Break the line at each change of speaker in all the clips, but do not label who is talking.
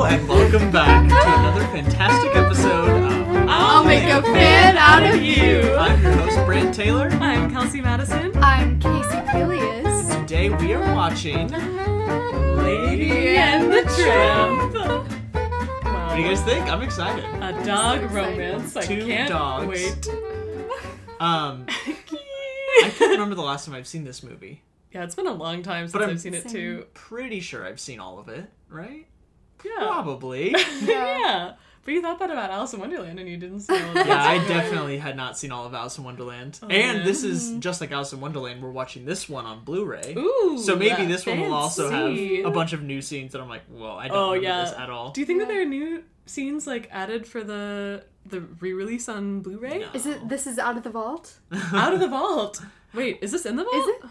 Welcome back to another fantastic episode of
I'll make a fan out of you.
I'm your host, Brant Taylor.
I'm Kelsey Madison.
I'm Casey Pilius.
Today we are watching. What
Lady and the Tramp. Wow.
do you guys think? I'm excited.
a dog
so excited.
romance. I
Two
can't
dogs.
wait.
Um, I can't remember the last time I've seen this movie.
Yeah, it's been a long time since
But I'm-
I've seen it
Same.
too.
Pretty sure I've seen all of it, right?
Yeah.
Probably.
Yeah.
yeah. But you thought that about Alice in Wonderland and you didn't see all of it.
Yeah, I definitely had not seen all of Alice in Wonderland. and
man.
this
Mm-hmm.
is just like Alice in Wonderland, we're watching this one on Blu ray.
Ooh.
So maybe this one will also have
fancy.
a bunch of new scenes that I'm like, whoa, I don't
Oh,
remember
yeah.
this at all.
Do you think that there are new scenes like added for the the re-release on Blu-ray?
No.
Is it this is out of the vault?
Out of the vault. Wait, is this in the vault?
Is it?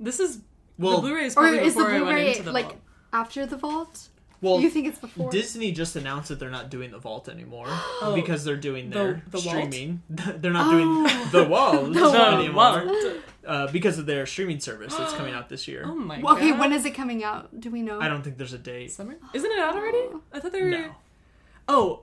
This is
well,
the Blu-ray is
Or
probably
is the
before I went
Blu-ray
into the
like
vault.
after the vault?
well,
you think it's before?
Disney just announced that they're not doing the vault anymore because they're doing
Oh. The-
their
the vault?
streaming. they're not
Oh.
doing the walls
The vault.
The
anymore
vault.
uh, because of their streaming service that's coming out this year.
Oh my
Well, okay,
god.
when is it coming out? Do we know?
I don't think there's a date.
Summer? Isn't it out already? I thought they were.
No.
Oh,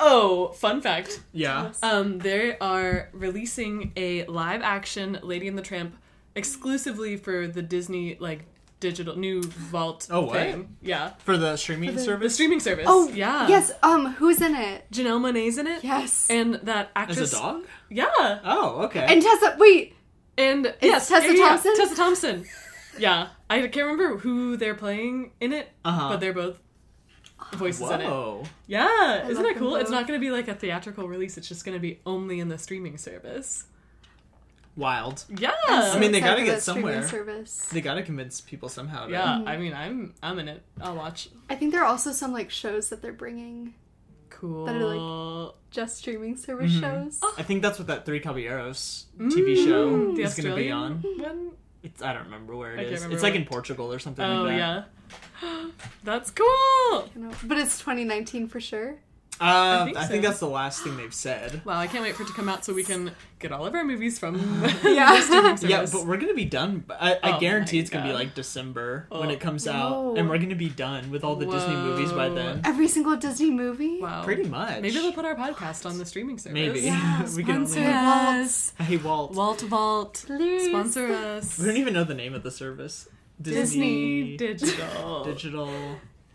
oh! Fun fact.
Yeah.
Um, they are releasing a live-action Lady and the Tramp exclusively for the Disney like digital new vault
Oh, what?
thing. Yeah,
For the streaming
the-
the
service?
streaming service.
Oh
yeah.
Yes. Um. Who's in it?
Janelle Monae's in it.
Yes.
And that actress.
As a dog?
Yeah.
Oh, okay.
And Tessa. Wait.
And yes,
Tessa
yeah, yeah,
Thompson?
Tessa Thompson. Yeah, I can't remember who they're playing in it,
Uh-huh.
but they're both voices in it.
Whoa.
Yeah, isn't
love
that cool?
them
It's
both.
not going to be like a theatrical release. It's just going to be only in the streaming service.
Wild.
Yeah.
I mean, they
Excited
gotta
for
get
that streaming
somewhere.
Service.
They gotta convince people somehow to.
yeah, I mean, I'm I'm in it. I'll watch.
I think there are also some like shows that they're bringing
Cool.
But I just streaming service
Mhm.
shows.
I think that's what that Three Caballeros TV show
Mm, the
is going to be
Australian
on.
one?
It's, I don't remember where
I
it
can't
is.
remember
It's like
what-
in Portugal or something
Oh
like that.
yeah, that's cool.
You know, but it's 2019 for sure.
Uh, I,
I
think
think so.
that's the last thing they've said.
Wow, I can't wait for it to come out so we can get all of our movies from
Yeah.
the streaming
Yeah,
service.
but we're gonna be done. b- I, I
Oh
guarantee
my
it's gonna be
God.
like December when
Oh.
it comes out,
No.
and we're gonna be done with all the Disney movies by then.
Every single Disney movie.
wow,
Pretty much.
Maybe they'll put our podcast on the streaming service.
Maybe.
Yes,
We can only-
sponsor vaults.
Yes.
Hey Walt.
Walt Vault.
Please.
Sponsor us.
we don't even know the name of the service. Disney
Disney Digital.
Digital.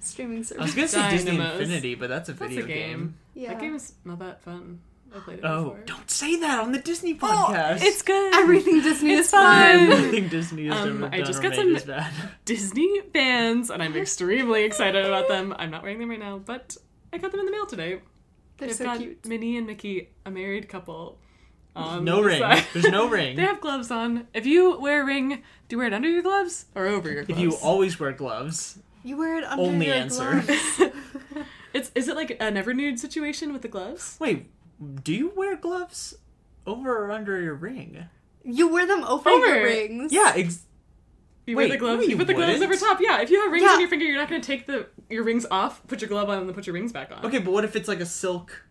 Streaming
I was
service.
gonna say Disney
Dynamos.
Infinity, but that's a
That's a
video
game.
Yeah.
That game is not that fun. I played it
Oh,
before. Oh,
don't say that on the Disney podcast.
It's good.
Everything Disney
It's
is
fine.
fun.
Everything Disney has
Um,
ever
I
done
just
or
got
made
some-
is bad.
Disney bands, and I'm extremely excited about them. I'm not wearing them right now, but I got them in the mail today.
They're
They've
so
got
cute.
Minnie and Mickey, a married couple. on
No
the
ring.
side.
There's no ring.
they have gloves on. If you wear a ring, do you wear it under your gloves or over your
If
gloves?
you always wear gloves,
You wear it under
Only
your
answer.
gloves.
it's is it like a never nude situation with the gloves?
wait, do you wear gloves over or under your ring?
you wear them over,
Over.
your rings.
Yeah, ex-
You
Wait,
wear the gloves.
no,
you,
you
put the gloves
wouldn't.
over top. Yeah. If you have rings
Yeah.
on your finger, you're not going to take the your rings off. Put your glove on and then put your rings back on.
Okay, but what if it's like a silk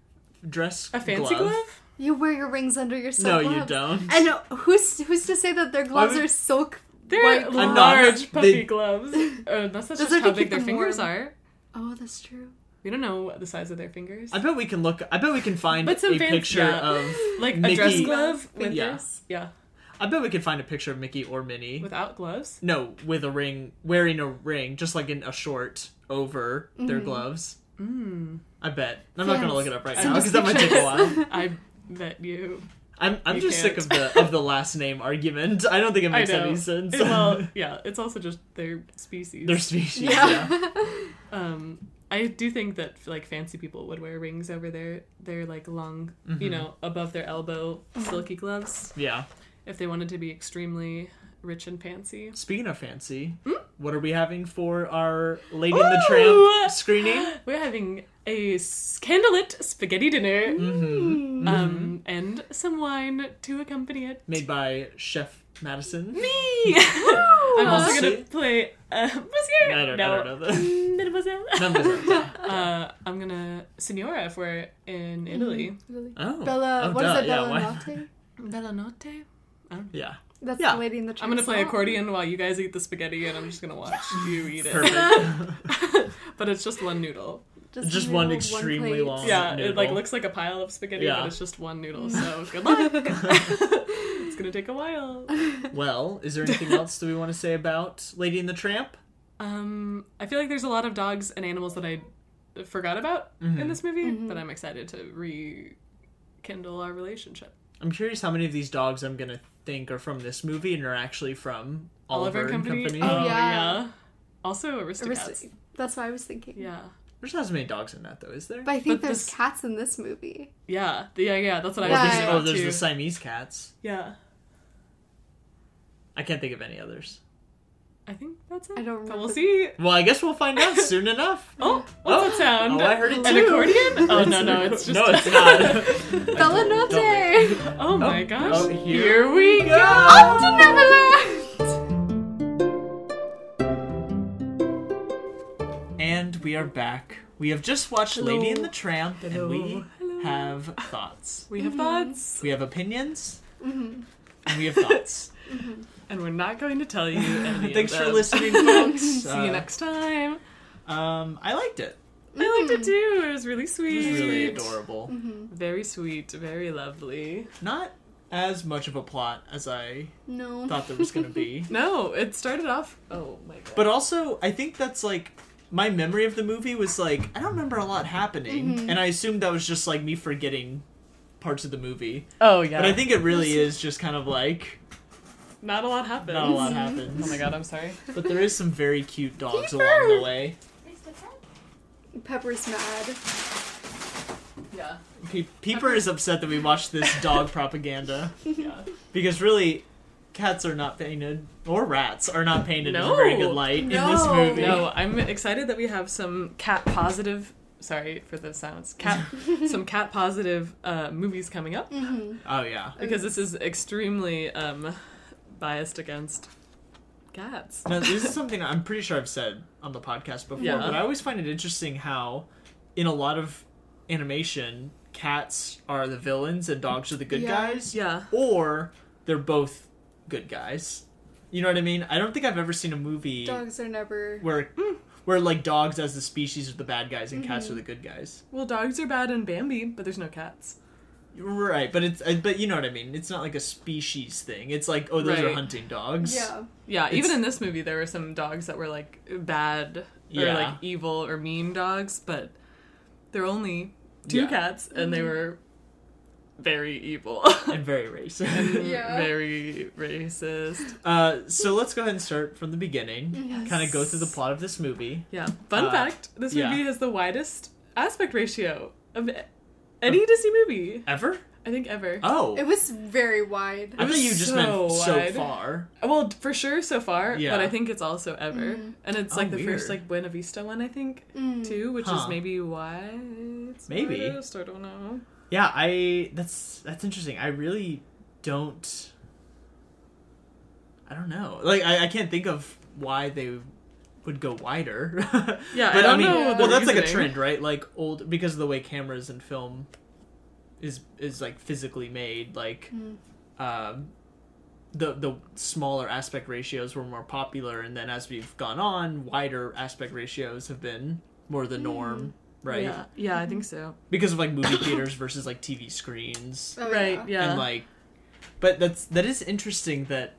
dress?
Um, A fancy glove?
You wear your rings under your silk
No,
gloves.
you don't.
And who's who's to say that their gloves
would-
are silk?
They're
white
I'm
gloves?
not-
large puffy
they-
gloves. Uh, that's that's
Those
just
are to
how
keep
big their
them
fingers
warm.
are.
Oh, that's true.
We don't know the size of their fingers.
I bet we can look. I bet we can find a
But some fancy-
picture
yeah.
of.
like
Mickey-
a dress glove with
Yeah.
yeah
I bet we can find a picture of Mickey or Minnie.
without gloves.
no, with a ring, wearing a ring, just like in a short over
Mm-hmm.
their gloves.
Hmm.
I bet. I'm not gonna
Yes.
look it up right
Send
now
us
because that might take a while.
I bet you.
I'm I'm
You
just sick
can't.
of the of the last name argument. I don't think it
I
makes
know.
any sense.
It- well, yeah. It's also just their species.
Their species.
Yeah.
yeah.
um, I do think that like fancy people would wear rings over their their like long,
Mm-hmm.
you know, above their elbow, silky gloves
Yeah.
if they wanted to be extremely rich and fancy.
Speaking of fancy, what are we having for our Lady in the Tramp
Hmm? Ooh!
screening?
We're having a s- candlelit spaghetti dinner,
Mm-hmm.
Hmm.
um, and some wine to accompany it.
Made by Chef Madison.
Me. I'm also gonna
Monsieur?
play uh, Monsieur.
I don't,
no.
I don't know the
Mademoiselle.
numbers.
uh, I'm gonna Signora if we're in Italy.
Really.
Oh.
Bella,
oh,
what is
duh,
it?
yeah,
Bella
why-
Notte?
Bella notte.
Yeah.
That's
Yeah.
the lady in the.
I'm gonna play
song.
accordion while you guys eat the spaghetti, and I'm just gonna watch you eat it.
Perfect.
but it's just one noodle.
Just one
noodle,
extremely
plate.
long.
yeah, it like
noodle.
looks like a pile of spaghetti,
Yeah.
but it's just one noodle. So good luck. it's gonna take a while.
Well, is there anything else that we want to say about Lady and the Tramp?
Um, I feel like there's a lot of dogs and animals that I forgot about in
Mm-hmm.
this movie,
Mm-hmm.
but I'm excited to rekindle our relationship.
I'm curious how many of these dogs I'm gonna think are from this movie and are actually from Oliver,
Oliver and Company.
Oh,
Oh
yeah.
yeah. Also Aristocats.
Aristo- That's what I was thinking.
yeah.
There's not as many dogs in that though, is there?
But I think
But
there's
this-
cats in this movie.
Yeah. Yeah, yeah, that's what I
oh,
was
Yeah.
there's,
thinking
oh,
about
there's
too.
the Siamese cats.
yeah.
I can't think of any others.
I think that's it.
I don't
But we'll
remember.
see.
Well, I guess we'll find out soon enough.
Oh, what's that sound?
Oh, I heard it
An
too.
accordion? Oh no, no, it's just
no, it's not.
Bella Notte!
Oh my gosh.
oh, here
we
go.
Up to Neverland!
And we are back. We have just watched Lady and the Tramp,
Hello.
and we
Hello.
have thoughts.
We have thoughts,
We have opinions,
Mm-hmm,
and we have thoughts.
and we're not going to tell you. Any
Thanks
of
for
them.
listening, folks.
See you next time.
Uh, Um, I liked it.
I liked it too. It was really
It
sweet.
was really adorable.
mm-hmm.
Very sweet. Very lovely.
Not as much of a plot as I
No.
thought there was going to be.
No, it started off. Oh my god.
But also, I think that's like my memory of the movie was like I don't remember a lot happening, and I assumed that was just like me forgetting parts of the movie.
oh yeah.
But I think it really is just kind of like
not a lot happened.
not a lot happens.
Oh my god. I'm sorry.
But there is some very cute dogs along the way.
Pepper's mad.
Yeah.
Pe- Peeper is upset that we watched this dog propaganda
Yeah.
because really, cats are not painted or rats are not painted in a
No.
very good light in this
No.
movie.
No, I'm excited that we have some cat positive. Sorry for the sounds. Cat. some cat positive uh, movies coming up
Mm-hmm.
Oh yeah.
because this is extremely um, biased against cats.
Now, this is something I'm pretty sure I've said on the podcast before,
Yeah.
but I always find it interesting how, in a lot of animation, cats are the villains and dogs are the good
Yeah.
guys,
Yeah.
or they're both good guys. You know what I mean? I don't think I've ever seen a movie
Dogs are never.
where where like dogs as the species are the bad guys and cats are the good guys.
Well, dogs are bad in Bambi, but there's no cats.
Right, but it's uh, but you know what I mean. It's not like a species thing. It's like oh, those are
Right.
hunting dogs.
Yeah.
Yeah,
It's-
even in this movie, there were some dogs that were like bad or
Yeah.
like evil or mean dogs, but they're only two
Yeah.
cats, and they were very evil,
and very racist.
Yeah.
very racist.
Uh, so let's go ahead and start from the beginning. Kind of go through the plot of this movie.
Yeah. Fun
Uh,
fact: this
yeah.
movie has the widest aspect ratio of e- any Disney movie
Ever?
I think ever.
Oh,
It was very wide.
I thought you just meant
so
so
wide.
far.
Uh, Well, d- for sure so far,
Yeah.
but I think it's also ever, and it's
Oh,
like the
weird.
first like Buena Vista one I think
Mm. Mm-hmm.
too, which
Huh.
is maybe why it's
Maybe.
widest, I don't know.
Yeah, I that's that's interesting. I really don't. I don't know. Like I, I can't think of why they would go wider.
Yeah, I
but I,
don't
mean,
know
the
well, that's like a
reasoning.
trend, right? Like old because of the way cameras and film is is like physically made. Like,
Mm.
um, the the smaller aspect ratios were more popular, and then as we've gone on, wider aspect ratios have been more the norm, right?
Mm. Yeah, yeah, I think so.
because of like movie theaters versus like TV screens
Oh,
right,
Yeah.
yeah.
and like but that's that is interesting that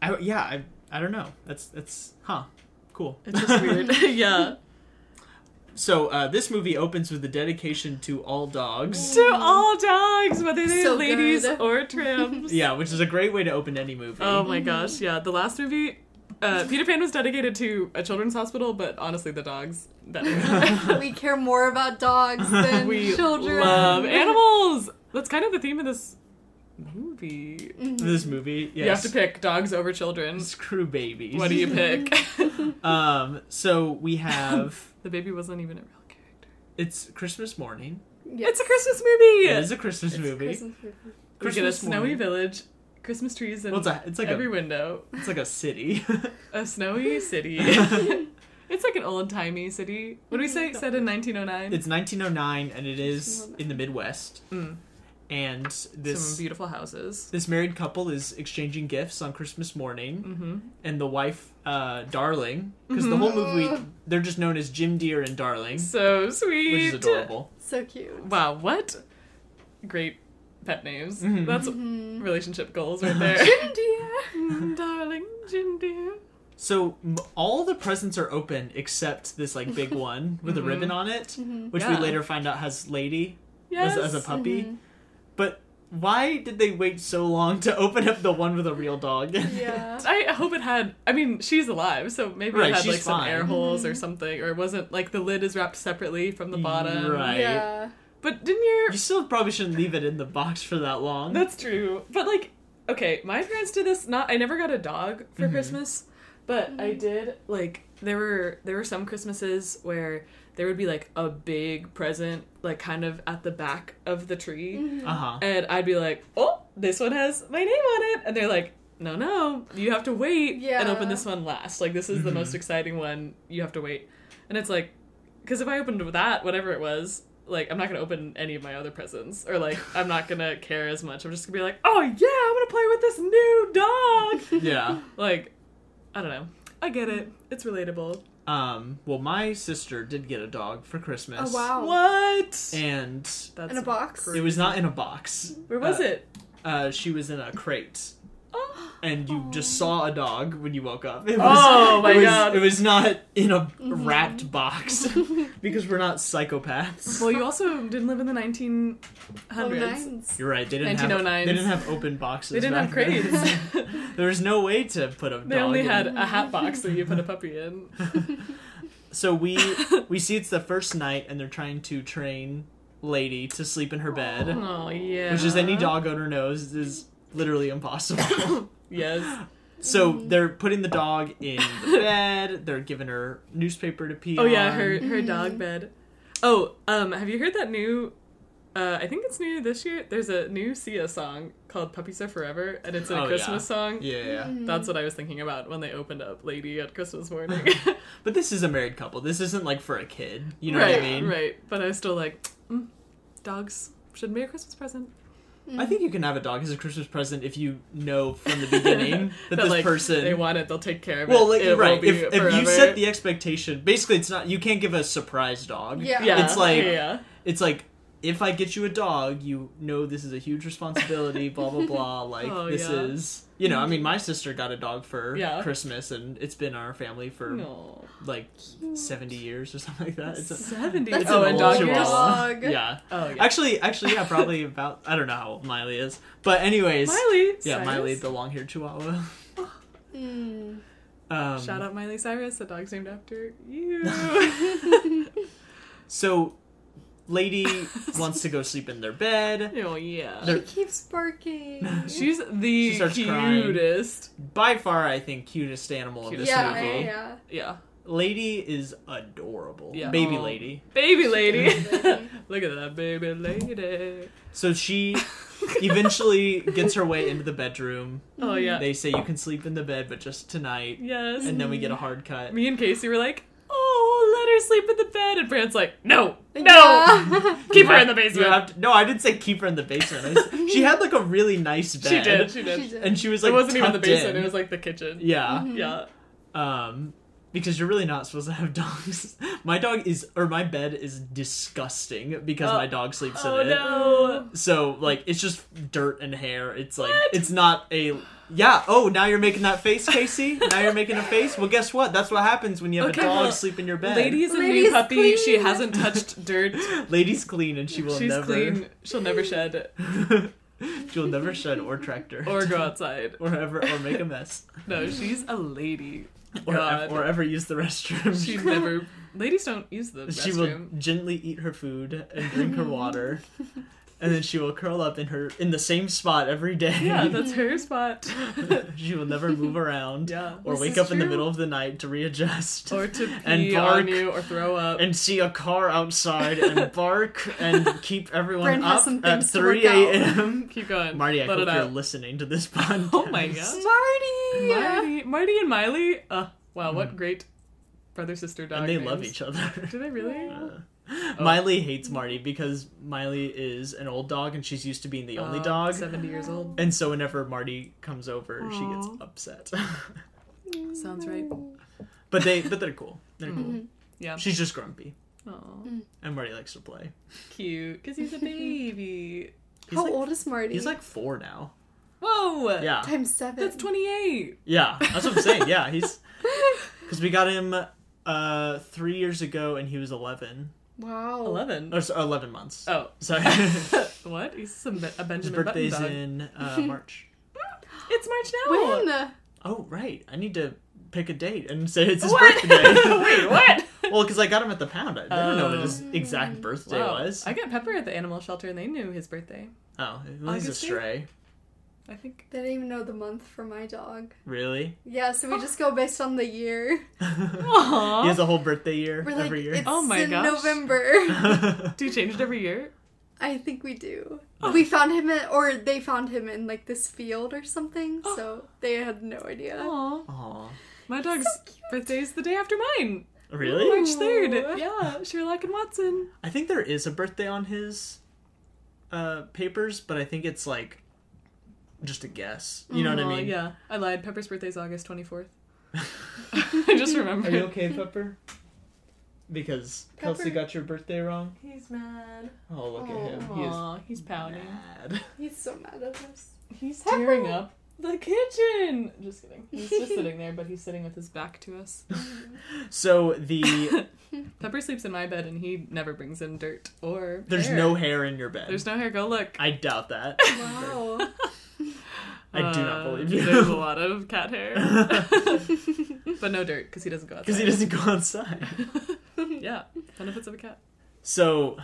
I yeah I I don't know that's that's huh cool
it's just weird. yeah.
so uh, this movie opens with a dedication to all dogs
To all dogs, whether they're
So
ladies
good.
or tramps.
yeah which is a great way to open any movie
Oh my gosh, yeah. The last movie, uh, Peter Pan was dedicated to a children's hospital, but honestly, the dogs better.
We care more about dogs than
we
children.
love animals. That's kind of the theme of this movie.
Mm-hmm.
this movie yes.
You have to pick dogs over children.
screw babies
What do you pick?
um so we have
the baby wasn't even a real character.
it's Christmas morning
Yes.
It's a Christmas movie.
it is a Christmas movie
Christmas movie.
We get a
Christmas
snowy
morning.
village, Christmas trees, and
well, it's, a, it's like
every
a,
window.
it's like a city
A snowy city. it's like an old timey oh
oh
city. What do we say? Said in 1909.
It's 1909 and it is in the Midwest. and this
Mm. Some beautiful houses.
this married couple is exchanging gifts on Christmas morning,
Mm-hmm.
and the wife, uh, Darling, because the whole
Mm-hmm.
movie they're just known as Jim Deere and Darling,
So sweet.
which is adorable.
So cute.
Wow, what great pet names.
Mhm.
That's
Mhm.
relationship goals right there.
Jim dear.
Mm, Darling, Jim dear.
So m- all the presents are open except this like big one with a
Mhm.
ribbon on it,
Mhm.
which
Yeah.
we later find out has Lady
Yes.
as, as a puppy.
Mhm.
But why did they wait so long to open up the one with a real dog?
Mm-hmm. Yeah.
I hope it had. I mean, she's alive, so maybe
Right,
it had
she's
like some air
fine. Mm-hmm.
holes or something, or it wasn't like the lid is wrapped separately from the bottom.
Right.
Yeah.
But didn't your
you still probably shouldn't leave it in the box for that long.
That's true. But like, okay, my parents did this. Not I never got a dog for
Mhm.
Christmas, but I did like there were there were some Christmases where there would be like a big present like kind of at the back of the tree,
Mm-hmm.
uh huh.
and I'd be like, oh, this one has my name on it, and they're like. No, no, you have to wait and open
Yeah.
this one last. Like, this is the
Mhm.
most exciting one. You have to wait. And it's like, because if I opened that, whatever it was, like I'm not gonna open any of my other presents, or like I'm not gonna care as much. I'm just gonna be like, oh yeah, I'm gonna play with this
Uh,
new dog.
Yeah.
like, I don't know. I get it. It's relatable.
Um. Well, my sister did get a dog for
Oh
Christmas.
wow.
What?
And
That's
In a box?
it was not in a box.
Where was
Uh,
it?
Uh, she was in a crate,
Oh,
and you just
Aw.
saw a dog when you woke up. It
Oh, my
it was-
God. Mm-hmm.
It was not in a wrapped box because we're not psychopaths.
well, you also didn't live in the 1900s.
Oh, nines.
You're right. They didn't have.
1909s.
They didn't have open boxes.
They didn't have
back then.
crates.
there was no way to put a.
they
dog
only
in.
had a hat box that you put a puppy in.
So we we see it's the first night, and they're trying to train Lady to sleep in her bed,
Oh yeah.
which, as any dog owner knows, is literally impossible.
Yes.
so
Mm-hmm.
they're putting the dog in the bed. They're giving her newspaper to pee.
Oh yeah,
on.
her her dog bed. Oh, um, have you heard that new? Uh, I think it's new this year. There's a new Sia song called "Puppies Are Forever," and it's a
Oh,
Christmas song.
Yeah, yeah.
Mm,
That's what I was thinking about when they opened up "Lady" at Christmas morning.
But this is a married couple. This isn't like for a kid. You know
right,
what I mean?
right. But I was still like, mm, dogs should be a Christmas present.
I think you can have a dog as a Christmas present if you know from the beginning that, this
like,
person
they want it, they'll take care of it.
Well, like,
It will
right.
be
If, if you
forever.
set the expectation, basically, it's not you can't give a surprise dog.
Yeah.
yeah,
it's like
yeah,
it's like if I get you a dog, you know this is a huge responsibility. blah blah blah. Like
Oh,
this
yeah.
is you know. I mean, my sister got a dog for
Yeah.
Christmas, and it's been our family for
no
like seventy years or something like that. It's a,
seventy.
That's
oh,
an
and
old
dog
years.
Chihuahua.
Dog.
Yeah.
Oh yeah,
Actually, actually, yeah, probably about I don't know how old Miley is, but anyways,
Miley.
yeah,
Cyrus.
Miley, the long-haired Chihuahua.
Mm.
Um,
Shout out Miley Cyrus, the dog's named after you.
mm.
So, lady wants to go sleep in their bed.
oh yeah.
She
They're-
keeps barking.
She's the
She starts crying.
cutest.
by far I think cutest animal in this
Cutest
yeah,
movie.
yeah, yeah.
Yeah.
Lady is adorable.
Yeah.
Baby
Aw.
lady.
Baby lady.
baby.
Look at that baby lady.
So she eventually gets her way into the bedroom.
Oh yeah.
They say you can sleep in the bed but just tonight.
yes.
And then we get a hard cut.
me and Casey were like, "Oh, let her sleep in the bed." And Brand's like, "No. No.
Yeah.
Keep her in the
You have-
basement."
you have to- no, I didn't say keep her in the basement. I s- she had like a really nice bed.
she did. She did.
She did.
And she was
it
like
wasn't even the
tucked
basement.
in.
It was Mm-hmm. like the kitchen.
yeah.
Mm-hmm.
Yeah.
um because you're really not supposed to have dogs. My dog is or my bed is disgusting because
Oh.
my dog sleeps
Oh
in it.
no.
So like it's just dirt and hair. It's like
What?
it's not a yeah. Oh, now you're making that face, Casey. now you're making a face. Well, guess what? That's what happens when you have
Okay,
a dog
well,
sleep in your bed.
Lady is a new
Lady's
puppy. She
clean.
hasn't touched dirt.
Lady's clean and she will
She's
never.
clean. She'll never shed
She'll never shed or track dirt
or go outside.
or ever or make a mess
No, she's a lady.
or,
God.
ev- or ever use the restroom.
She never. Ladies don't use the restroom.
She will gently eat her food and drink her water, and then she will curl up in her in the same spot every day.
Yeah, that's her spot.
she will never move around
Yeah.
or
This
wake
is
up in the
true.
middle of the night to readjust
Or to pee
And
on
bark.
you or throw up.
and see a car outside and bark and keep everyone
Brent has
up
some
at
things to work
3 a.m.
Keep going.
Marty, I
Let
hope
it
you're
out.
listening to this podcast.
Oh my
Marty.
god. Marty, Marty and Miley. Uh, wow, what great brother sister dog.
Hmm. And they love
names.
each other.
Do they really?
Uh, Miley hates Marty because Miley is an old dog and she's used to being the only
Uh,
dog.
70 years old.
And so whenever Marty comes over, she gets
Aw.
upset.
Mm.
Sounds right.
Mm-hmm.
Mm.
but they but they're cool. They're
Mm-hmm.
cool.
Mhm.
Yeah.
She's just grumpy.
Aw,
And Marty likes to play.
cute. Because he's a baby.
He's
How
like,
old is Marty?
He's like four now.
Whoa!
Yeah.
times seven.
That's 28.
Yeah. That's what I'm saying. Yeah. He's because we got him uh three years ago and he was 11
Wow.
11.
or so- 11 months
Oh.
sorry
what? He's a, Be- a
his
Benjamin Button
birthday's
dog.
in uh, march
It's March now.
When?
oh right i need to pick a date and say it's his
What?
birthday
Wait, what?
well because i got him at the pound i didn't know what his
Oh.
exact birthday
Wow.
was
I got Pepper at the animal shelter and they knew his birthday.
oh well, he's a
Augustine?
stray
I think.
They didn't even know the month for my dog.
really
Yeah, so we just go based on the year.
he
Aww.
has a whole birthday year
We're
every
like,
year
it's
Oh my
in
gosh.
November.
Do you change it every year?
I think we do.
Oh.
We found him at, or they found him in like this field or something, so they had no idea.
Aw.
Aw.
Uh, My dog's
cute.
birthday's the day after mine.
really
March 3rd.
Ooh.
Yeah, Sherlock and Watson.
i think there is a birthday on his uh papers but i think it's like just a guess you know what
Aw,
i mean
Yeah, I lied. Pepper's birthday's August 24th. I just
Are
remembered.
you okay, Pepper? Because Kelsey
Pepper-
got your birthday wrong.
He's mad.
Oh, look
Oh.
at him. He is
Aw, he's pouting.
mad.
He's so mad at us.
He's
Pepper.
tearing up the kitchen. Just kidding. He's just sitting there, but he's sitting with his back to us.
So the
Pepper sleeps in my bed, and he never brings in dirt or.
there's
hair.
no hair in your bed.
There's no hair. Go look.
I doubt that.
Wow.
I do not
Uh,
believe
There's a
you.
lot of cat hair, but no dirt because he doesn't go outside.
Because he doesn't go outside.
Yeah, benefits of a cat.
So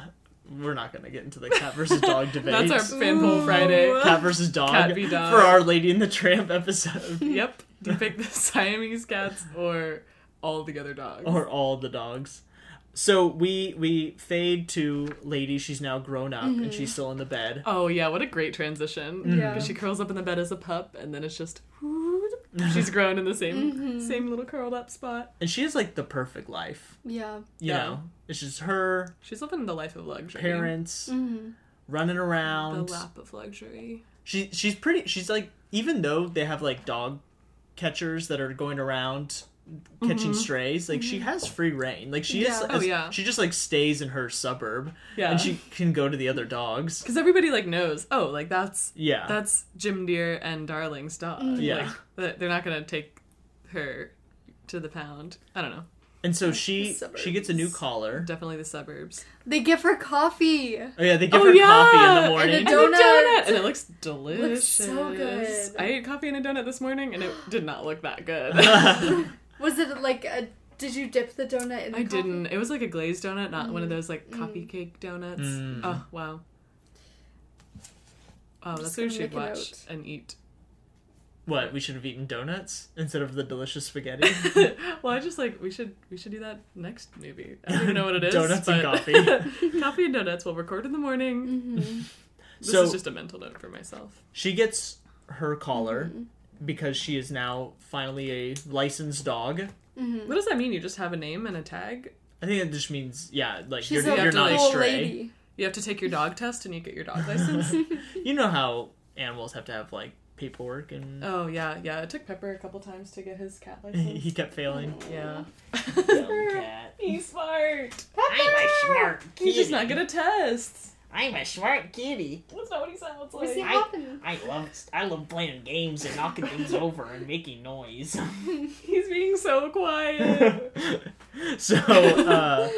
we're not gonna get into the cat versus dog debate.
That's our fan poll
Ooh.
Friday.
cat versus dog,
Cat v dog.
for our Lady in the Tramp episode,
Yep. Do you pick the Siamese cats or all the other dogs?
or all the dogs. So we we fade to Lady. She's now grown up and
Mm-hmm.
she's still in the bed.
oh yeah, what a great transition.
Yeah.
'Cause She curls up in the bed as a pup, and then it's just she's grown in the
Mm-hmm.
same same little curled up spot.
and she has like the perfect life.
yeah.
You
Yeah.
know, it's just her
She's living the life of luxury.
parents
Mm-hmm.
running
The
around.
lap of luxury.
She she's pretty. She's like even though they have like dog catchers that are going around catching strays, like she has free reign. Like she is.
Yeah.
Oh, Mm-hmm. yeah.
She just like stays in her suburb
Yeah.
and she can go to the other dogs.
Because everybody like knows. Oh, like that's
Yeah.
that's Jim Deere and Darling's dog.
Yeah.
Like, th- they're not gonna take her to the pound. I don't know.
and so she
the
she gets a new
suburbs.
collar.
Definitely the suburbs.
They give her coffee.
Oh yeah, they give
Oh,
her
yeah,
coffee in the
and
morning.
it
And a
Donut.
donut, and it looks delicious.
so good.
I ate coffee and a donut this morning, and it did not look that good.
Was it like a? Did you dip the donut in? The
I
coffee? Mm,
didn't. It was like a glazed donut, not one of those like coffee cake donuts.
Mm.
Oh wow. Wow, that's
just
what we
gonna
should
make a
watch
note.
and eat.
what we should have eaten donuts instead of the delicious spaghetti.
well, I just like we should we should do that next movie. I don't even know what it is.
Donuts and
but-
coffee.
coffee and donuts. We'll record in the morning.
Mm-hmm.
This
So-
is just a mental note for myself.
She gets her collar
Mm-hmm.
because she is now finally a licensed dog.
Mm-hmm.
What does that mean? You just have a name and a tag.
I think that just means yeah, like
She's
you're,
a
you're not a
full
stray.
lady.
You have to take your dog test and you get your dog license.
You know how animals have to have like paperwork, and
oh yeah, yeah. It took Pepper a couple times to get his cat license.
he kept failing.
yeah.
Dumb cat.
He's smart.
I'm a smart kitty.
He's just not good at tests.
I'm a smart kitty.
That's not what he sounds
What's
like.
it
I-
happening?
I love I love playing games and knocking things over and making noise.
He's being so quiet.
so uh,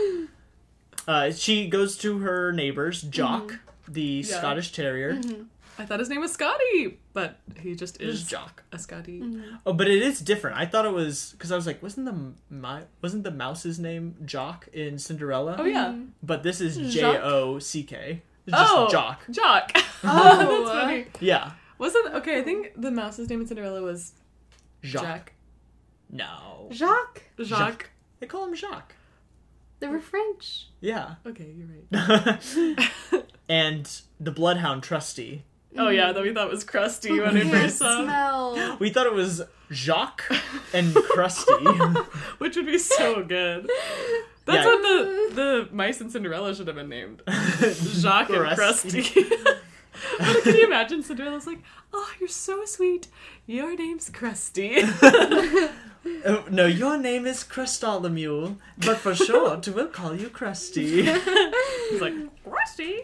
uh, she goes to her neighbor's Jock, the
Yeah.
Scottish Terrier.
Mm-hmm.
I thought his name was Scotty, but he just Mm.
It is
is
Jock.
a Scotty.
Oh, but it is different. I thought it was because I was like, wasn't the my wasn't the mouse's name Jock in Cinderella?
Oh yeah.
Mm-hmm.
But this is
Jacques?
J O C K. It's just
Oh,
Jock.
Jock.
Oh.
that's funny.
Yeah.
Wasn't okay? I think the mouse's name in Cinderella was
Jacques.
Jack.
No.
Jacques.
Jacques.
Jacques. They call him Jacques.
They were French.
Yeah.
Okay, you're right. Mm.
and the bloodhound Trusty.
Oh yeah, that we thought was Krusty when we
Can't
first saw, him,
smell.
We thought it was Jacques and Krusty.
which would be so good. That's
Yeah.
when the the mice in Cinderella should have been named Jacques and
Krusty.
Krusty. but can you imagine Cinderella's like, oh, you're so sweet. Your name's Krusty.
Oh, no, your name is Crestolomule, but for short, we'll call you Krusty.
He's like, Krusty.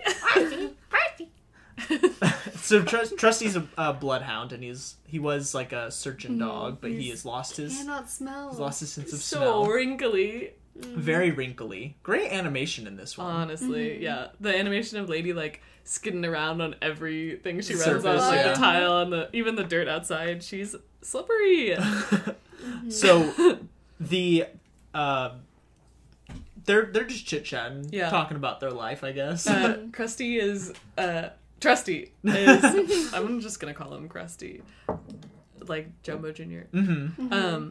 so Trus- Trusty's a, a bloodhound, and he's he was like a searching dog, but he
he's-
has lost his
Cannot smell.
he's lost his sense of
Mm-hmm. so
smell. Mm-hmm.
wrinkly.
Very wrinkly. Great animation in this one.
Honestly,
Mm-hmm.
yeah. The animation of Lady like skidding around on everything she runs on,
Surface,
like
yeah.
the tile and the even the dirt outside. She's slippery. Uh, mm-hmm.
so the uh, they're they're just chit chatting,
Yeah.
talking about their life, I guess.
Uh, Krusty is uh, Trusty is. I'm just gonna call him Krusty, like Jumbo junior
mm-hmm.
Um,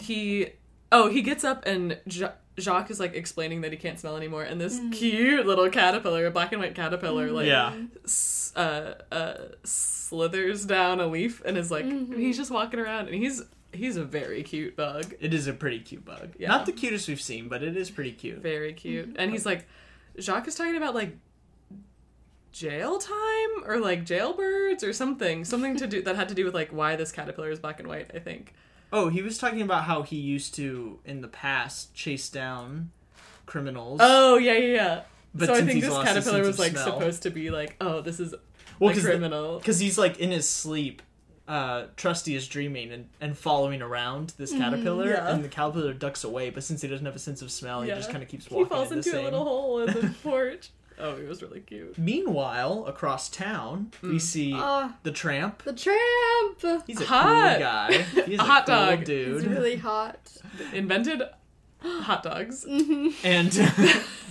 he oh he gets up and Ja- Jacques is like explaining that he can't smell anymore, and this cute little caterpillar, black and white caterpillar, like mm-hmm.
Yeah.
s- uh, uh, slithers down a leaf and is like he's just walking around and he's he's a very cute bug,
It is a pretty cute bug.
Yeah.
Not the cutest we've seen, but it is pretty cute.
very cute, Mm-hmm. and he's like Jacques is talking about like jail time or like jailbirds or something something to do that had to do with like why this caterpillar is black and white i think
Oh, he was talking about how he used to in the past chase down criminals.
oh yeah yeah yeah
but
so I
since
think
he's
this
lost his
caterpillar
sense
was
of
like
smell-
supposed to be like, oh, this is
well,
a
cause
criminal.
Because he's like in his sleep, uh, Trusty is dreaming and, and following around this caterpillar,
Mm-hmm. yeah.
and the caterpillar ducks away. But since he doesn't have a sense of smell,
Yeah.
he just kind of keeps walking.
he falls
in the
into a
same-
little hole in the porch. Oh, it was really cute.
Meanwhile, across town, we
Mm.
see
Ah,
the tramp.
the tramp.
He's a
Oh. Hot.
cool guy. He's
A hot
cool
dog.
It's
dude.
really hot.
Invented
Mm,
hot dogs.
Uh, And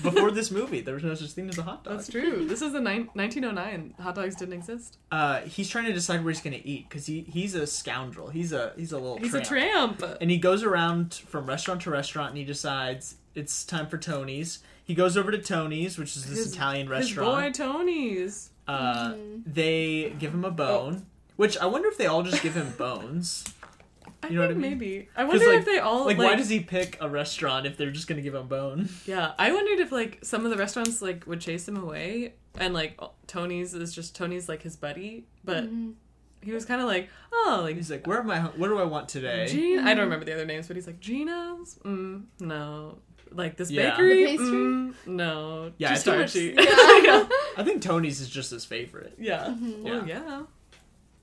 before this movie, there was no such thing as a hot dog.
That's true. This is the nine- 1909. Hot dogs didn't exist.
Uh, he's trying to decide where he's going to eat because he he's a scoundrel. He's a he's a little
He's
tramp.
a tramp.
And he goes around from restaurant to restaurant and he decides it's time for Tony's. He goes over to Tony's, which is this
His-
Italian
His
restaurant.
boy Oh. Tony's.
Uh,
Mm-hmm.
They give him a bone, which I wonder if they all just give him bones.
I
You know what
think
I mean?
maybe. I wonder
like-
if they all
Like, why does he pick a restaurant if they're just gonna give him bone?
Yeah, I wondered if like some of the restaurants like would chase him away, and like Tony's is just Tony's like his buddy, but
Mm-hmm.
he was kind of like, oh, like
He's like, where am I? Where do I want today?
Gina,
Mm-hmm.
I don't remember the other names, but he's like Gina's. Mm, no, like this
Yeah.
bakery.
The pastry?
Mm, no,
Yeah,
just
I think
Archie.
Yeah.
I think Tony's is just his favorite.
yeah, Well,
Mm-hmm.
Yeah.
yeah.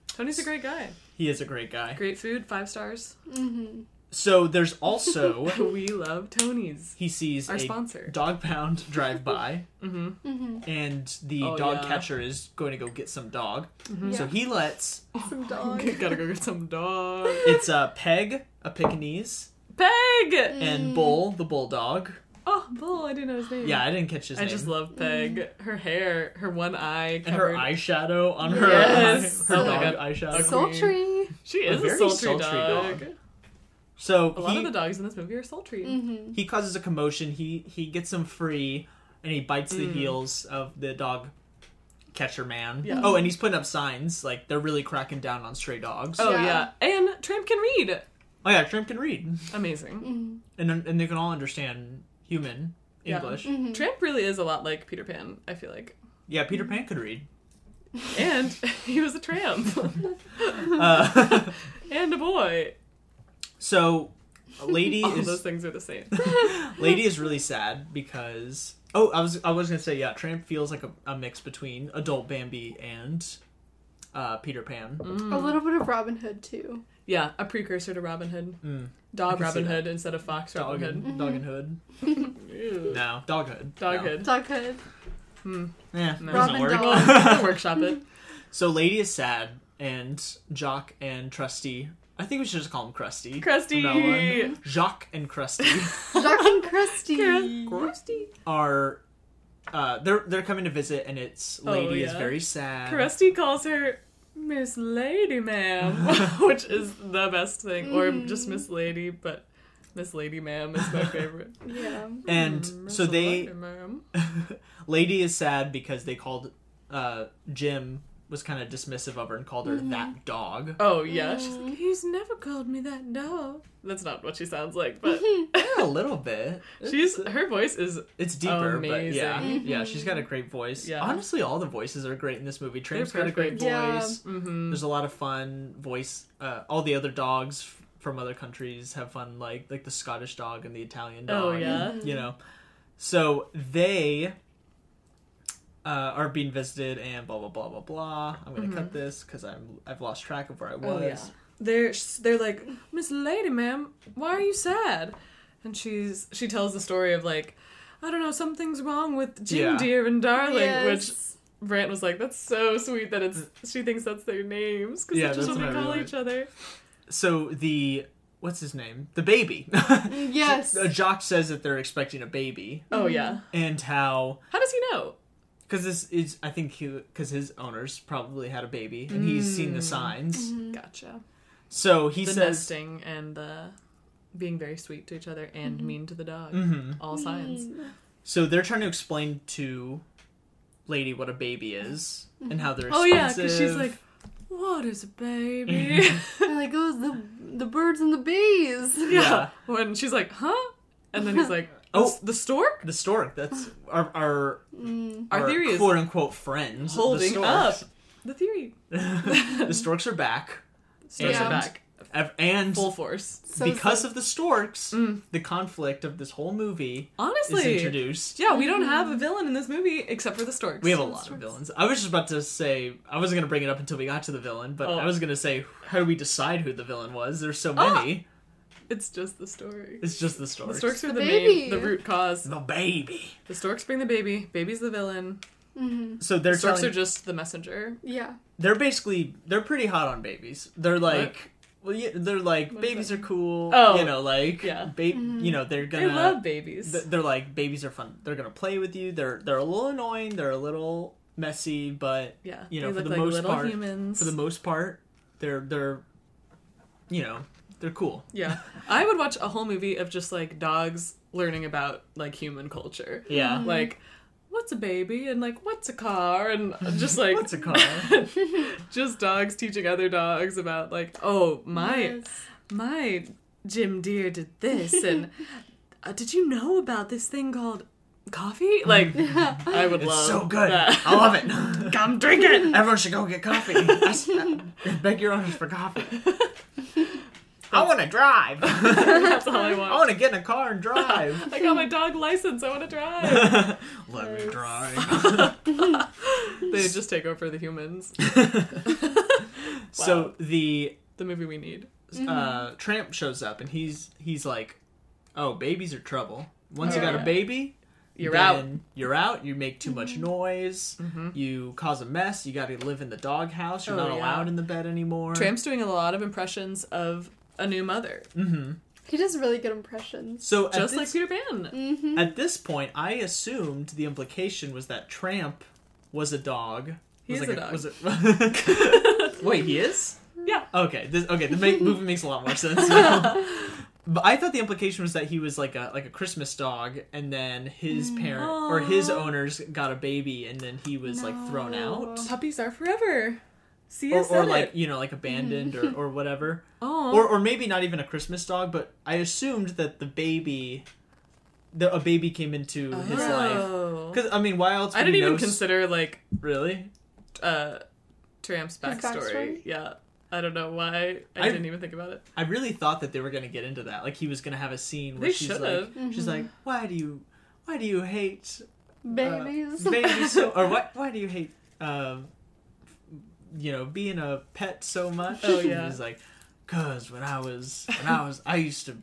Tony's a great guy.
He is a great guy.
Great food, five stars.
Mhm.
So there's also
We love Tony's.
he sees
Our
a
sponsor.
dog pound drive by,
Mm-hmm.
and the
Oh,
dog
yeah.
catcher is going to go get some dog. So
Yeah.
he lets
Some dog.
Gotta go get some dog.
it's a peg, a Pekingese,
Peg.
Mm-hmm.
and Bull, the bulldog.
Oh, bull! I didn't know his name.
Yeah, I didn't catch his
I
name.
just love Peg.
Mm.
Her hair, her one eye,
and her
covered.
eyeshadow on her
Yes.
her
Oh my
dog
God.
eyeshadow.
Okay.
Sultry.
She
A
is a,
very
sultry,
sultry
dog.
dog. So
A lot
he,
of the dogs in this movie are sultry.
Mm-hmm.
he causes a commotion. He he gets him free, and he bites
Mm.
the heels of the dog catcher man.
Yeah.
Oh, and he's putting up signs like they're really cracking down on stray dogs.
Oh
Oh,
yeah.
Yeah.
and Tramp can read.
yeah, Tramp can read,
Amazing.
Mm-hmm.
and and they can all understand human
Yeah.
English. Yeah,
Mm-hmm.
Tramp really is a lot like Peter Pan, I feel like.
Peter
Mm-hmm.
Pan could read.
And he was a tramp.
Mm-hmm.
Uh,
and a boy.
so, lady
All
is
those things are the same.
Lady is really sad because oh, I was I was gonna say yeah, Tramp feels like a, a mix between adult Bambi and uh, Peter Pan.
Mm-hmm.
A little bit of Robin Hood too.
Yeah, a precursor to Robin Hood.
Mm. I
Dog
can see
Robin
that.
Hood instead of Fox
Dog
Robin
and
Hood.
Dog and Hood.
Ew.
No, Dog Hood.
Dog
No.
Hood.
Dog Hood.
Yeah, doesn't
No.
Robin
work.
Dog.
Well, workshop it.
So Lady is sad, and Jock and Trusty. I think we should just call him Krusty.
Krusty.
From now on. Jock and Krusty
Duck and Krusty.
Krusty.
are. Uh, they're they're coming to visit, and it's
Oh,
Lady is
yeah.
very sad.
Krusty calls her Miss Lady Ma'am, which is the best thing. Or just Miss Lady, but Miss Lady Ma'am is my favorite.
Yeah.
And
Miss
so they
Lady Ma'am.
Lady is sad because they called uh, Jim was kind of dismissive of her and called her that dog.
Oh yeah, she's like, he's never called me that dog. That's not what she sounds like, but
a little bit.
she's her voice is
It's deeper, but yeah,
Amazing.
yeah, she's got a great voice.
Yeah.
Honestly, all the voices are great in this movie. Tramp's got a great
perfect.
voice.
Yeah.
mhm.
There's a lot of fun voice. Uh, all the other dogs f- from other countries have fun, like like the Scottish dog and the Italian dog.
Oh yeah.
you know. So they uh, are being visited and blah blah blah blah blah. I'm gonna cut
Mm-hmm.
this because I'm I've lost track of where I
Oh,
was.
They're they're like, Miss Lady, ma'am, why are you sad? And she's she tells the story of like, I don't know, something's wrong with Jim
Yeah.
Dear and Darling, which
Yes.
Brant was like, that's so sweet that it's she thinks that's their names because
Yeah,
that's
that's
what they
what I
call
really-
each other.
So the what's his name? The baby.
Mm,
Yes.
Uh, Jock says that they're expecting a baby
Oh yeah,
and how
how does he know?
because this is I think he because his owners probably had a baby and he's seen
Mm.
the signs.
Gotcha.
So he
the
says
nesting and the being very sweet to each other and mean to the dog.
Mm.
All signs.
Mm-hmm.
Mm.
so they're trying to explain to Lady what a baby is and how they're
Oh yeah, because she's
expensive.
like, "What is a baby?"
Mm-hmm.
And like, oh, it's the the birds and the bees.
Yeah.
When she's like, "Huh?" And then he's like,
Oh.
"Oh, the stork."
The stork. That's our our,
Mm.
Our theory is
quote unquote friends. the
holding up.
storks.
The theory.
the storks are back,
Storks
Yeah.
are back
Ev- and
full force.
So
because
sad.
of the storks, the conflict of this whole movie Mm. is
Honestly,
introduced.
yeah, we don't have a villain in this movie except for the storks.
We have a lot of villains. I was just about to say I wasn't gonna bring it up until we got to the villain, but
Oh.
I was gonna say how do we decide who the villain was? There's so
Ah!
many.
It's just the story.
It's just the storks.
The storks are the,
The
main,
baby.
the root cause.
The baby.
The storks bring the baby. Baby's the villain.
So they're
The storks
telling-
are just the messenger.
yeah,
they're basically they're pretty hot on babies. They're like well yeah, they're like babies are cool.
Oh.
you know like
Yeah.
ba- you know they're
They
gonna
love babies.
th- they're like babies are fun. They're gonna play with you. They're they're a little annoying. They're a little messy, but
yeah,
you know
they
for
look
the
like
most
little
part
humans.
for the most part they're they're you know they're cool.
Yeah. I would watch a whole movie of just like dogs learning about like human culture.
Yeah.
Like what's a baby and like what's a car and just like
What's a car?
just dogs teaching other dogs about like oh my
Yes.
my Jim Deere did this and uh, did you know about this thing called coffee? Like I
Mm-hmm.
would
It's
love
so good.
that.
I love it.
Come drink it.
Everyone should go get coffee. I s- beg your owners for coffee. I want to drive. I
That's all I want.
want to get in a car and drive.
I got my dog license. I want to drive.
Let me drive.
they just take over the humans.
So the
The movie we need. Mm-hmm.
uh, tramp shows up and he's he's like, "Oh, babies are trouble. Once you
Oh, Yeah.
got a baby,
You're out. Mm-hmm.
then You're out. You make too much noise. You cause a mess. You got to live in the doghouse. You're
Oh,
not
yeah.
allowed in the bed anymore.
Tramp's doing a lot of impressions of a new mother,
he does really good impressions.
Mm-hmm.
Mm-hmm.
So at
just like
this,
Peter Pan.
at this point, I assumed the implication was that Tramp was a dog.
He
was
is
like
a dog.
Was a, wait, he is.
Yeah.
Okay. This, okay. The ma- movie makes a lot more sense. now. But I thought the implication was that he was like a like a Christmas dog, and then his
Mm.
parent or his owners got a baby, and then he was like thrown out.
Puppies are forever. See, I
or, or
said
like
it.
you know like abandoned or, or whatever
Aw.
or, or maybe not even a christmas dog but i assumed that the baby the, a baby came into his life
Oh.
because i mean why else
I
would
didn't
he
even
know s-
consider like
really
uh, Tramp's backstory.
backstory?
Yeah, I don't know why I,
I-
didn't even think about it.
i really thought that they were gonna get into that like he was gonna have a scene where
They
she's like
should've.
Mm-hmm.
she's like
Mm-hmm.
why do you why do you hate uh,
Babies.
babies so or why, why do you hate um you know being a pet so much
Oh,
And
yeah.
he's like because when i was when i was i used to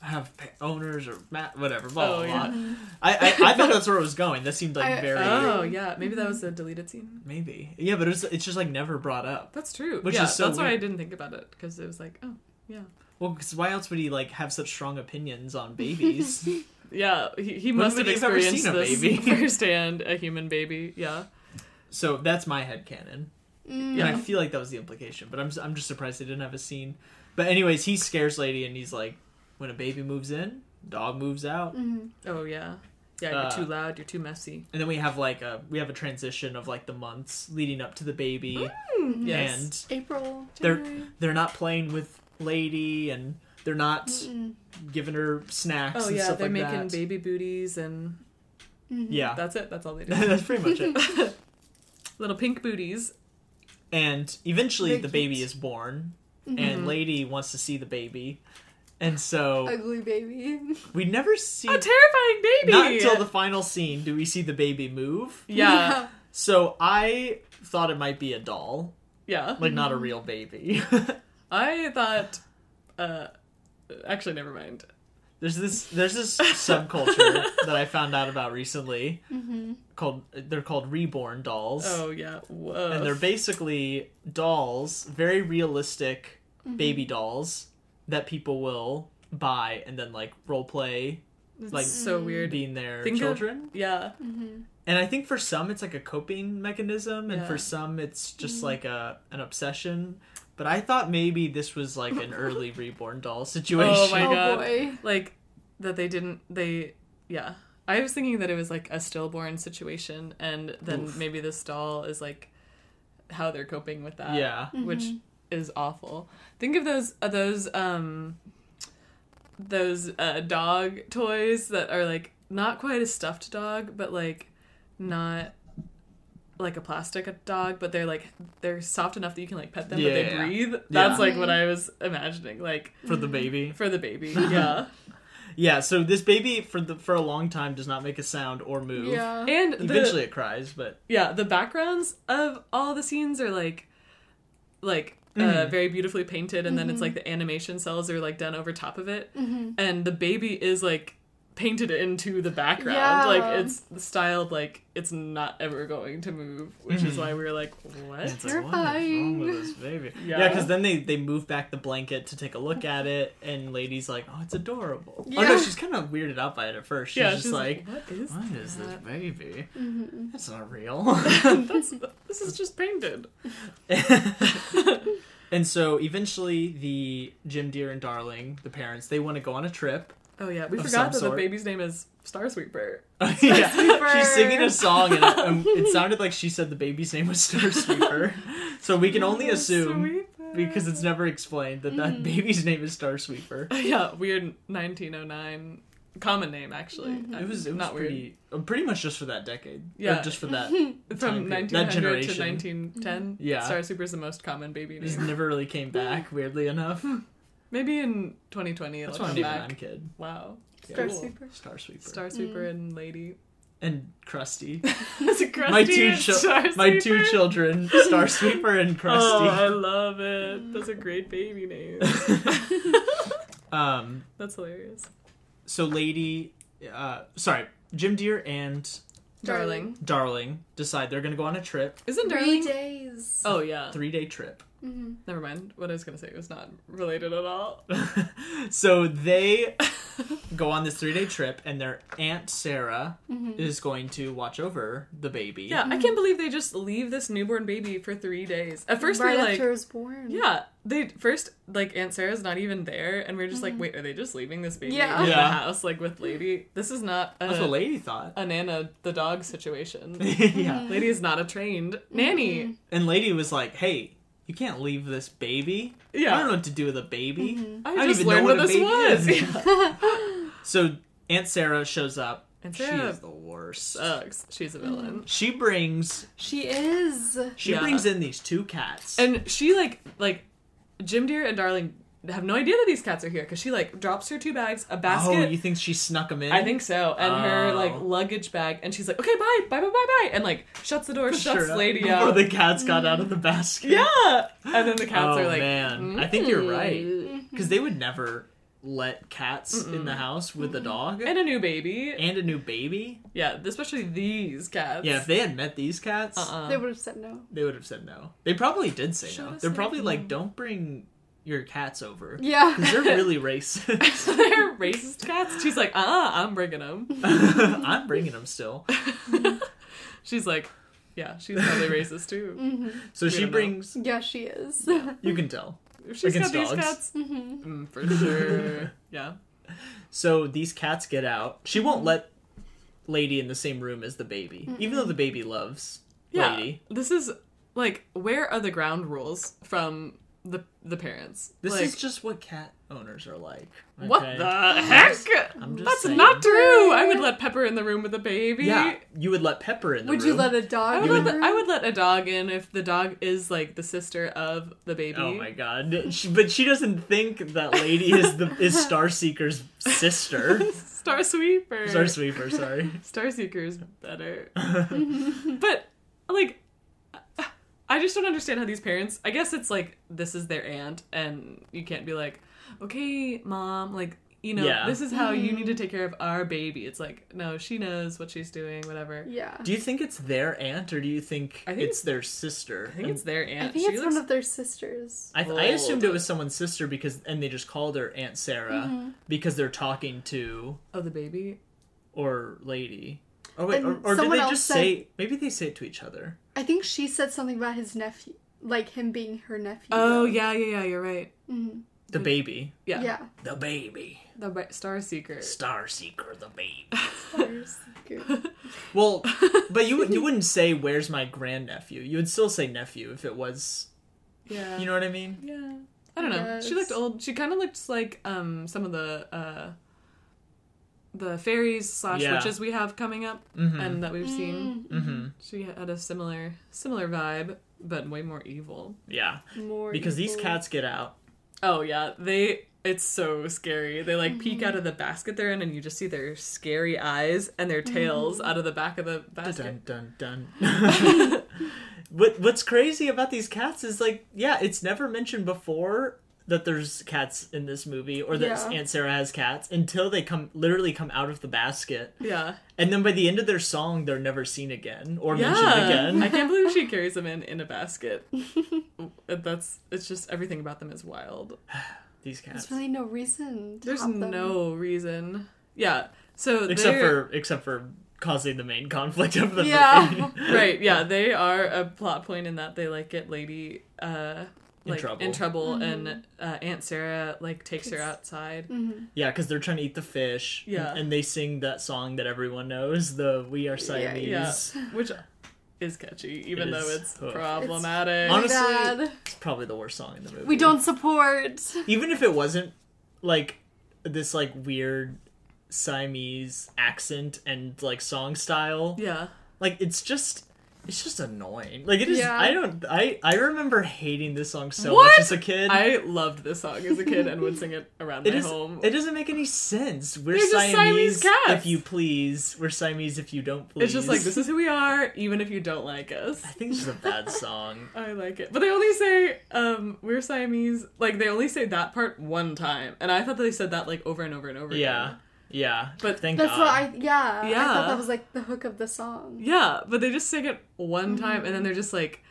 have pet owners or ma- whatever blah blah
Oh,
blah
yeah.
I, I i thought that's where it was going that seemed like
I-
very Mm-hmm.
Oh yeah, maybe that was a deleted scene.
maybe yeah but it was it's just like never brought up
That's true.
Which
yeah,
is so
that's why I
weird.
didn't think about it because it was like, oh yeah,
well because why else would he like have such strong opinions on babies
yeah. He, he must
would
have
he have ever seen
experienced
a
this
baby?
firsthand, a human baby. Yeah.
so that's my headcanon
Mm.
Mm-hmm.
and i feel like that was the implication but i'm, s- I'm just surprised they didn't have a scene but anyways he
Mm-hmm.
scares lady and he's like when a baby moves in dog moves out
Oh yeah. Yeah, you're
Uh,
too loud. You're too messy.
and then we have like a we have a transition of like the months leading up to the baby,
Mm, Yes.
and
Mm-hmm. April,
They're-
January.
they're not playing with Lady, and they're not
Mm-mm.
giving her snacks
oh
and
yeah,
stuff
they're
like
making
that. Ah.
baby booties, and
Mhm.
yeah,
that's it. That's all they do.
that's pretty much it.
Little pink booties.
And eventually,
They're
the baby
cute.
is born,
Mhm.
and Lady wants to see the baby, and so
Ugly baby.
we never see.
A terrifying baby.
E Not until the final scene do we see the baby move.
yeah,
So I thought it might be a doll,
yeah.
like not a real baby.
I thought. uh Actually, never mind.
there's this there's this subculture that I found out about recently
Mhm.
called they're called reborn dolls.
Oh yeah, Whoa.
And they're basically dolls, very realistic
Mm-hmm.
baby dolls that people will buy and then like role play
It's
like,
so weird.
being their
Think of-
children.
yeah,
Mm-hmm.
and I think for some it's like a coping mechanism, and
Yeah.
for some it's just like a an obsession. But I thought maybe this was like an early reborn doll situation.
Oh my
oh
God.
boy.
like that they didn't. They yeah. I was thinking that it was like a stillborn situation, and then
Oof.
maybe this doll is like how they're coping with that.
Yeah,
which is awful. Think of those uh, those um those uh, dog toys that are like not quite a stuffed dog, but like not like a plastic dog, but they're like they're soft enough that you can like pet them, but they
Yeah.
breathe. That's
Yeah.
like what I was imagining, like
for the baby.
for the baby. Yeah,
Yeah, so this baby for the for a long time does not make a sound or move.
Yeah.
and the,
Eventually it cries, but
yeah the backgrounds of all the scenes are like like uh, very beautifully painted and then it's like the animation cells are like done over top of it and the baby is like painted into the background
Yeah.
like it's styled like it's not ever going to move which is why we were like what
Mm-hmm. it's like, what is wrong with
Terrifying.
this baby?
Yeah.
Yeah, because then they they move back the blanket to take a look at it, and Lady's like, "Oh, it's adorable."
Yeah.
Oh no, she's kind of weirded out by it at first. She's
yeah
just
she's
like,
what is
"What is this
that?"
baby?
Mhm.
That's not real."
That's, this is just painted
and so eventually the Jim Deere and Darling, the parents, they want to go on a trip.
oh yeah we
Of some
forgot that the
sort.
baby's name is starsweeper
yeah. She's singing
Sweeper.
a song and it, um, it sounded like she said the baby's name was Star Sweeper. so we can only assume
Starsweeper.
because it's never explained that
Mm.
that baby's name is Star Sweeper.
yeah, weird 1909 common name actually.
Mm-hmm.
It was, it was
not weird.
pretty, uh, pretty much just for that decade. Yeah.
Yeah.
Or just for that.
From
time period.
1900
That
to
generation.
1910,
Mm-hmm.
Yeah.
Star Super is the most common baby
It just
name.
never really came back, weirdly enough.
Maybe in 2020 it'll
That's why I'm
come
even a
back.
kid.
Wow,
Star
Cool.
Sweeper.
Star Sweeper.
Star
Mm.
Super and Lady.
and Krusty.
It's a crusty
My two,
and
chil-
Star
my
Sweeper.
two children, Star Sweeper and
Oh, I
Krusty.
love
Mm.
it. That's a great baby name.
um,
That's hilarious.
so lady uh sorry jim deere and
Darling.
darling decide they're gonna go on a trip
Isn't
Three
Darling?
days.
Oh yeah.
three day trip
Mhm.
Never mind. What I was gonna say was not related at all.
so they go on this three day trip and their aunt sarah is going to watch over the baby
Mm-hmm. Yeah,
Mm-hmm.
I can't believe they just leave this newborn baby for three days. At first,
right
we're
after
like,
I was born.
yeah, they first like Aunt Sarah's not even there, and we're just like, wait, are they just leaving this baby
Yeah.
in the
Yeah.
house like with Lady? This is not
that's what
a,
lady thought
a Nana the dog situation.
yeah
Lady is not a trained nanny.
and lady was like hey you can't leave this baby i don't
Yeah, Mm-hmm.
know what to do with a baby
I,
don't
just
even know
learned
what
what,
a
this
baby
was.
is.
Yeah.
so aunt sarah shows up
Aunt
she
Sarah- Uh,
is the worst
Sucks. She's a villain.
she brings
She is.
she
Yeah.
brings in these two cats
And she like like Jim Deere and Darling have no idea that these cats are here because she like drops her two bags, a basket.
oh you think she snuck them in
I think so. And her
Oh.
like luggage bag, and she's like, "Okay, bye, bye, bye, bye, bye," and like shuts the door, shuts
Sure,
lady
before
out.
the cats got out of the basket.
yeah, and then the cats
oh
are like, "Mm-hmm."
man, I think you're right because they would never let cats in the house with a dog
and a new baby.
and a new baby.
yeah, especially these cats.
Yeah, if they had met these cats,
uh-uh.
They would have said no.
they would have said no. They probably did say
Should've
no. They're
said
probably
no.
like, don't bring your cats over.
Yeah.
'Cause They're really racist.
they're racist cats. She's like, "Uh, I'm bringing them."
I'm bringing them still.
She's like, "Yeah, she's probably racist too."
So she
don't know.
brings.
Mm-hmm. yeah, she is. Mm-hmm.
You can tell.
If she's
Against
got these
dogs.
cats, mm, for sure. yeah,
So these cats get out. She won't let lady in the same room as the baby, even though the baby loves
Yeah.
lady.
This is like where are the ground rules from the the parents?
This
like,
is just what cat owners are like.
what
okay?
the heck?
I'm just
That's
saying.
not true. I would let Pepper in the room with a baby.
Yeah, you would let Pepper in the
Would
room.
you let a dog?
I would,
in
let
the
the,
room?
I would let a dog in if the dog is like the sister of the baby.
Oh my god! She, but she doesn't think that lady is the is Starseeker's sister.
Star Sweeper.
Star Sweeper, sorry.
Starseeker's better. but like I just don't understand how these parents I guess it's like this is their aunt and you can't be like, Okay, mom, like you know,
Yeah.
this is how you
Mm.
need to take care of our baby. It's like, no, she knows what she's doing, whatever.
Yeah.
Do you think it's their aunt or do you think,
I think
it's their sister?
I think it's their
I
aunt.
think
she
it's
looks-
one of their sisters.
I, th- I assumed
old.
it was someone's sister because, and they just called her Aunt Sarah
Mm-hmm.
because they're talking to
Oh the baby.
or lady. Or wait,
And
or, or did
someone
they
else
just
said-
say? Maybe they say it to each other.
I think she said something about his nephew, like him being her nephew.
Oh
though. Mm-hmm.
yeah, yeah, yeah, you're right.
The
Mm.
baby,
Yeah.
Yeah.
the baby,
The ba- Star Seeker.
Star Seeker, the baby.
Stars. Good.
Well, but you you wouldn't say where's my grandnephew. You would still say nephew if it was.
Yeah.
You know what I mean?
Yeah. I don't know. She looked
Yes.
old. She kind of looked like um some of the uh the fairies slash
Yeah.
witches we have coming up and that we've seen.
Mm-hmm.
She had a similar similar vibe, but way more evil.
Yeah,
Mm-hmm. More
because these
evil.
cats get out.
Oh yeah, they. It's so scary. They like peek out of the basket they're in, and you just see their scary eyes and their tails out of the back of the basket.
Dun dun dun. what what's crazy about these cats is like, yeah, it's never mentioned before that there's cats in this movie or that
Yeah.
Aunt Sarah has cats until they come literally come out of the basket.
Yeah,
And then by the end of their song they're never seen again or mentioned
yeah.
again.
I can't believe she carries them in in a basket. That's it's just everything about them is wild.
These cats.
There's really no reason. To
There's
have them.
no reason. Yeah. So
Except
they're-
for except for causing the main conflict of the
Yeah.
movie.
right, yeah, they are a plot point in that they like get lady uh like in trouble,
trouble.
and uh, Aunt Sarah like takes her
Kiss.
outside.
yeah, because they're trying to eat the fish.
Yeah.
And, they sing that song that everyone knows, the We Are Siamese.
Yeah, which is catchy, even
It
though
is.
it's
Ugh. It's-
problematic.
Honest- Honestly-
Bad.
It's probably the worst song in the movie.
We don't support.
even if it wasn't like this like weird Siamese accent and like song style,
yeah.
like it's just it's just annoying. Like it is.
Yeah.
I don't. I I remember hating this song so
What?
much as a kid.
I loved this song as a kid and would sing it around
it
my
is.
home.
It doesn't make any sense. We're
They're just Siamese
Siamese,
cats.
if you please. We're Siamese if you don't please.
it's just like this is who we are, even if you don't like us.
I think it's just a bad song.
I like it. But they only say, um, we're Siamese. Like, they only say that part one time. And I thought they said that, like, over and over and over
yeah,
again.
yeah.
But-
thank
That's
God.
what I. Yeah. I
Yeah.
thought that was like the hook of the song.
Yeah, but they just sing it one time and then they're just like,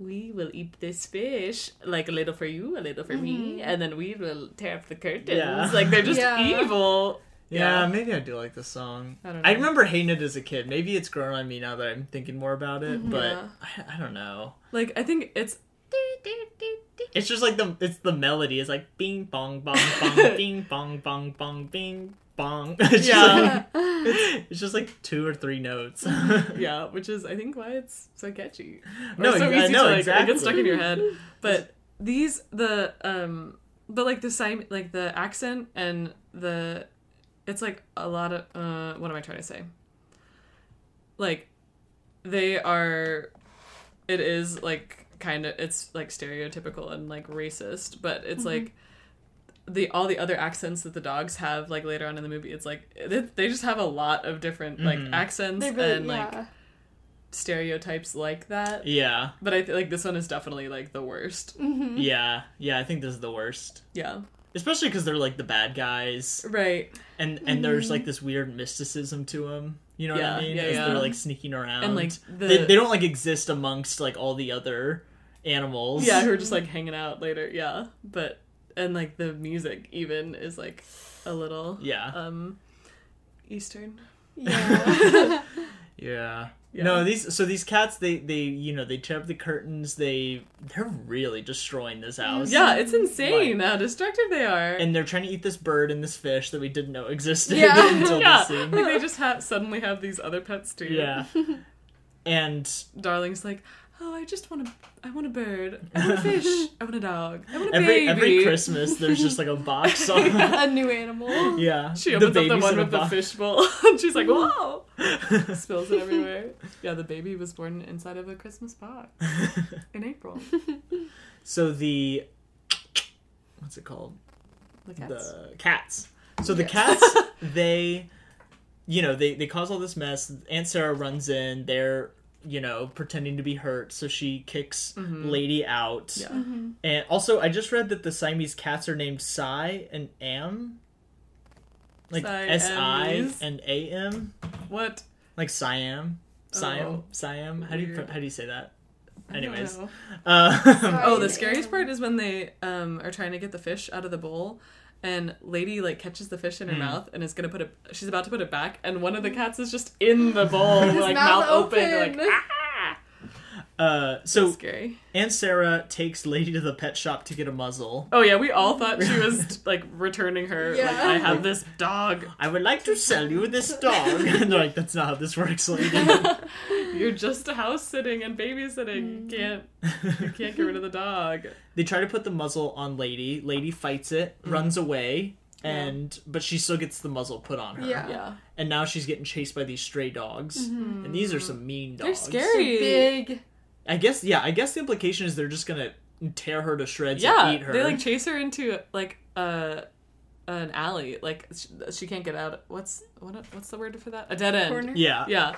we will eat this fish, like a little for you, a little for me, and then we will tear up the curtains.
Yeah.
Like, they're just
Yeah.
evil.
Yeah,
Yeah.
maybe I do like this song.
I don't
I
know.
remember hating it as a kid. Maybe it's grown on me now that I'm thinking more about it, but
Mm-hmm. Yeah.
I, I don't know.
Like, I think it's.
It's just like the it's the melody. It's like bing bong bong bong bing bong bong bong bing bong. It's
Yeah.
just like, it's just like two or three notes. yeah.
Yeah, which is I think why it's so catchy. Or
No,
so
yeah,
easy
no,
to like it
exactly.
gets stuck in your head. But these the um but like the sim like the accent and the it's like a lot of uh what am I trying to say? Like they are it is like kind of it's like stereotypical and like racist, but
Mm-hmm.
it's like the all the other accents that the dogs have like later on in the movie it's like they, they just have a lot of different like
Mhm.
accents
They really.
and like
yeah.
stereotypes like that.
yeah,
But I feel like this one is definitely like the worst.
yeah, I think this is the worst,
Yeah.
especially because they're like the bad guys,
Right.
and and there's like this weird mysticism to them. You know
Mm-hmm. Yeah,
what I mean?
yeah,
As
yeah.
they're like sneaking around,
And like the
they, they don't like exist amongst like all the other animals.
Yeah, who are just like hanging out later. Yeah. But and like the music even is like a little
yeah.
um Eastern.
Yeah.
Yeah.
Yeah.
No, these so these cats they they you know they tear up the curtains they they're really destroying this house
Mm-hmm. Yeah, it's insane how destructive they are.
and they're trying to eat this bird and this fish that we didn't know existed
Yeah.
until
yeah,
this
like
scene.
they just have suddenly have these other pets too.
Yeah, and
Darling's like, oh, I just want a, I want a bird, I want a fish, I want a dog, I want a
every
baby.
every Christmas there's just like a box on.
a new animal.
yeah,
She opens up the
baby's
one
in a
with the
box.
fishbowl, and she's like, "Whoa!" Spills it everywhere. Yeah, the baby was born inside of a Christmas box in April.
so the what's it called?
The cats.
the cats. So the
Yes.
cats, they, you know, they they cause all this mess. Aunt Sarah runs in. They're you know pretending to be hurt, so she kicks Lady out.
Mm-hmm. Yeah.
And also, I just read that the Siamese cats are named Sai and Am, like
Siamese.
S I and A M,
What?
like Siam, Siam,
Oh.
Siam. How do you
Weird.
pro- how do you say that?
I don't
Anyways,
know.
uh,
Oh,
Right,
the scariest
yeah.
part is when they um, are trying to get the fish out of the bowl, and Lady like catches the fish in
Hmm.
her mouth and is gonna put it. She's about to put it back, and one of the cats is just in the bowl,
His
like
mouth
mouth open,
open.
like ah,
uh, so
scary.
Aunt Sarah takes Lady to the pet shop to get a muzzle.
Oh yeah, we all thought she was like returning her. Like
Yeah.
I have this dog.
I would like to sell you this dog. and they're like, that's not how this works, lady.
You're just a house sitting and
Hmm.
babysitting. You can't you can't get rid of the dog.
they try to put the muzzle on Lady. Lady fights it,
Mm-hmm.
runs away, and but she still gets the muzzle put on her.
Yeah.
Yeah. Mm-hmm.
And now she's getting chased by these stray dogs. And these are some mean
They're
dogs.
scary.
They're big.
I guess yeah, I guess the implication is they're just gonna tear her to shreds
Yeah.
and eat her.
They like chase her into like a an alley. Like she, she can't get out. What's what, what's the word for that? A dead end.
Corner.
yeah,
Yeah.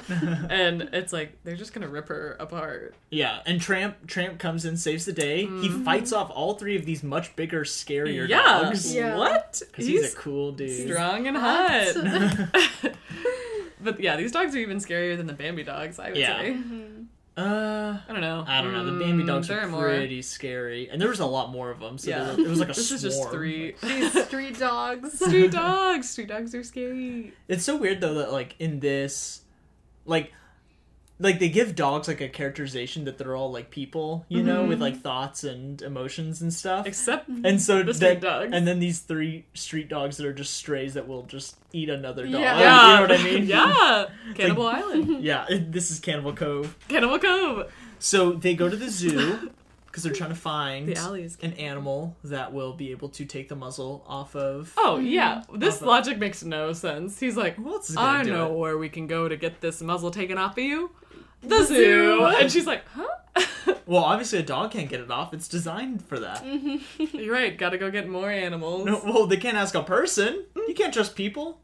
and it's like they're just going to rip her apart.
yeah. And Tramp Tramp comes in, saves the day. He fights off all three of these much bigger, scarier
Mm-hmm. yeah.
dogs.
Yeah.
What?
'Cause he's, a cool dude.
strong and
Hot.
hot. but yeah, these dogs are even scarier than the Bambi dogs, I would
Yeah.
say.
Mm-hmm.
Uh
I don't know.
I don't know. The
Mm,
Bambi dogs
there
are
are more.
pretty scary, and there was a lot more of them. So
Yeah.
there was- it was like a
This is
swarm.
just three.
These street dogs.
street dogs. Street dogs are scary.
It's so weird though that like in this, like, like they give dogs like a characterization that they're all like people, you know,
Mm-hmm.
with like thoughts and emotions and stuff.
Except
and so
the
then-
street dogs.
and then these three street dogs that are just strays that will just eat another dog.
Yeah.
You know what I mean?
yeah. Cannibal Island.
Yeah. it- This is Cannibal Cove.
Cannibal Cove.
So they go to the zoo because they're trying to find
The alley is.
an animal that will be able to take the muzzle off of.
Oh yeah. This
Awesome.
logic makes no sense. He's like,
Who else is gonna
I
do
know
it?
where we can go to get this muzzle taken off of you. The zoo. And she's like, huh?
Well, obviously a dog can't get it off. It's designed for that.
You're right. Gotta go get more animals.
No, well, they can't ask a person. You can't trust people.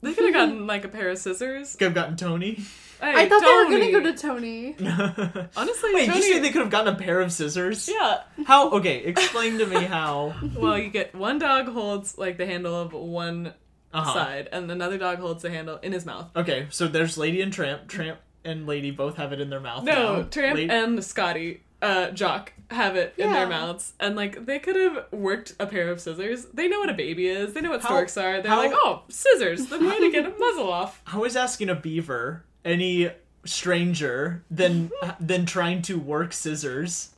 They could have gotten like a pair of scissors.
Could have gotten Tony.
Hey,
I thought they were
Tony.
gonna go to Tony.
Honestly,
Wait,
Tony.
you say they could have gotten a pair of scissors?
yeah.
How? Okay, explain to me how.
Well, you get one dog holds like the handle of one
Uh-huh.
side, and another dog holds the handle in his mouth.
Okay, so there's Lady and Tramp. Tramp and Lady both have it in their mouth.
No,
now.
Tramp
La-
and Scotty, uh, Jock, have it in
Yeah.
their mouths, and like they could have worked a pair of scissors. They know what a baby is. They know what
How-
storks are. They're
how-
like, oh, scissors, the way to get a muzzle off.
I was asking a beaver, any stranger, than than trying to work scissors.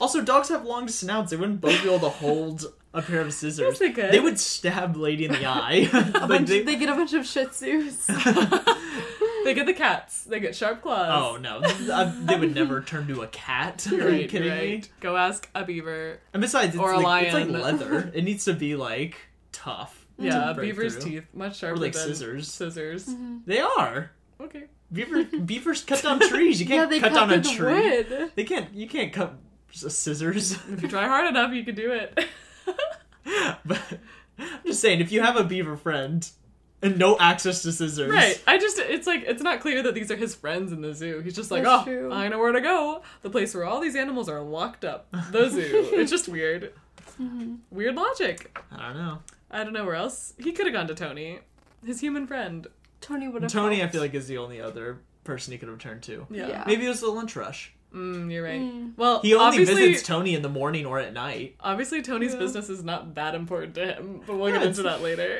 Also, dogs have long snouts. They wouldn't both be able to hold a pair of scissors.
Yes, they could.
They would stab lady in the eye. like
they,
they,
get a bunch of Shih Tzus.
They get the cats. They get sharp
oh
claws.
no, Uh, they would never turn to a cat. Are you
right,
Oh, kidding me?
right. Go ask a beaver.
And besides, it's,
Or a
like, it's like
lion.
leather. It needs to be like tough. to
Yeah,
break
beaver's
through.
teeth much sharper
like,
than
scissors.
Scissors.
They are.
Okay.
Beaver, beavers cut down trees. You can't
yeah, they
cut,
cut,
down a
through the
tree.
wood.
They can't. You can't cut s- scissors.
If you try hard enough, you can do it.
But I'm just saying, if you have a beaver friend and no access to scissors,
right. I just it's like it's not clear that these are his friends in the zoo. He's just like,
That's
oh,
true.
I know where to go. The place where all these animals are locked up. The zoo. it's just weird. Weird logic.
I don't know.
I don't know where else he could have gone to Tony, his human friend.
Tony would have.
Tony, I feel like is the only other person he could have turned to.
Yeah.
Yeah.
Maybe it was the lunch rush.
Mm, you're right.
Mm-hmm.
Well,
He only
obviously,
visits Tony in the morning or at night.
obviously Tony's
Yeah.
business is not that important to him, but we'll
Yeah,
get into that later.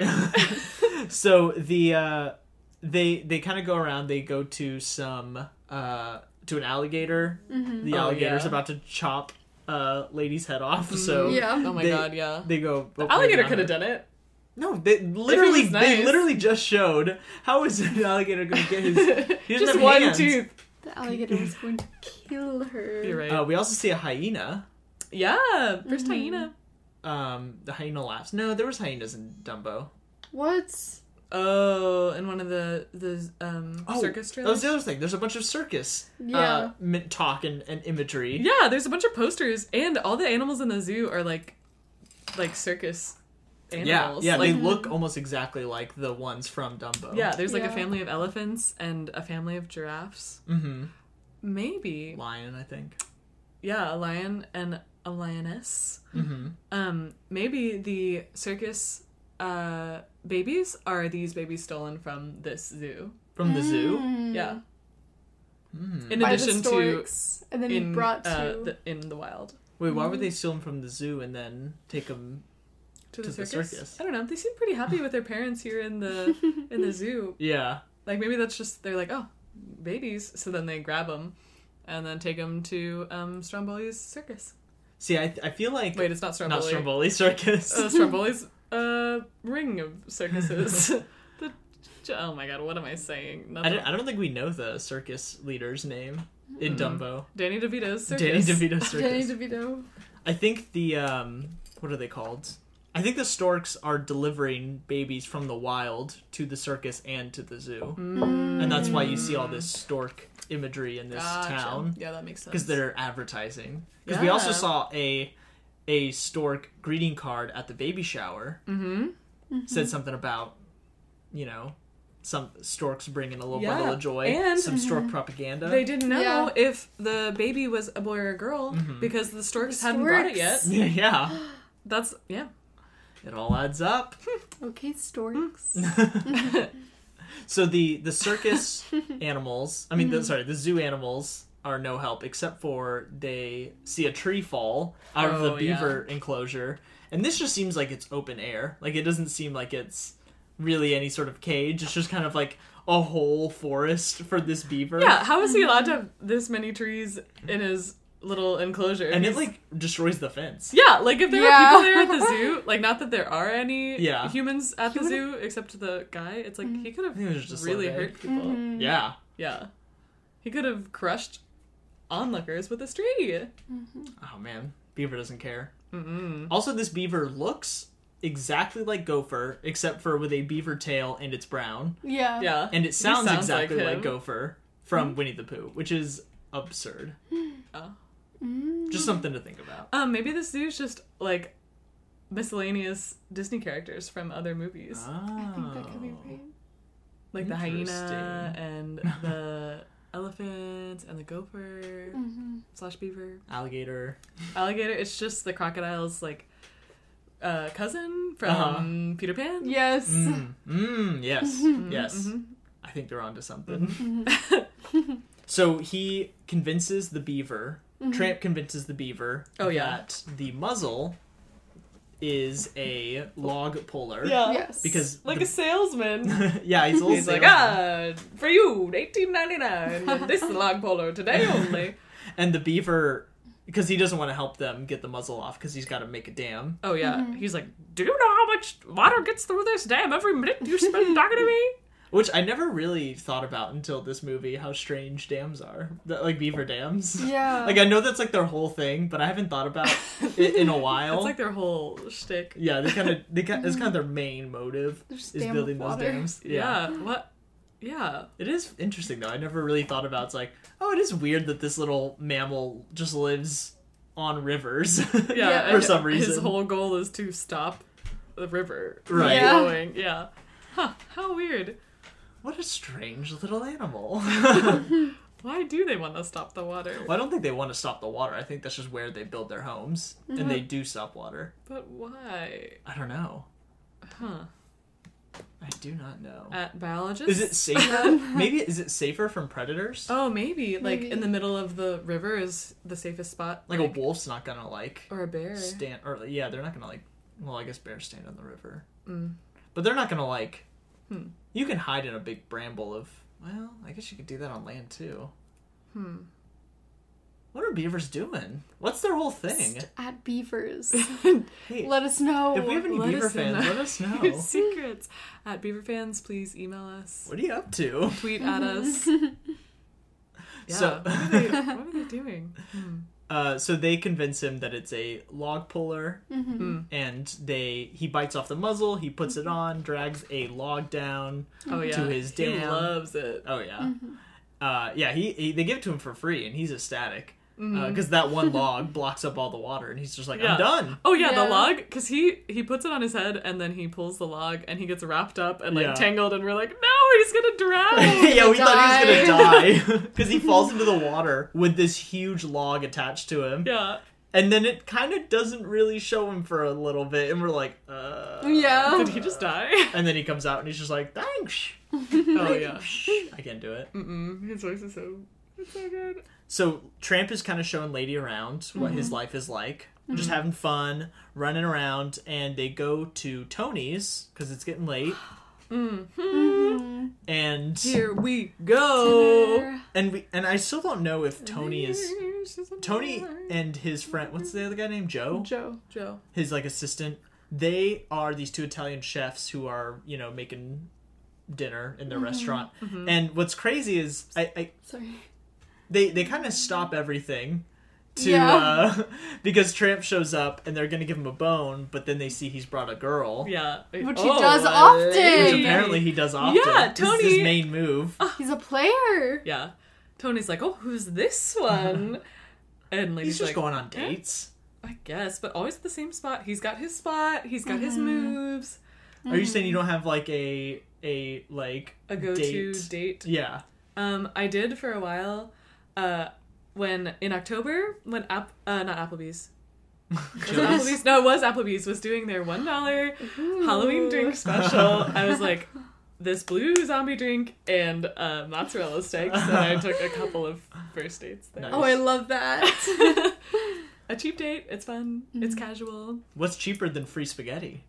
So the uh they they kind of go around. They go to some uh to an alligator. The
Oh,
alligator's
yeah.
about to chop uh lady's head off. So
Yeah.
Oh my
They-
god, yeah.
they go. oh,
Alligator
maybe
could have
not.
done it.
No, they literally
was
they
nice.
literally just showed how is an alligator going to get his. He doesn't
Just
have
one
hands.
tooth.
The alligator was going to kill her.
You're right. Mm-hmm.
Uh, we also see a hyena.
yeah, 1st hyena.
Um, the hyena laughs. No, there was hyenas in Dumbo.
What?
Oh, and one of the the um
Oh,
circus
That was
trailers.
the other thing. There's a bunch of circus
Yeah.
uh, min- talk and, and imagery.
yeah, there's a bunch of posters, and all the animals in the zoo are like, like circus animals.
Yeah, yeah,
like,
they look almost exactly like the ones from Dumbo.
yeah. There's like
Yeah.
a family of elephants and a family of giraffes.
Mm-hmm.
Maybe
Lion, I think.
yeah, a lion and a lioness.
Mm-hmm.
Um, maybe the circus uh babies are these babies stolen from this zoo.
From the zoo.
Mm.
Yeah.
Mm.
In
By
addition
the
to
storks, and then
in
brought to
uh, the, in the wild
Wait, why would they steal them from the zoo and then take them?
to the,
To the
circus?
circus.
I don't know. They seem pretty happy with their parents here in the in the zoo.
Yeah.
Like maybe that's just they're like oh babies, so then they grab them and then take them to um, Stromboli's circus.
See, I, I feel like
Wait, it's not Stromboli.
not Stromboli Oh, circus.
Uh, Stromboli's uh, ring of circuses. the, oh my god, what am I saying?
I,
Nothing.
don't, I don't think we know the circus leader's name
Hmm.
in Dumbo.
Danny DeVito's circus.
Danny DeVito circus.
Danny DeVito.
I think the um, what are they called? I think the storks are delivering babies from the wild to the circus and to the zoo, and that's why you see all this stork imagery in this
Mm. Hmm. Gotcha.
town.
Yeah, that makes sense.
because they're advertising. Because we also
Yeah.
saw a a stork greeting card at the baby shower. Mm-hmm.
Mm-hmm.
Said something about you know some storks bringing a little
Yeah,
bundle of joy
and-
some stork propaganda.
They didn't know
Yeah.
if the baby was a boy or a girl because the storks hadn't brought it yet.
storks.
yeah,
That's yeah.
it all adds up.
Okay, storks.
So the the circus animals, I mean,
Mm-hmm.
the, sorry, the zoo animals are no help except for they see a tree fall out of the
Oh, yeah.
beaver enclosure, and this just seems like it's open air. Like it doesn't seem like it's really any sort of cage. It's just kind of like a whole forest for this beaver.
Yeah, how is he allowed to have this many trees in his little enclosure?
and it
He's-
like destroys the fence.
yeah, like if there
Yeah.
were people there at the zoo, like not that there are any
Yeah.
humans at
He
the
would've-
zoo except the guy. It's like he could
I think it was just
have really
like-
hurt people.
Hmm.
Mm-hmm.
Mm-hmm.
Yeah,
Yeah, he could have crushed onlookers with this tree.
Oh man, Beaver doesn't care.
Mm-mm.
Also, this beaver looks exactly like Gopher, except for with a beaver tail and it's brown.
yeah.
Yeah,
And it sounds,
sounds like
exactly like,
him. Hmm.
Gopher from Winnie the Pooh, which is absurd.
Oh.
Mm.
Just
Hmm.
something to think about.
um, maybe this zoo's just like miscellaneous Disney characters from other
Ah.
movies.
I think that could be
Oh.
right.
like the hyena
Interesting.
and the elephant and the gopher
Mm. Mm-hmm.
slash beaver
Alligator.
alligator it's just the crocodile's like uh, cousin from
Uh-huh.
peter pan
Yes.
Mm, mm, yes. Yes.
Mhm.
I think they're onto
Mm-hmm.
something. so he convinces the beaver, Tramp convinces the beaver
Mm-hmm. Oh, yeah.
that the muzzle is a log puller.
yeah
Yes.
Because
like
the-
a salesman
yeah, he's, a little
he's like
salesman.
ah for you 18.99 and this log polo today only
and the beaver because he doesn't want to help them get the muzzle off because he's got to make a dam.
oh yeah he's like do you know how much water gets through this dam every minute you spend talking to me
Which I never really thought about until this movie how strange dams are. That, like beaver dams.
Yeah.
Like I know that's like their whole thing, but I haven't thought about it in a while.
it's like their whole shtick
yeah, they kind of they kind it's kind of their main motive
There's
is
dam
building
of
those
water.
dams.
yeah what yeah
It is interesting though. I never really thought about it's like, oh, it is weird that this little mammal just lives on rivers.
yeah,
for
and
some reason.
His whole goal is to stop the river from
Right.
Yeah.
flowing. Yeah. Huh, how weird.
What a strange little animal.
Why do they want to stop the water?
Well, I don't think they want to stop the water. I think that's just where they build their homes, and
Mm-hmm.
they do stop water.
But why?
I don't know.
Huh.
I do not know.
At biologists?
Is it safer? Maybe is it safer from predators?
Oh, maybe. Like
Maybe.
in the middle of the river is the safest spot.
like a wolf's not gonna like
or a bear.
stand, or
Mm. Hmm.
yeah, they're not gonna like. Well, I guess bears stand on the river, but they're not gonna like. You can hide in a big bramble of. Well, I guess you could do that on land too.
Hmm.
What are beavers doing? What's their whole thing?
At beavers.
Hey,
Let us know.
if we have any
let
beaver
us know.
fans, let us
Your
know.
secrets at Beaver fans. Please email us,
what are you up to?
tweet at us. Yeah.
So-
what, are they, what are they doing? Hmm.
Uh, so they convince him that it's a log puller,
Mhm.
and they he bites off the muzzle, he puts it on, drags a log down.
Oh yeah,
his
he
dam.
loves it.
Oh yeah, uh, yeah. He, he they give it to him for free, and he's ecstatic because
Mhm.
that one log blocks up all the water, and he's just like,
Yeah.
I'm done.
Oh yeah,
Yeah.
the log because he he puts it on his head and then he pulls the log and he gets wrapped up and like
Yeah.
tangled and we're like, no, he's gonna drown.
yeah, we thought he was
die.
gonna die because he falls into the water with this huge log attached to him,
yeah,
and then it kind of doesn't really show him for a little bit, and we're like, uh,
Yeah.
did he just die?
And then he comes out, and he's just like, thanks.
oh yeah.
I can't do it.
Mm-mm. His voice is so it's so good.
So Tramp is kind of showing Lady around what his life is like, just having fun, running around, and they go to Tony's because it's getting late,
Mhm.
and
Here we go.
Dinner.
and we and I still don't know if Tony is Tony and his friend. What's the other guy named Joe?
Joe.
Joe.
His like assistant. They are these two Italian chefs who are you know making dinner in their restaurant. And what's crazy is I, I
Sorry.
they they kind of stop everything to
Yeah.
uh because Tramp shows up and they're gonna give him a bone, but then they see he's brought a girl,
Yeah,
Which he
Oh,
does
uh,
which
often.
apparently he does often.
Yeah,
This is
Tony- Uh,
his main move.
He's a player.
Yeah, Tony's like, oh, who's this one? And like
he's just
like,
going on dates.
I guess, but always the same spot. He's got his spot. He's got his moves.
Are you saying you don't have like a a like
Mm-hmm. A go-to
date?
date.
Yeah,
Um, I did for a while. Uh, when in October, when App, uh, not Applebee's. Was it Applebee's? No, it was Applebee's. Was doing their one dollar Halloween drink special. I was like, this blue zombie drink and uh, mozzarella sticks, and I took a couple of first dates there.
Oh, I love that.
a cheap date. It's fun. It's casual.
what's cheaper than free spaghetti?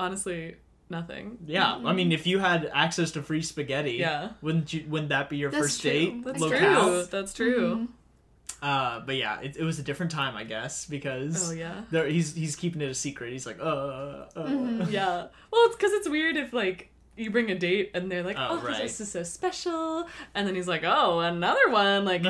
Honestly, nothing.
Yeah, I mean, if you had access to free spaghetti,
Mm-hmm. Yeah.
wouldn't you? Wouldn't that be your
That's
first
true.
date?
That's
locale?
true. That's true.
Uh, but yeah, it, it was a different time, I guess, because
Oh yeah.
There, he's he's keeping it a secret. He's like, uh, uh.
yeah. Well, it's because it's weird if like you bring a date and they're like,
Oh,
"Oh,
right.
this is so special," and then he's like, "Oh, another one." Like,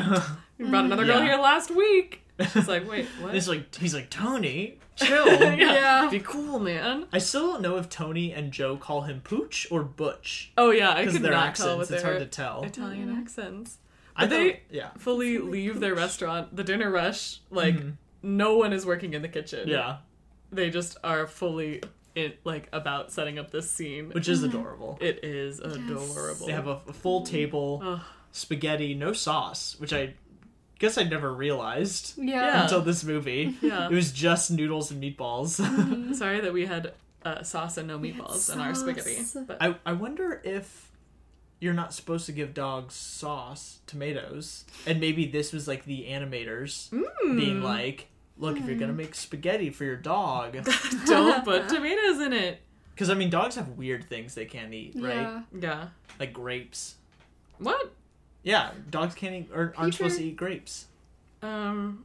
we brought another girl
Yeah.
here last week. She's like, "Wait, what?"
It's like he's like Tony, chill.
Yeah.
Be cool, man.
I still don't know if Tony and Joe call him Pooch or Butch
Oh yeah, I
because
could
their
not tell
accents.
what
It's hard to
their
tell.
Italian accents.
I
But they
thought- yeah,
fully leave their restaurant. The dinner rush, like no one is working in the kitchen.
Mm-hmm. yeah,
they just are fully in, like about setting up this scene.
which is adorable.
it is adorable.
They have a, a full table,
Mm-hmm. Ugh.
spaghetti, no sauce, which I guess I never realized
Mm-hmm. Yeah.
until this movie.
Yeah. Mm-hmm.
It was just noodles and meatballs.
Sorry that we had uh, sauce and no meatballs
had
in our
sauce.
spaghetti. But
I, I wonder if you're not supposed to give dogs sauce, tomatoes, and maybe this was like the animators
Hmm.
Hmm.
being like, look, if you're gonna make spaghetti for your dog,
don't put tomatoes in it.
because I mean, dogs have weird things they can't eat,
Yeah.
right?
Yeah.
Like grapes.
What?
Yeah, dogs can't eat or aren't supposed to
Peter-
eat grapes. Uh,
Um,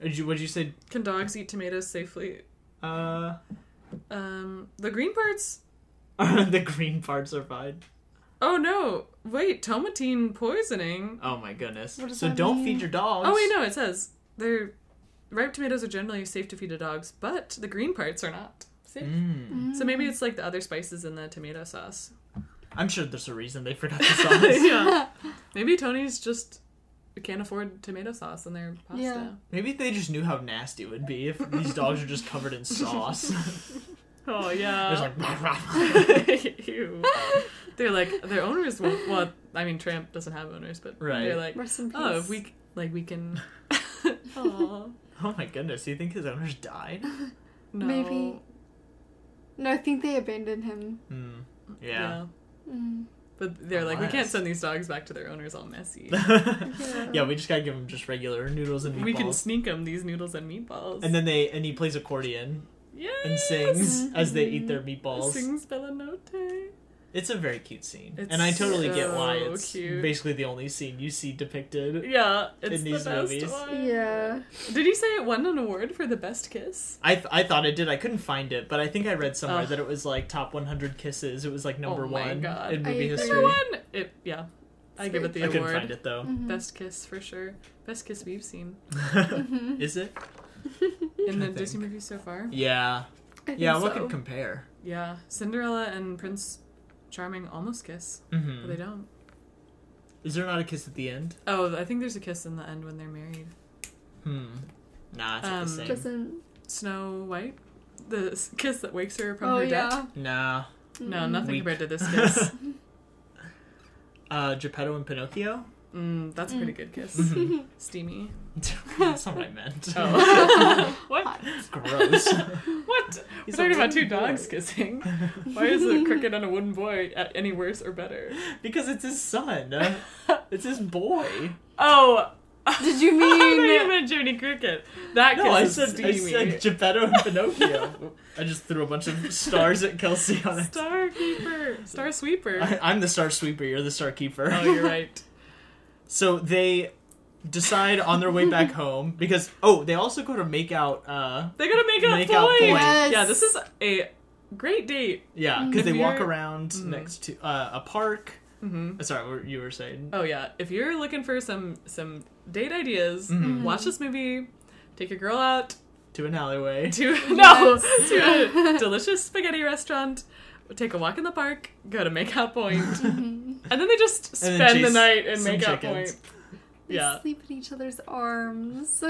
Did you? What did you say?
can dogs eat tomatoes safely?
Uh,
Um, the green parts.
the green parts are fine.
Oh no! Wait, tomatine poisoning.
Oh my goodness.
What does
so
that
don't
mean?
feed your dogs.
Oh wait, no. It says they're ripe tomatoes are generally safe to feed to dogs, but the green parts are not safe.
Mm.
So maybe it's like the other spices in the tomato sauce.
I'm sure there's a reason they forgot the sauce.
yeah. Maybe Tony's just can't afford tomato sauce in their pasta.
Yeah.
Maybe they just knew how nasty it would be if these dogs are just covered in sauce.
Oh yeah.
There's like
Ew. They're like their owners will. Well, I mean, Tramp doesn't have owners, but
Right.
they're like,
Rest in peace.
oh, if we c- like we can. Aw,
oh my goodness, you think his owners died?
no.
Maybe. No, I think they abandoned him.
Hmm.
Yeah.
Yeah.
Mm.
But they're like, we can't
Unless-
send these dogs back to their owners all messy.
Yeah.
Yeah.
we just gotta give him just regular noodles and meatballs.
we can sneak them these noodles and meatballs.
and then they and he plays accordion
yeah,
and sings as they eat their meatballs.
Sings Bella Notte.
It's a very cute scene,
It's
and I totally get why
so
it's
cute.
basically the only scene you see depicted.
Yeah, it's
In these
the best
movies.
one.
Yeah.
Did you say it won an award for the best kiss?
I, th- I thought it did. I couldn't find it, but I think I read somewhere
Ugh.
that it was like top 100 kisses. It was like number
Oh
one
my God.
in
I
movie
agree.
history.
Number one. It yeah. I give it the
I couldn't
award.
find it though.
Mm-hmm. Hmm.
Best kiss for sure. Best kiss we've seen
Mm-hmm.
Is it?
in the
think.
Disney movies so far.
Yeah.
I think
Yeah. What
so.
could compare?
Yeah, Cinderella and Prince Charming almost kiss, but
hmm
they don't.
Is there not a kiss at the end?
Oh, I think there's a kiss in the end when they're married.
Hmm. Nah, it's not
Um,
the same.
Doesn't.
Snow White, the s- kiss that wakes her from
oh Mm-hmm.
her
yeah.
death.
Nah.
No, nothing
Weak.
compared to this kiss.
Uh, Geppetto and Pinocchio.
mm, that's a pretty good kiss.
Mhm.
Steamy.
That's not what I meant.
Mm-hmm. Oh. what?
Gross.
What? We're
He's a
talking about two
wooden boy.
dogs kissing. Why is a cricket and a wooden boy a- any worse or better?
Because it's his son. It's his boy.
Oh.
Did you
I thought you
mean-
meant Jiminy Cricket. That kiss
No, I
is
said, I
steamy.
said Geppetto and Pinocchio. I just threw a bunch of stars at Kelsey on it.
Star Keeper. Star Sweeper.
I, I'm the star sweeper. You're the star keeper.
oh, you're right.
So they decide on their way back home because oh, they also go to make out. Uh,
They gotta make out
Make out
boys.
boys.
Yes.
Yeah, this is a great date.
yeah, because they
Mm. If
walk
you're-
around
Mhm.
next to uh, a park. Uh,
Mm-hmm.
Sorry, what you were saying.
Oh yeah, if you're looking for some some date ideas,
Mhm.
watch this movie. Take your girl out
To an alleyway.
to no
Yes.
to a delicious spaghetti restaurant. Take a walk in the park. Go to Makeout Point,
Mm-hmm.
and then they just
And then
spend the
chase
night in
some
Makeout
chickens.
Point.
They
Yeah.
sleep in each other's arms.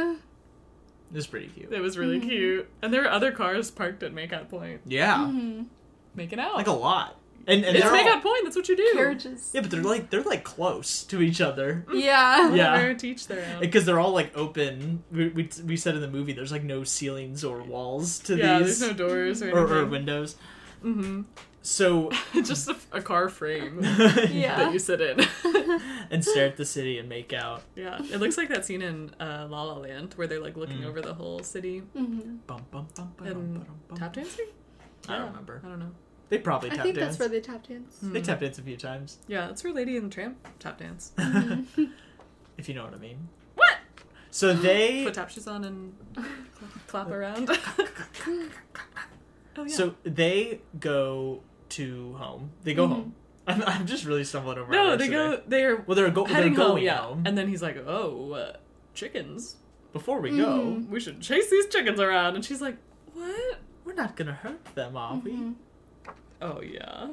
It's pretty cute.
It was really
Mhm.
cute, and there were other cars parked at Makeout Point,
Yeah,
Mhm. making
making out.
like a lot. And, and
Mm.
they're
it's
all-
Makeout Point. That's what you do.
Carriages.
yeah, but they're like they're like close to each other
Yeah.
Yeah.
Whatever, teach their own.
because they're all like open. We, we we said in the movie there's like no ceilings or walls to
yeah,
these
there's no doors or
or, or
anything.
windows.
hmm
So
just a, a car frame
yeah,
that you sit in.
and stare at the city and make out.
Yeah, it looks like that scene in uh, La La Land where they're like looking
Mm.
over the whole city
Mhm.
Bum, bum, bum, ba-dum,
and
ba-dum, bum.
tap dancing.
I
Yeah,
don't remember.
I don't know. Hmm.
They probably
I
tap
think
dance.
that's where they tap dance.
They
Mm-hmm.
tap dance a few times,
Yeah, that's where Lady and the Tramp tap dance.
if you know what I mean.
Mm-hmm. What?
So they
Put tap shoes on and clap around. oh yeah.
so they go to home. They go home. I'm, I'm just really stumbling over.
Mm-hmm. no,
our
they
words
go.
today.
They are
Well, they're, go- they're
heading
going
home. Yeah,
home.
and then he's like, "Oh, uh, chickens!
Before we go,
We should chase these chickens around." And she's like, "What?"
we're not gonna hurt them, are we?
Mhm.
Oh yeah.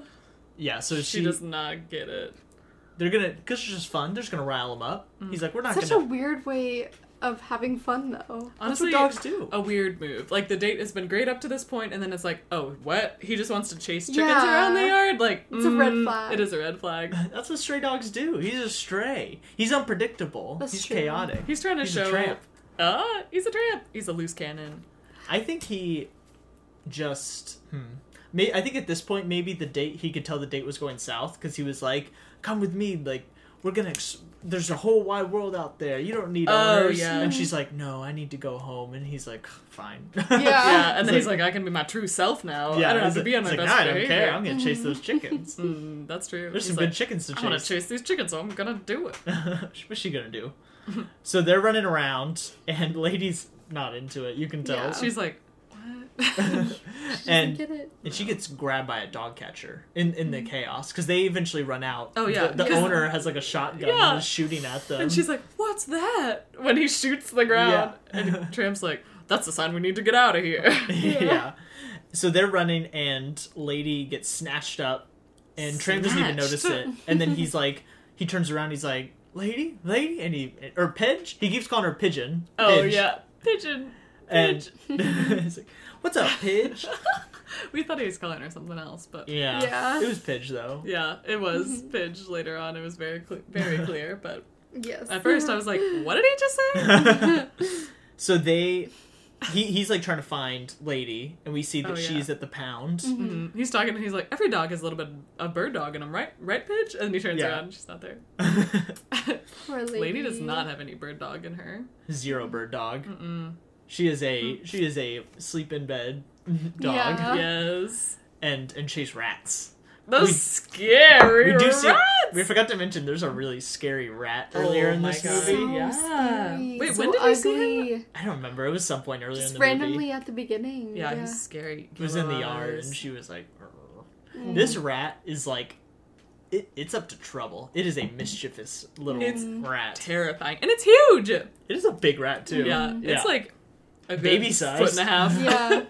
Yeah. So she,
Mm-hmm. she does not get it.
they're gonna because it's just fun. They're just gonna rile them up.
Mm.
He's like, we're not
Such a
gonna.
weird way of having fun, though.
That's
Honestly, oh.
what dogs do.
a weird move. Like the date has been great up to this point, and then it's like, oh, what? He just wants to chase chickens
Yeah.
around the yard. Like
It's a red
mm,
flag.
It is a red flag.
That's what stray dogs do. He's a stray. He's unpredictable.
That's
He's
true.
chaotic.
He's trying to
He's a
show.
tramp.
Ah, he's a tramp. He's a loose cannon.
I think he just. Hmm. May, I think at this point, maybe the date he could tell the date was going south because he was like, "Come with me, like we're gonna. Ex- there's a whole wide world out there. You don't need
Oh,
owners."
yeah.
And she's like, "No, I need to go home." And he's like, "Fine."
Yeah.
Yeah, and then
He's
he's like, I can be my true self now.
yeah,
I
he's
don't have to
like-
be on
he's
my
like,
best
"Nah, I don't care.
behavior."
I'm gonna chase those chickens.
Mm, that's true.
There's
He's
some
like,
good chickens to
I want to
chase.
chase these chickens, so I'm gonna do it.
What's she gonna do? so they're running around, and lady's not into it. You can tell.
Yeah.
She's like, what?
She doesn't
and
get it.
and she gets grabbed by a dog catcher in, in the chaos because they eventually run out.
Mm-hmm. Oh, yeah,
the, the
because-
owner has like a shotgun
Yeah.
and is shooting at them.
and she's like, "What's that?" When he shoots the ground,
Yeah.
and Tramp's like, "That's a sign we need to get out of here."
yeah. So they're running, and Lady gets snatched up, and Tramp doesn't even notice
Snatched.
it. And then he's like, he turns around, he's like, "Lady, lady," and he or Pidge. He keeps calling her Pigeon.
oh
Pidge.
yeah, pigeon.
and he's like, "What's up, Pidge?"
We thought he was calling her something else, but
Yeah.
Yeah.
It was Pidge though.
yeah, it was
Mm-hmm.
Pidge later on. It was very cle very clear, but
Yes.
at first I was like, "What did he just say?" Mm-hmm.
so they he, he's like trying to find Lady and we see that
Oh, yeah.
she's at the pound.
Mm-hmm.
Mhm. He's talking, and he's like, "Every dog has a little bit of bird dog in him, right? Right, Pidge?" And he turns
Yeah.
around, and she's not there.
Poor lady.
Lady does not have any bird dog in her.
Zero bird dog. She is
Hmm.
a she is a sleep in bed dog
Yeah.
Yes,
and and chase rats.
Those
We-
scary
We do see.
rats.
We forgot to mention there's a really scary rat earlier
Oh
in
my
this
God.
movie.
yeah.
scary,
Wait,
so
when did we see him?
ugly.
I don't remember. It was some point earlier in
Just
the
randomly
movie.
at the beginning.
Yeah,
Yeah.
he's scary.
It was in the
killer
yard,
eyes.
and she was like, "Rrr."
Hmm.
Mm.
"This rat is like, it, it's up to trouble. It is a mischievous little
It's
rat.
terrifying, and it's huge.
It is a big rat too.
Yeah,
Yeah.
it's like a good
Baby size.
foot and a half.
yeah.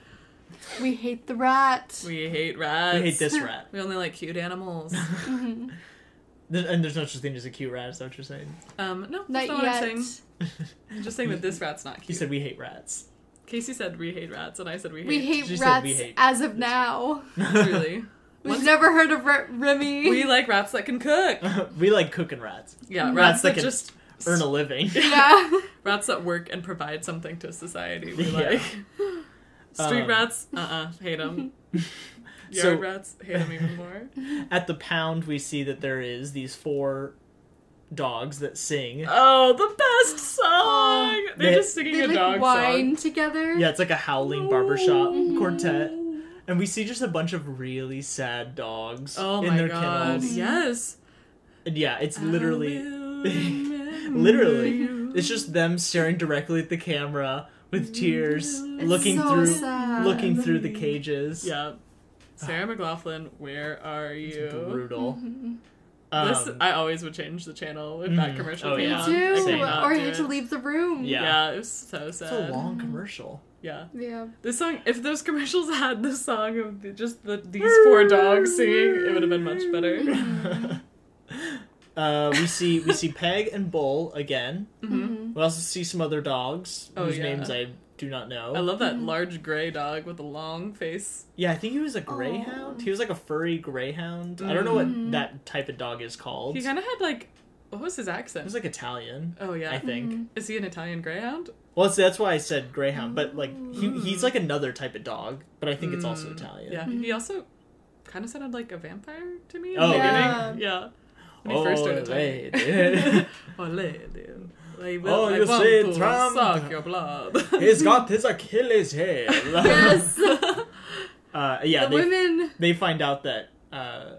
We hate the rat.
we hate rats.
I hate this rat.
We only like cute animals.
Mhm.
There- And there's no such thing as a cute rat. Is that what you're saying?
Um, no,
Not
that's not what I'm
yet.
saying. I'm just saying that this rat's not
you
cute.
said we hate rats.
Casey said we hate rats, and I said we hate.
We hate
She said
rats
we hate
as of now.
Truly,
We've
Once-
never heard of R- Remy.
we like rats that can cook.
we like cooking rats.
Yeah, rats,
Rats that
that
can-
just
Earn a living.
yeah.
rats that work and provide something to society. We
Yeah.
like street
Um,
rats. Uh, uh hate them. Yard
So-
rats hate them even more.
At the pound, we see that there is these four dogs that sing.
Oh, the best song! They're
They-
just singing
They
a
like
dog
whine together.
Yeah, it's like a howling
song.
barbershop
Mm-hmm.
quartet. And we see just a bunch of really sad dogs
Oh
in
my
their
god!
kennels.
Yes,
And yeah, it's
I
literally
will remember
Literally.
you.
it's just them staring directly at the camera with tears,
Mm-hmm. It's
It's
looking
so
through
sad.
looking through the cages.
yeah. Sarah McLaughlin, where are
It's
you?
brutal.
Mhm.
Um,
this I always would change the channel if
Mm.
that commercial
Oh,
came
yeah.
Me
on.
too.
I cannot
Or
do
you had to
it.
leave the room.
Yeah.
Yeah. it was so sad.
it's a long commercial.
Yeah,
Yeah.
this song. If those commercials had the song of the, just the, these four dogs singing, it would have been much better.
uh, we see we see Peg and Bull again.
Mm-hmm.
hmm
We also see some other dogs
Oh,
whose
yeah.
names I do not know.
I love that large gray dog with the long face.
yeah, I think he was a greyhound. He was like a furry greyhound. I don't know what
Mhm.
that type of dog is called.
He
It
kind of had like, what was his accent?
was like Italian,
Oh yeah,
I think.
Mhm.
is he an Italian Greyhound?
Well, see, that's why I said greyhound, but like he, he's like another type of dog, but I think it's also
Mm,
Italian.
Yeah, he also kind of sounded like a vampire to me. in
Oh,
the
Yeah.
beginning. yeah. When he
Oh,
first started talking. oh, lady. I will,
Oh,
I
you
want
say
to
Trump.
suck your blood.
he's got his Achilles heel.
Yes.
Uh, yeah,
the
they,
women.
they find out that uh,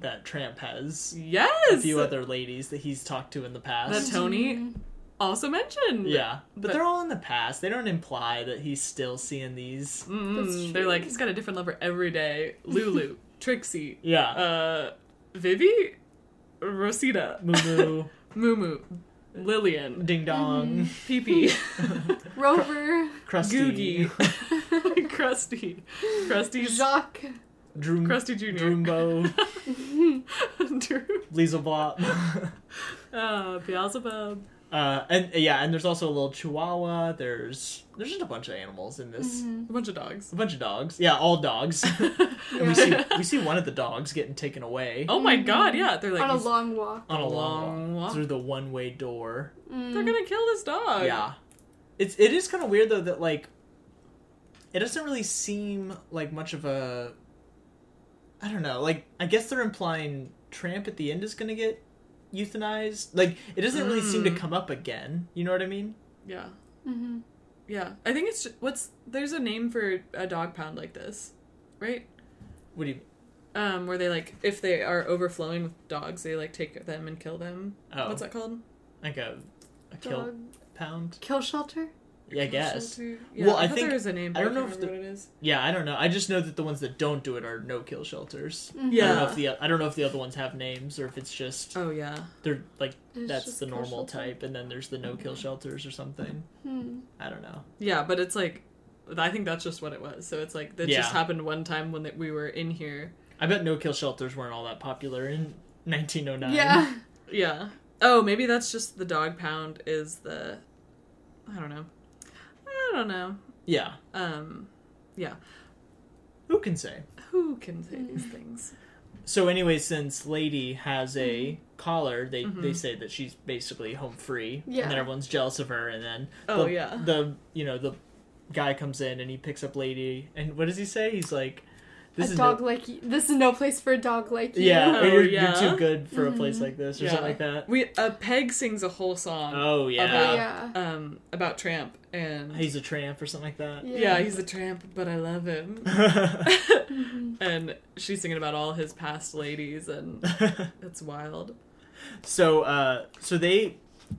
that Tramp has
yes.
a few other ladies that he's talked to in the
that
Mm-hmm.
past.
Tony also mentioned.
yeah, but,
but-
they're all in the past. They don't imply that he's still seeing these.
Mm,
That's
they're
true.
like he's got a different lover every day. Lulu, Trixie,
Yeah,
uh, Vivi, Rosita,
moo moo,
Mumu, Lillian,
ding dong,
Pee Pee.
Rover.
crusty,
Googie, Krusty, Krusty's
Jacques.
Droom,
Krusty Junior,
Droombo,
Drew,
Lieselblop.
uh, Beelzebub.
Uh, and yeah, and there's also a little chihuahua. There's there's just a bunch of animals in this.
Mhm.
a bunch of dogs.
A bunch of dogs. Yeah, all dogs. and we
Yeah.
see we see one of the dogs getting taken away
Oh my god, yeah, they're like
On a
he's-
long walk. Mm-hmm.
on a long
long
walk
walk.
through the one way door.
They're gonna kill this dog.
Yeah, it's it is kind of weird though that like it doesn't really seem like much of a. I don't know. Like I guess they're implying Tramp at the end is gonna get euthanized. Like it doesn't really seem to
Mm.
come up again. You know what I mean?
yeah,
Mm-hmm.
yeah. I think it's ju- what's there's a name for a dog pound like this, right?
What do you?
Um, where they like if they are overflowing with dogs, they like take them and kill them.
Oh,
What's that called?
like a a kill
Dog.
pound?
Kill shelter?
Yeah, I guess.
Shelter. Yeah,
Well, I
I, thought
think-
there was a name.
I
but
don't know
can't
if
remember what it is.
Yeah, I don't know. I just know that the ones that don't do it are no kill shelters.
Mm-hmm.
I don't know
Yeah.
if the I don't know if the other ones have names or if it's just
Oh yeah.
they're like
It's
that's
just
the
kill
normal
shelter. Mm-hmm.
type and then there's the no kill shelters or something.
Hmm.
I don't know.
Yeah, but it's like, I think that's just what it was. So it's like that
Yeah.
just happened one time when that we were in here.
I bet no kill shelters weren't all that popular in 1909.
Yeah.
Yeah. Oh, maybe that's just the dog pound is the, I don't know, I don't know.
Yeah.
Um,
Who can say?
who can say these things?
So anyway, since Lady has a
Mm-hmm.
collar, they they say that she's basically home free
Yeah. Uh-huh.
and then everyone's jealous of her and then
Oh
the,
yeah.
the you know the guy comes in and he picks up lady and what does he say he's like this
a
is no-
dog like you. This is no place for a dog like you. Mm-hmm.
yeah,
Oh,
or you're,
yeah.
you're too good for a place like this or
Yeah.
something like that.
We uh, Peg sings a whole
Um,
song
Oh
Yeah.
yeah.
yeah.
um about Tramp and
he's a tramp or something like that.
yeah, he's a tramp, but I love him. and she's singing about all his past ladies, and it's wild.
so uh, so they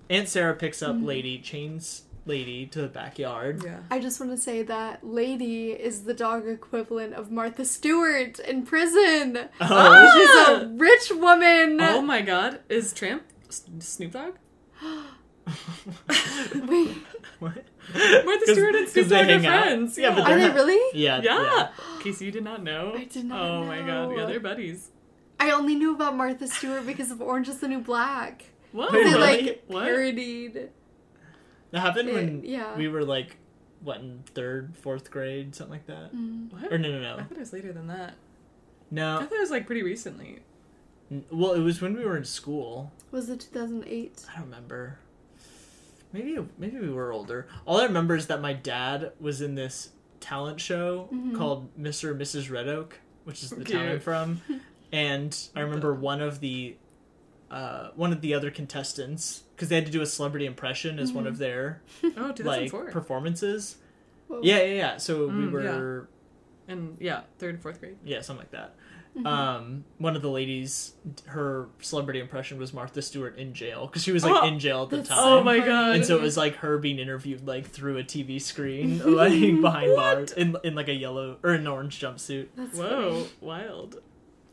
Aunt Sarah picks up Lady, chains Lady to the backyard.
Yeah.
I just want to say that Lady is the dog equivalent of Martha Stewart in prison.
Oh.
She's a rich woman.
Oh my God, is Tramp S- Snoop Dogg?
Wait,
what?
Martha
'Cause-
Stewart and
'cause
Snoop
they
Dogg are
hang out.
friends.
Yeah, but
are
they're
they
not-
really?
Yeah,
yeah. Casey, you did not know.
I did not
Oh my God, yeah,
know.
they're buddies.
I only knew about Martha Stewart because of Orange is the New Black.
What?
Wait,
they
really?
like
What?
parodied.
That happened when
It- yeah.
we were like what in third, fourth grade, something like that.
Mm.
What?
Or no, no,
I
no, Uh,
thought it was later than that. I
no.
thought it was like pretty recently.
N- Well, it was when we were in school.
Was it 2008?
I don't remember. Maybe maybe we were older. All I remember is that my dad was in this talent show called Mr. and Mrs. Red Oak, which is the town I'm
Cute.
from. And I remember one of the uh, one of the other contestants because they had to do a celebrity impression as one of their
Oh,
like
2004.
performances.
Whoa.
Yeah, yeah, yeah. So we
Mm, yeah.
were
and yeah, third and fourth grade.
yeah, something like that. Um, one of the ladies, her celebrity impression was Martha Stewart in jail because she was like
Oh,
in jail at the
that's
time.
Oh my
Funny.
God.
And so it was like her being interviewed like through a TV screen, like behind bars, in in like a yellow or an orange jumpsuit.
That's
Whoa, wild.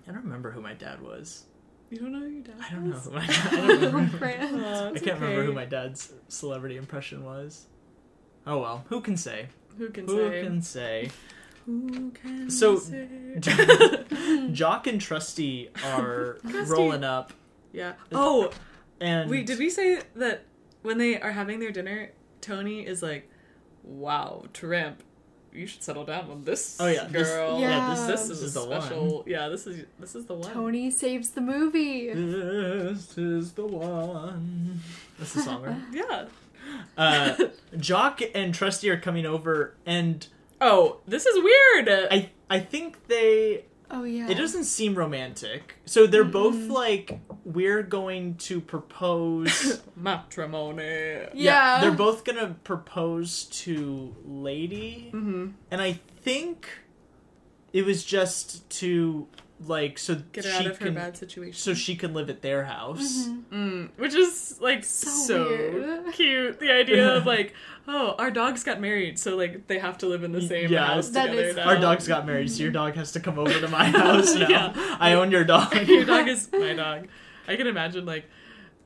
I don't remember who my dad was.
You don't know who your dad.
I don't know
was?
who my dad. I, don't
funny.
remember.
Friends.
Oh,
I
it's
can't remember who
okay.
my dad's celebrity impression was. Oh well, who can say?
Who can
Who
say?
can say?
Who can
So-
say?
Jock and Trusty are
Trusty.
rolling up,
yeah. Oh,
and
wait. Did we say that when they are having their dinner, Tony is like, "Wow, Tramp, you should settle down with this
Oh, yeah, this-
girl.
yeah,
this,
this-
this
is,
is
a
the one."
special. Yeah, this is this is the
Oh,
one.
Tony saves the movie.
This is the one. That's the song, right?
Yeah.
Uh, Jock and Trusty are coming over, and
Oh, this is weird.
I I think they.
Oh yeah.
It doesn't seem romantic. So they're both like, we're going to propose.
Matrimony.
Yeah.
They're both gonna propose to Lady,
Mm-hmm.
and I think it was just to like so
Get her
she
out of her
can
bad situation.
so she can live at their
Mm-hmm.
house.
Mm, which is like so,
weird.
cute. The idea of like, oh, our dogs got married, so like they have to live in the same
Yeah.
house
That
together
is-
now.
Our dogs got married, so your dog has to come over to my house now.
Yeah.
I own your dog.
Your dog is my dog. I can imagine like,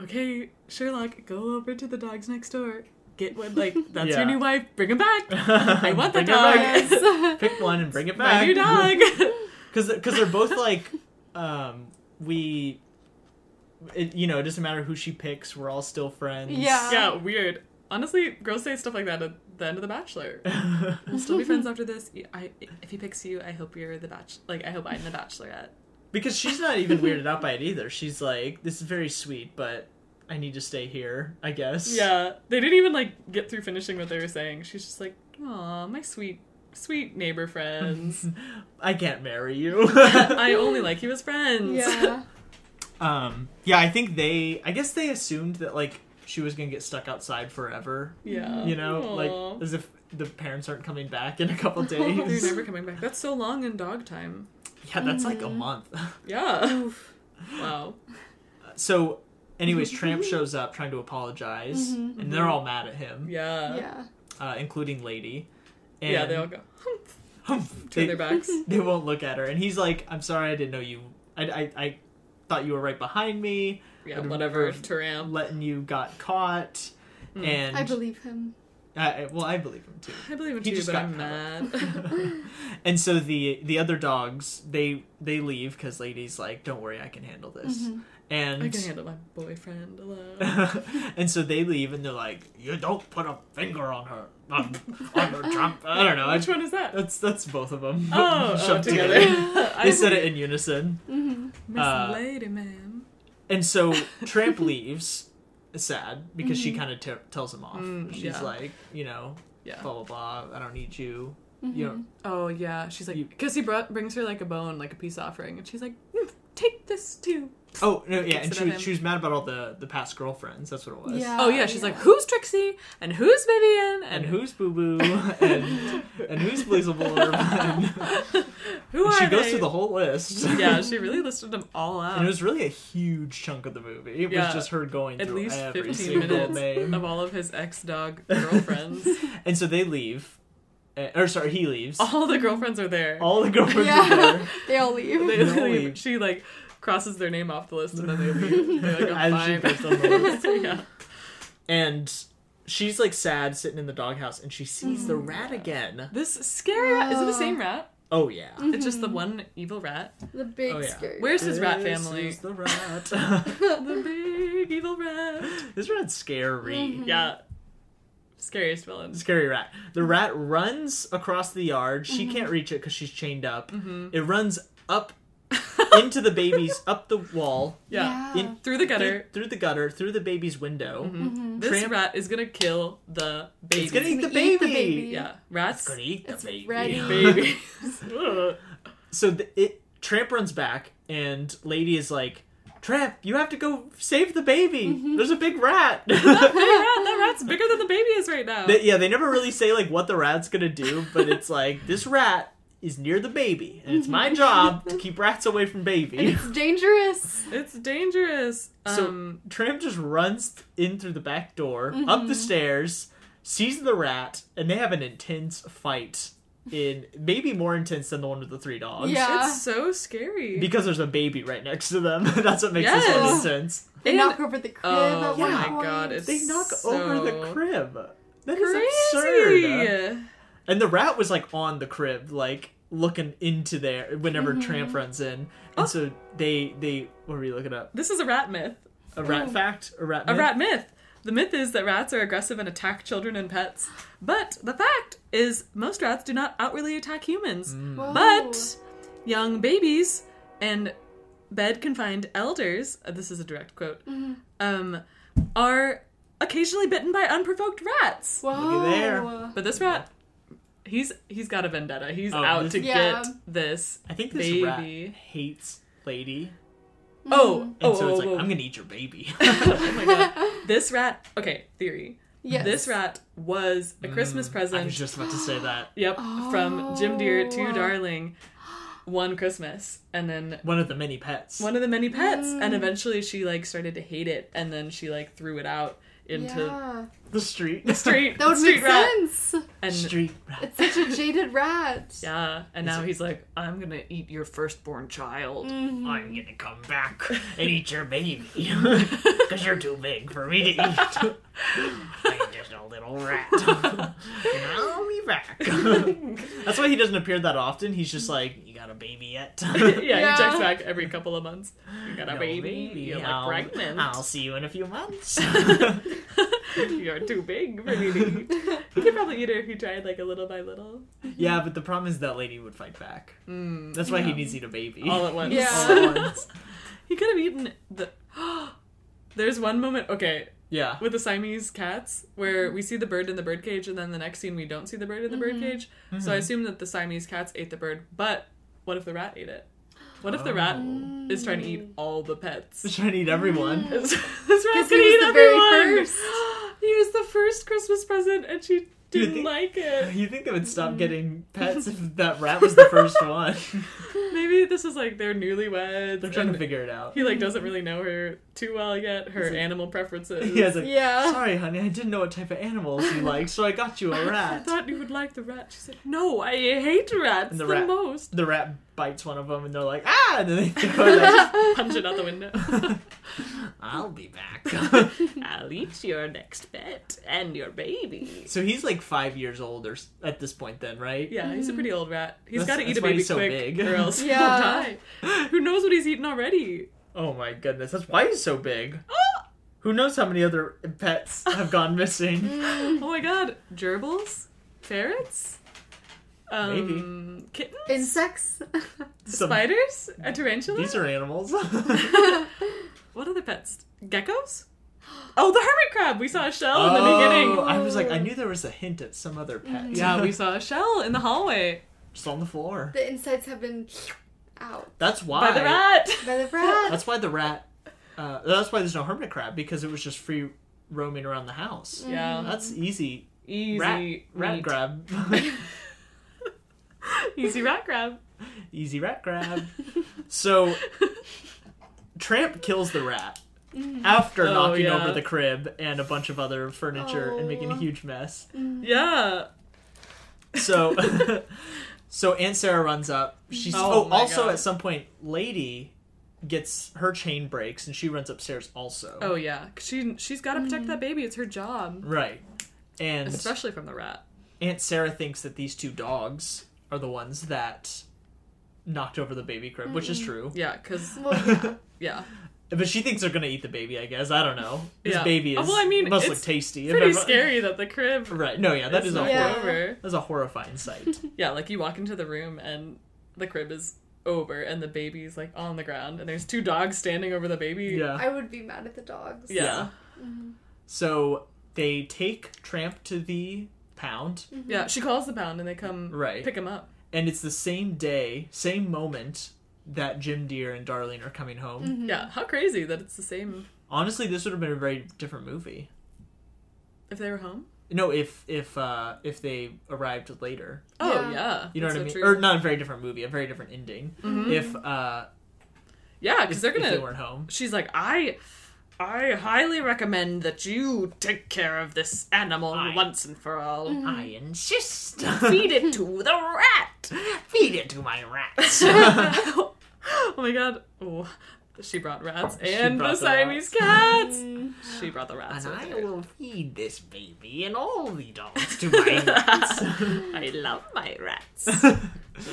okay, Sherlock, go over to the dogs next door. Get one like that's
Yeah.
your new wife. Bring him back.
I
I want the
that
dog.
Pick one and bring it
My
back.
new dog.
Because they're both like, um, we, it, you know, it doesn't matter who she picks. We're all still friends.
Yeah.
yeah, weird. Honestly, girls say stuff like that at the end of The Bachelor. We'll still be friends after this. I, if he picks you, I hope you're the bachelor. Like I hope I'm the bachelorette.
because she's not even weirded out by it either. She's like, this is very sweet, but I need to stay here. I guess.
Yeah, they didn't even like get through finishing what they were saying. She's just like, "Aw, my sweet, sweet neighbor friends.
I can't marry you.
I only like you as friends."
yeah.
um. Yeah, I think they. I guess they assumed that like she was gonna get stuck outside forever.
yeah.
You know,
Aw.
like as if the parents aren't coming back in a couple
they're
days.
Oh, never coming back. That's so long in dog time.
yeah, that's like a month.
Yeah. wow.
So, anyways, Tramp shows up trying to apologize,
Mm-hmm,
and they're all mad at him,
Yeah.
Yeah.
uh, including Lady. And
Yeah, They all go "Humph," turn
they,
their backs.
they won't look at her, and he's like, "I'm sorry, I didn't know you. I, I, I thought you were right behind me,
Yeah.
I'd
Whatever.
remember-
Taram.
letting you got caught."
Hmm.
And
I believe him.
I- I- well, I believe him too.
I believe in
He
you,
just
but
got
I'm
caught.
mad.
Mm-hmm.
And so the the other dogs they they leave because Lady's like, "Don't worry, I can handle this." And
Mm-hmm. I can handle my boyfriend alone.
and so they leave and they're like, "You don't put a finger on her, on, on her Trump." I don't know. I,
Which one is that?
that's that's both of them.
Oh, oh
Shoved
together. I
they said it in unison.
Mm-hmm.
Miss
uh,
Lady, ma'am.
And so Tramp leaves, sad because she kind of tells him off.
Mm-hmm. Mm,
She's
yeah.
like, you know,
Yeah.
blah blah blah. I don't need you.
Mm-hmm.
You know,
Oh yeah, she's like
You-
because he brought, brings her like a bone, like a peace offering, and she's like, "Mm, take this too.
oh no, yeah, and
Instead
she
of
was,
him.
she was mad about all the the past girlfriends. That's what it was.
Yeah.
oh yeah, she's like, who's Trixie and who's Vivian
And who's Boo Boo and and who's Blazabulb? and,
who
and
are
she goes
they?
through the whole list.
yeah, she really listed them all out.
And it was really a huge chunk of the movie. It
Yeah.
was just her going
at
through
least
every
15
single
minutes
name.
of all of his ex dog girlfriends.
And so they leave, Uh, or sorry, he leaves.
all the girlfriends are there.
All the girlfriends
Yeah.
are there.
They all leave.
they
No,
leave.
we-
She like crosses their name off the list and then they leave. They're like, oh,
As she
fine.
goes down the list.
yeah.
And she's like sad sitting in the doghouse and she sees the rat again.
This scary rat. Is it the same rat?
Oh, yeah.
It's just the one evil rat.
The big
Oh, yeah.
scary.
Where's his rat
This
family?
is the rat.
the big evil rat.
this rat's scary.
Yeah. Scariest villain.
Scary rat. The rat runs across the yard. She can't reach it because she's chained up. It runs up into the baby's, up the wall,
Yeah.
Ah. Mm-hmm.
in,
Through the
through,
gutter.
through the gutter, through the baby's window.
This
Tramp-
rat is gonna kill the baby.
It's gonna eat the
Gonna eat the
baby.
baby.
yeah. Rats
It's gonna eat the
It's
baby.
ready.
babies.
So the, it Tramp runs back, and Lady is like, "Tramp, you have to go save the baby. There's a big rat."
Big rat, that rat's bigger than the baby is right now.
They- yeah, they never really say like what the rat's gonna do, but it's like this rat is near the baby, and it's my job to keep rats away from baby.
It's dangerous.
It's dangerous.
So-
um,
Tramp just runs in through the back door, up the stairs, sees the rat, and they have an intense fight. In maybe more intense than the one with the three dogs.
Yeah.
it's so scary.
Because there's a baby right next to them. That's what makes this one
Yes.
intense.
They
And-
knock over the crib
oh
at one
my
point.
god, it's
They knock
so
over the crib. That is absurd.
Crazy.
And the rat was like on the crib, like looking into there whenever
Mm-hmm.
Tramp runs in. And so they they what are we looking up?
This is a rat myth.
A rat fact? A rat
Oh. A
myth?
rat myth. The myth is that rats are aggressive and attack children and pets. But the fact is, most rats do not outwardly attack humans.
Mm.
Whoa.
But young babies and bed confined elders, uh, this is a direct quote,
Mm-hmm.
um, are occasionally bitten by unprovoked rats.
Whoa.
there.
But this rat, he's he's got a vendetta. He's
Oh,
out
this-
to
Yeah.
get this.
I think this rat
Baby.
hates lady.
Oh,
And
oh,
so it's
oh,
like,
oh.
I'm gonna eat your baby.
oh my god. This rat, okay, theory.
Yes.
This rat was a Christmas
Mm. I
present.
was just about to say that.
Yep, from Jim Deere to
Oh.
Darling, one Christmas, and then
One of the many pets.
one of the many pets,
Mm.
and eventually she like started to hate it, and then she like threw it out into
Yeah.
the street.
the street,
That would
street
make
rat,
sense.
and
street rat.
It's such a jaded rat.
yeah, and
Is
now
it-
he's like, I'm gonna eat your firstborn child.
Mm. Mm-hmm.
Hmm.
I'm gonna come back and eat your baby. Because you're too big for me to eat. I'm just a little rat. and I'll be back.
That's why he doesn't appear that often. He's just like, You got a baby yet?
yeah,
Yeah.
he checks back every couple of months. You got a
No,
baby,
baby,
you're
I'll-
like pregnant.
I'll see you in a few months.
You're too big for me to eat. He could probably eat her if he tried like a little by little,
yeah, but the problem is that lady would fight back.
Hmm,
That's why he needs to eat a baby.
all at once.
Yeah.
All at once.
He could have eaten the. There's one moment, okay,
Yeah.
with the Siamese cats where we see the bird in the bird cage, and then the next scene we don't see the bird in the
Mm-hmm.
bird cage. So I assume that the Siamese cats ate the bird, but what if the rat ate it? What if the rat is trying to eat all the pets?
Just trying to eat
Hmm.
everyone.
this rat's
Because
gonna
he was
eat
Oh. the very
everyone.
first.
he was the first Christmas present, and she didn't
think-
like it.
You think they would
Hmm.
stop getting pets if that rat was the first one?
Maybe this is like their newlyweds.
They're trying
and
to figure it out.
he like doesn't really know her too well yet. Her animal preferences.
He has like,
Yeah.
sorry, honey, I didn't know what type of animals you like, so I got you a
I
rat.
thought you would like the rat. She said, No, I hate rats
And
the,
the rat-
most.
The rat bites one of them, and they're like, ah! And then they throw it like,
Punch it out the window.
I'll be back.
I'll eat your next pet and your baby.
so he's like five years old or s- at this point, then, right?
Yeah, he's a pretty old rat. He's
That's-
got to eat
that's
a
why
baby
he's so
quick,
big.
or else he'll
Yeah.
die. Who knows what he's eaten already?
Oh my goodness, that's why he's so big. Who knows how many other pets have gone missing?
Oh my god, gerbils, ferrets, um, kittens,
Insects.
Some-
spiders, a tarantula.
These are animals.
what other pets? Geckos. Oh, the hermit crab! We saw a shell in the
Oh,
beginning.
I was like, I knew there was a hint at some other pet.
Yeah, we saw a shell in the hallway
just on the floor.
The insides have been out
That's why.
by the rat.
by the rat.
That's why the rat. Uh, that's why there's no hermit crab because it was just free roaming around the house.
Yeah,
That's easy.
easy
rat rat
meat.
grab.
Easy rat grab.
easy rat grab. So, Tramp kills the rat after
Oh,
knocking
yeah.
over the crib and a bunch of other furniture and making a
Oh.
huge mess.
Yeah.
So, so Aunt Sarah runs up. She's
Oh
oh,
my
also
God.
at some point, Lady gets her chain breaks and she runs upstairs also.
Oh yeah. 'Cause She she's got to protect that baby. It's her job,
right. And
especially from the rat.
Aunt Sarah thinks that these two dogs are the ones that knocked over the baby crib, which is true.
Yeah, because
Well, yeah.
Mm-hmm. yeah,
But she thinks they're gonna eat the baby. I guess I don't know. This
Yeah.
baby is
Well, I mean,
must
it's
look tasty. if
pretty
ever-
scary that the crib
Right? No, yeah, that
is
is a
not
horror.
Yeah.
over.
that's a horrifying sight.
Yeah, like you walk into the room and the crib is over and the baby's like on the ground and there's two dogs standing over the baby.
yeah.
I would be mad at the dogs.
Yeah.
Yeah. So they take Tramp to the pound,
Yeah, she calls the pound and they come
Right.
pick him up.
and it's the same day, same moment that Jim Deere and Darlene are coming home.
Yeah, how crazy that it's the same
Honestly, this would have been a very different movie.
if they were home.
No, if if uh if they arrived later.
Oh yeah,
Yeah.
You know
that's
what I
so
mean?
true.
Or not a very different movie, a very different ending.
Mm-hmm.
If uh,
yeah,
if,
because they're
if
gonna.
they weren't home,
She's like, I, I highly recommend that you take care of this animal
I-
once and for all.
Mm-hmm.
Mm-hmm.
I insist.
Feed it to the rat.
Feed it to my rats.
oh my god. Oh, she brought rats and
brought
the
the rat.
Siamese cats. she brought the rats.
and
with
I
her.
will feed this baby and all the dogs to my rats.
I love my rats. I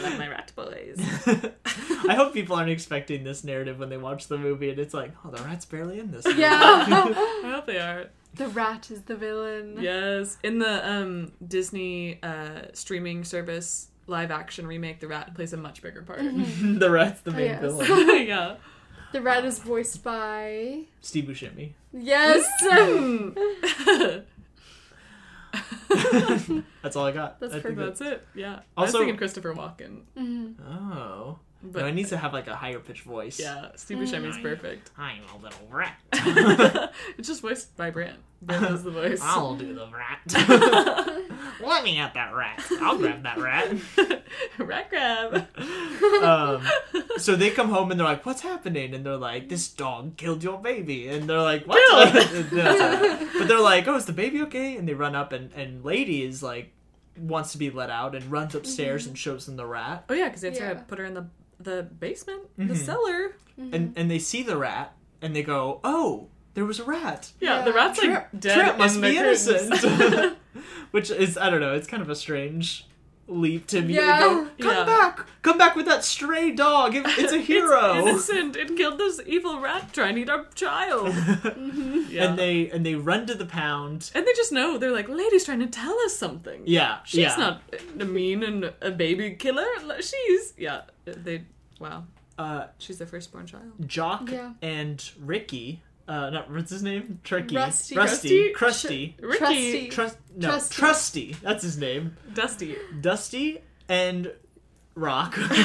love my rat boys.
I hope people aren't expecting this narrative when they watch the movie, and it's like, oh, the rat's barely in this.
Yeah.
I hope they are.
the rat is the villain.
Yes. In the um, Disney uh, streaming service live action remake, the rat plays a much bigger part.
Mm-hmm.
the rat's the main
Oh, Yes.
villain.
yeah.
The rat is voiced by
Steve Buscemi.
Yes.
That's all I got.
That's
I think
That's it. Yeah. I was
Also-
thinking Christopher Walken,
Mhm.
that- oh,
but
no, it needs to have like a higher pitched voice.
yeah, Steve Buscemi's
Mm.
perfect.
I'm a little rat.
it's just voiced by Brant. Brant does the voice.
I'll do the rat. Let me at that rat. I'll grab that rat.
rat grab.
Um, so they come home and they're like, "What's happening?" And they're like, "This dog killed your baby." And they're like, "What?" And they're like- but they're like, "Oh, is the baby okay?" And they run up and and lady is like wants to be let out and runs upstairs and shows them the rat.
Oh yeah, because Aunt Sarah
Yeah.
put her in the the basement,
Mm-hmm.
the cellar.
And and they see the rat and they go, "Oh, there was a rat."
Yeah,
Yeah.
the rat's like
Trip,
dead.
Trip
in
must
the
be
curtains.
innocent. Which is I don't know, it's kind of a strange leap to immediately
Yeah.
go, "Come
Yeah.
back. Come back with that stray dog. It- it's a hero."
It's innocent. It killed this evil rat trying to eat our child. Yeah.
And they and they run to the pound.
and they just know they're like, lady's trying to tell us something.
Yeah,
she's
yeah.
not a mean and a baby killer. Like, She's yeah. They wow,
Uh,
she's their firstborn child.
Jock
Yeah.
and Ricky. Uh, not what's his name? Tricky.
Rusty.
Rusty.
Crusty,
Crusty.
Trusty.
Ricky,
Trust. No.
Trusty.
Trusty. That's his name.
Dusty.
Dusty and Rock.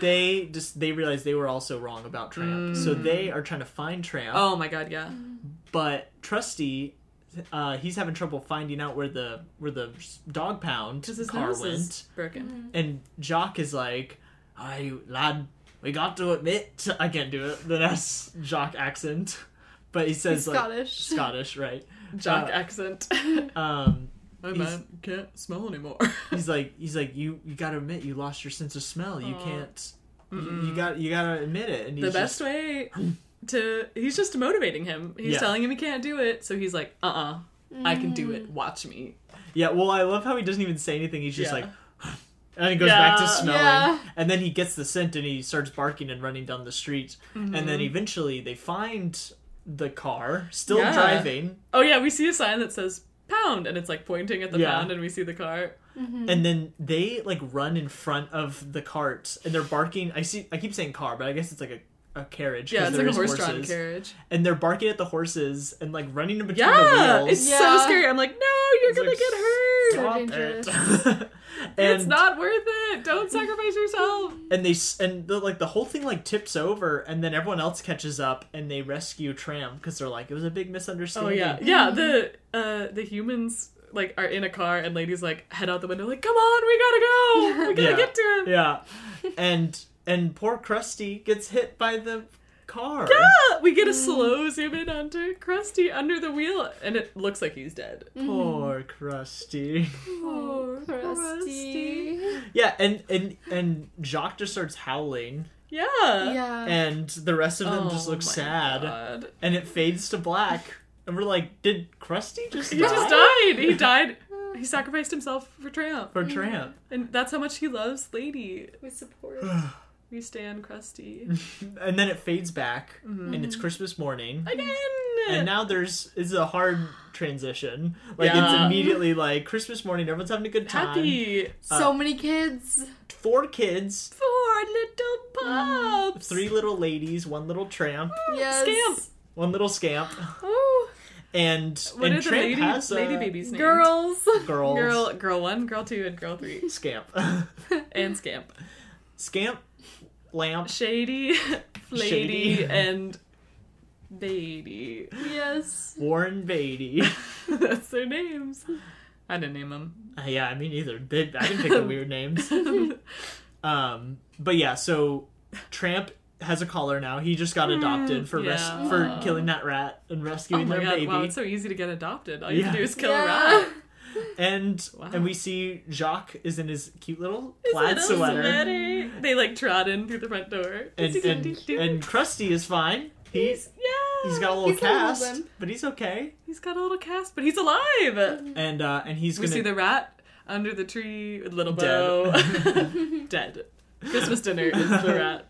they just they realized they were also wrong about Tramp, so they are trying to find Tramp.
Oh my god, yeah.
But Trusty, uh, he's having trouble finding out where the where the dog pound
Because his
car
nose
went. Mm.
is mm. broken.
And Jock is like, I lad, we got to admit I can't do it. The that's Jock accent. But he says
He's
like
Scottish.
Scottish, right.
Jock
Uh,
accent.
Um
My
he's-
man can't smell anymore.
he's like he's like, You you gotta admit you lost your sense of smell. You
Aw.
can't you, you got you gotta admit it. And he's
the best way to he's just motivating him. He's
Yeah.
telling him he can't do it, so he's like, uh uh I can do it. Watch me.
just- Yeah, well I love how he doesn't even say anything, he's just
Yeah.
like and he goes back to
Yeah.
smelling.
Yeah.
And then he gets the scent and he starts barking and running down the street. And
Mm-hmm.
then eventually they find the car, still
Yeah.
driving,
Oh yeah, we see a sign that says pound and it's like pointing at the
Yeah.
pound and we see the car.
and then they like run in front of the cart and they're barking i see i keep saying car but i guess it's like a, a carriage.
Yeah,
'cause
it's
there
like a
is
horse-drawn
horses.
carriage.
And they're barking at the horses and like running in between
Yeah,
the
it's
wheels.
so
Yeah.
scary. I'm like, no, you're
It's
gonna
like,
get hurt.
So
Stop
dangerous.
it.
and
it's not worth it. Don't sacrifice yourself.
and they s- and the, like the whole thing like tips over and then everyone else catches up and they rescue Tram because they're like it was a big misunderstanding.
Oh, yeah. The uh, the humans like are in a car, and ladies like head out the window, like, come on, we gotta go. We gotta
Yeah.
get to him.
Yeah. And and poor Krusty gets hit by the car.
Ah, we get a slow zoom in onto Krusty under the wheel, and it looks like he's dead.
Poor Krusty.
Oh, crusty.
Yeah, and and and Jacques just starts howling
Yeah.
Yeah.
and the rest of them just
Oh
look
my
sad
God.
and it fades to black and we're like did Krusty just
He
die?
just died. He died. He sacrificed himself for Tramp.
For Tramp.
And that's how much he loves Lady.
With support.
Uh,
We stand Krusty.
And then it fades back and
Mm-hmm.
it's Christmas morning.
Again!
Mm-hmm. and now there's it's a hard transition. Like it's
Yeah.
immediately like Christmas morning, everyone's having a good time.
Happy
so many kids.
Four kids,
four little pups.
Mm, three little ladies, one little tramp,
Yes.
Scamp.
one little scamp,
Oh,
and
what
and
are the
tramp
lady,
has uh, a
lady babies' named?
Girls.
girls,
Girl, girl one, girl two, and girl three,
scamp,
and Scamp.
scamp, lamp,
Shady,
Shady.
Flady, and Beatty.
yes.
Warren Beatty.
That's their names. I didn't name them.
Uh, yeah, I mean either. They, I didn't pick the weird names. Um, but yeah, so Tramp has a collar now. He just got adopted for res-
Hmm, yeah.
for killing that rat and
Oh
rescuing
my
their
god!
baby.
Wow, it's so easy to get adopted. All you
Yeah.
have to do is kill
Yeah.
a rat.
And
Wow.
and we see Jacques is in his cute little plaid
Little
sweater.
sweater. They like trot in through the front door.
And and and Krusty is fine. He's
yeah,
he's got a little
He's a little
cast,
limp.
but he's okay.
he's got a little cast, but he's alive.
And uh and he's
We
gonna
see the rat under the tree with little
Dead.
bow. Dead. Christmas dinner is the rat.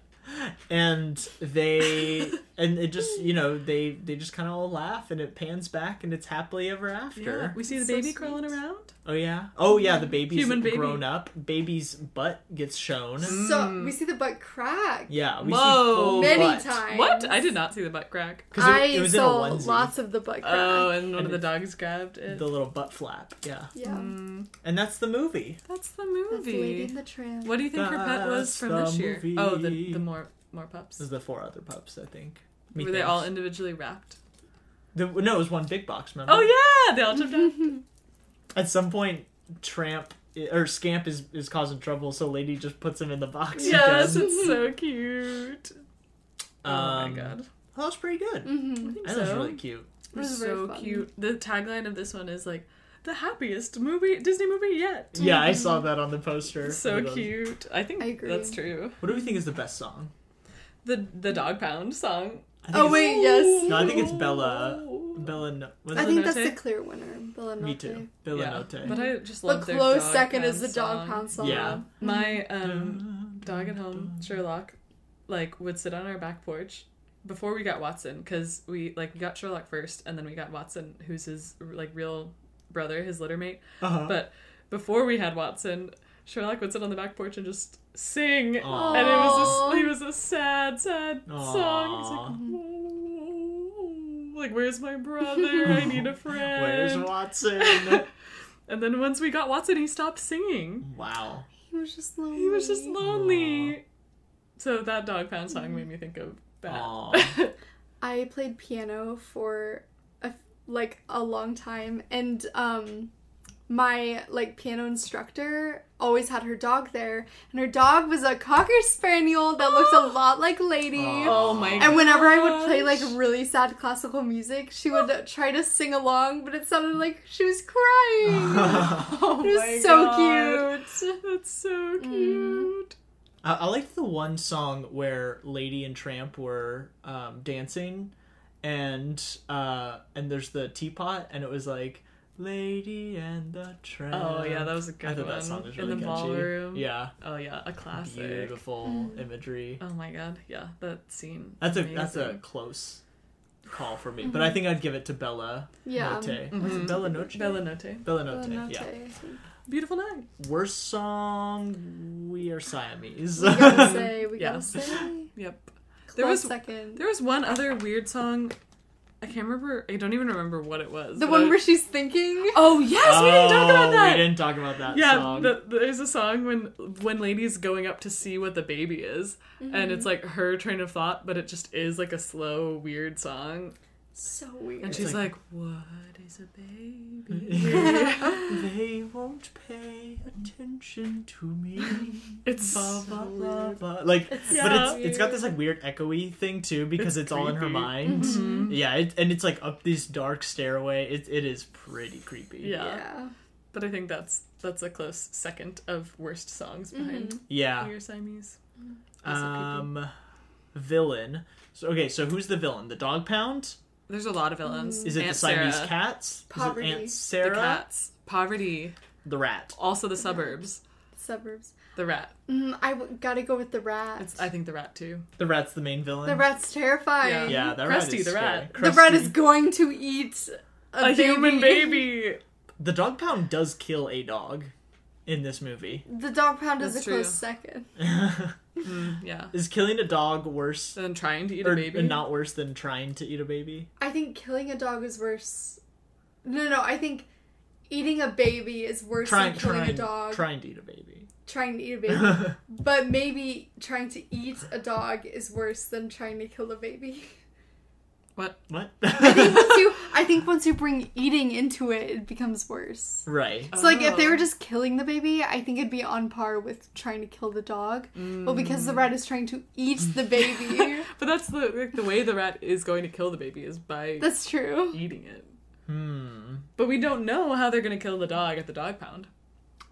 and they and it just you know they they just kind of all laugh and it pans back and it's happily ever after.
We see the
So
baby
sweet.
crawling around.
Oh yeah. Oh yeah. The baby's
Human baby.
grown up. Baby's butt gets shown.
Mm.
Mm.
So we see the butt crack.
Yeah. We
Whoa.
See full
Many
butt.
times.
What? I did not see the butt crack.
'Cause
I
it, it was
saw
in a onesie.
lots of the butt crack.
Oh, and one of
And
the dogs grabbed it.
The little butt flap. Yeah.
yeah.
Mm,
And that's the movie.
that's the
That's Lady in
movie.
the Tramp.
What do you think her pet was
That's
from
the
this year?
movie.
Oh, the, the more more
This is
pups.
the four other pups, I think.
Were
Methinks.
they all individually wrapped?
The, no, it was one big box. Remember?
Oh yeah, they all jumped
Mm-hmm.
out.
At some point, Tramp or Scamp is is causing trouble, so Lady just puts him in the box.
yes,
Again. Mm-hmm.
it's so cute. Oh
Um,
my god,
That was pretty good.
Mm-hmm.
I think
That was
so.
really cute.
It
was
was
very
so
fun.
cute. The tagline of this one is like the happiest movie Disney movie yet.
Yeah, I saw that on the poster.
So
It was-
cute. I think
I agree.
that's true.
What do we think is the best song?
The the dog pound song.
I think
Oh
it's-
wait, yes.
No, I think it's Bella.
Oh.
Bella. No- was
I
it?
think that's the
Notte?
clear winner. Bella
Me
Notte.
too.
Yeah.
Bella
But I just
But
love their
close
dog
second
pound
is the dog
song.
pound song.
Yeah.
My um
Note.
dog at home, Sherlock, like would sit on our back porch before we got Watson because we like we got Sherlock first and then we got Watson, who's his like real brother, his littermate.
Uh-huh.
But before we had Watson, Sherlock would sit on the back porch and just sing.
Aw.
And it was
Aw.
a, he was a sad, sad
Aw.
song. He's like, "Oh, like, where's my brother? I need a friend.
Where's Watson?
and then once we got Watson, he stopped singing.
wow.
He was just lonely.
He was just lonely. So that dog pound song made me think of
Aw.
that.
I played piano for a, like a long time, and um, my like piano instructor always had her dog there, and her dog was a cocker spaniel that looked a lot like Lady.
Aw.
oh my
And whenever I would play like
gosh.
really sad classical music, she would try to sing along, but it sounded like she was crying.
Oh
it
my
was so
God.
cute.
That's so
Mm.
cute.
I, I liked the one song where Lady and Tramp were um, dancing, and uh, and there's the teapot, and it was like Lady and the Tramp.
Oh yeah, that was a
Uh, I
good
thought
one.
that song was really
In the
catchy.
ballroom.
Yeah,
Oh yeah, a classic.
beautiful imagery.
Oh my god, yeah, that scene.
That's a
Amazing.
that's a close call for me, but I think I'd give it to Bella
Yeah.
Notte. Was it Bella Notte?
Mm-hmm. um, Bella Notte.
Bella
Bella
Notte.
Notte,
Yeah.
I think.
Beautiful night.
Worst song, we are Siamese.
We gotta say, we
Yeah.
gotta say.
Yep. There
close
was-
second.
There was one other weird song. I can't remember. I don't even remember what it was.
the
but
one
I-
where she's thinking.
Oh yes, we didn't talk about
Oh,
that.
We didn't talk about that
yeah,
song.
the, there's a song when when Lady's going up to see what the baby is, and it's like her train of thought, but it just is like a slow, weird song,
So weird.
and
It's
she's like,
like-
"What is a baby?"
they won't pay attention to me.
it's
Ba, ba, ba, ba. Like,
so
but it's
weird.
it's got this like weird echoey thing too because it's,
It's
all in her
creepy.
mind.
Mhm.
Yeah, it, and it's like up this dark stairway. It it is pretty creepy.
Yeah.
yeah.
but I think that's that's a close second of worst songs behind
Yeah.
Your Siamese. Also creepy.
Um, villain. So okay, so who's the villain? The dog pound?
There's a lot of villains.
Is it
Aunt
the Siamese
Sarah,
cats?
Poverty.
Is it
The
Aunt Sarah?
The cats, poverty,
The rat.
also the suburbs,
Suburbs.
the rat.
Mm, I w- gotta go with the rat.
It's, I think the rat too.
The rat's the main villain.
the rat's terrifying.
Yeah, that
Krusty
rat is
the rat.
scary.
The rat
Krusty-
is going to eat a,
A, human baby.
The dog pound does kill a dog in this movie.
The dog pound is
That's
a close
true.
second.
Mm, yeah.
is killing a dog worse
And trying to eat
or
a baby.
not worse than trying to eat a baby?
I think killing a dog is worse. No, no, I think eating a baby is worse
Trying
than killing
trying
a dog.
trying to eat a baby.
trying to eat a baby. but maybe trying to eat a dog is worse than trying to kill a baby.
what?
I think once you, I think once you bring eating into it, it becomes worse.
right.
So like if they
Oh.
were just killing the baby, I think it'd be on par with trying to kill the dog. But because the rat is trying to eat the baby,
But that's the like, the way the rat is going to kill the baby is by
that's true.
eating it.
Hmm.
But we don't know how they're going to kill the dog at the dog pound.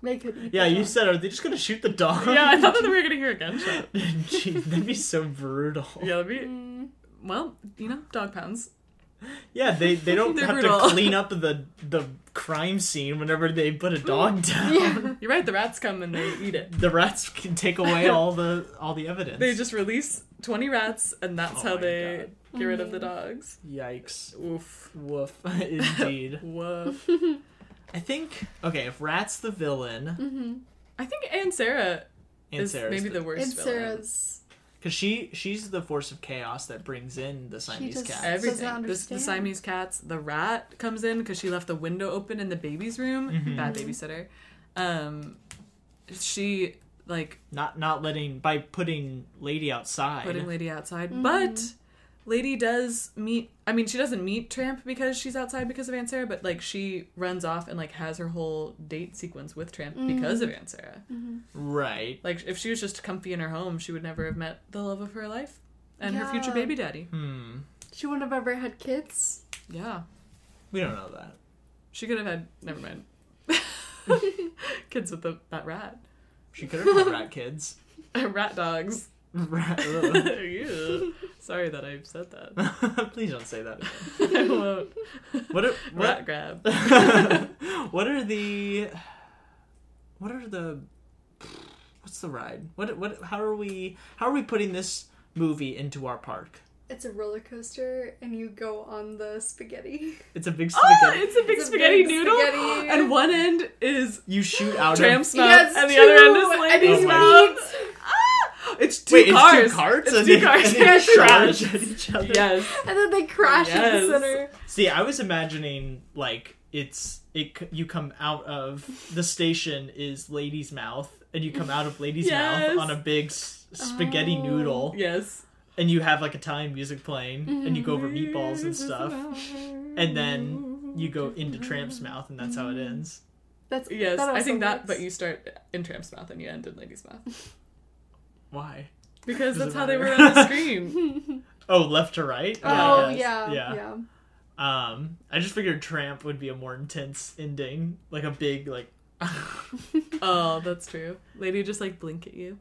They could eat.
Yeah,
the
you
dog.
said are they just gonna shoot the dog?
Yeah, I thought that we were going to hear a gunshot.
Jeez, that'd be so brutal.
Yeah, that'd be,
Mm,
well, you know, dog pounds.
Yeah, they they don't
They're
have
brutal.
to clean up the the crime scene whenever they put a dog down.
yeah.
You're right, the rats come and they eat it.
The rats can take away all the all the evidence.
They just release 20 rats and that's
Oh
how
my
they get rid of the dogs.
yikes.
Mm-hmm. Oof.
Woof. Indeed.
Woof.
I think okay, if Rat's the villain
Mm-hmm.
I think Aunt Sarah
and
is
Sarah's
maybe
the
the worst
And
villain.
Sarah's.
Because she she's the force of chaos that brings in the Siamese
just-
cat.
Everything.
Doesn't
The, the
understand.
Siamese cats. The rat comes in because she left the window open in the baby's room. Bad babysitter. Um, she like
not not letting by putting Lady outside.
putting Lady outside, but Lady does meet. I mean, she doesn't meet Tramp because she's outside because of Aunt Sarah, but like she runs off and like has her whole date sequence with Tramp because of Aunt Sarah.
right.
Like if she was just comfy in her home, she would never have met the love of her life and her future
Yeah.
baby daddy.
Hmm.
She wouldn't have ever had kids.
Yeah,
We don't know that.
she could have had. Never mind. Kids with the, that rat.
She could have had rat kids.
rat dogs.
Rat. ugh.
Ew. Sorry that I said that.
Please don't say that. Again.
I won't.
What? Are,
Rat
what?
grab.
what are the? What are the? What's the ride? What? What? How are we? How are we putting this movie into our park?
It's a roller coaster, and you go on the spaghetti.
It's a big spaghetti.
Oh, it's a big
It's a
spaghetti
big
noodle,
spaghetti.
and one end is
you shoot out of
Tramp's mouth,
Yes,
and the other end is
two,
Lady's
and
mouth.
it's
Ah! It's two
Wait,
cars.
it's two carts.
It's
and
two
they-
cars.
and they
Trash.
charge at each other.
Yes.
And then they crash
Yes.
in the center.
See, I was imagining like it's it. c- You come out of the station is Lady's Mouth, and you come out of Lady's
Yes.
Mouth on a big s- spaghetti
Oh.
noodle,
Yes.
and you have like Italian music playing, and you go over meatballs
Mm-hmm.
and stuff, and then you go into Tramp's Mouth, and that's how it ends.
That's
Yes,
that
I
also
think that,
works.
but you start in Tramp's mouth and you end in Lady's mouth.
Why?
Because
Doesn't
that's how they were
matter.
on the screen.
Oh, left to right.
Oh
I guess.
yeah, yeah,
Um, I just figured Tramp would be a more intense ending, like a big like.
oh, that's true. Lady just like blink at you.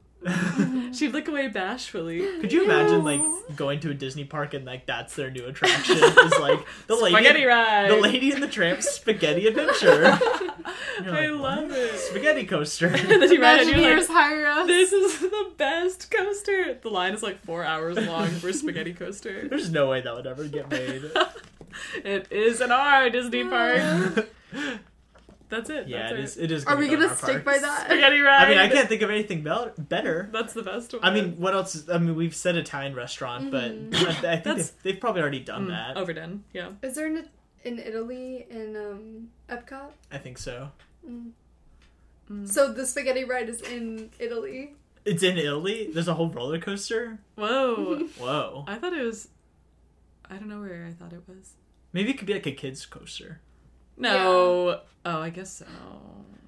She'd look away bashfully.
Could you imagine like going to a Disney park and like that's their new attraction? Is like the
Spaghetti
lady,
ride.
the lady and the tramp spaghetti adventure. You're
I
like,
love
"What?"
it.
Spaghetti coaster.
and then you ride it and you're
Imagineers
like,
hire us.
this is the best coaster. The line is like four hours long for spaghetti coaster.
There's no way that would ever get made.
It is an R Disney park. That's it.
Yeah,
That's
it
our
is. It is.
Are we
go in
gonna
our
stick by
parks.
that?
Spaghetti ride.
I mean, I can't think of anything bel- better.
That's the best one.
I mean, what else? Is, I mean, we've said Italian restaurant,
Mm-hmm.
but I, I think
That's-
they've, they've probably already done
Mm,
that.
overdone. Yeah.
Is there an, in Italy in um, Epcot? Mm.
I think so.
Mm.
So the spaghetti ride is in Italy.
It's in Italy. There's a whole roller coaster.
Whoa.
Whoa.
I thought it was. I don't know where I thought it was.
Maybe it could be like a kids coaster.
No. Oh, I guess so.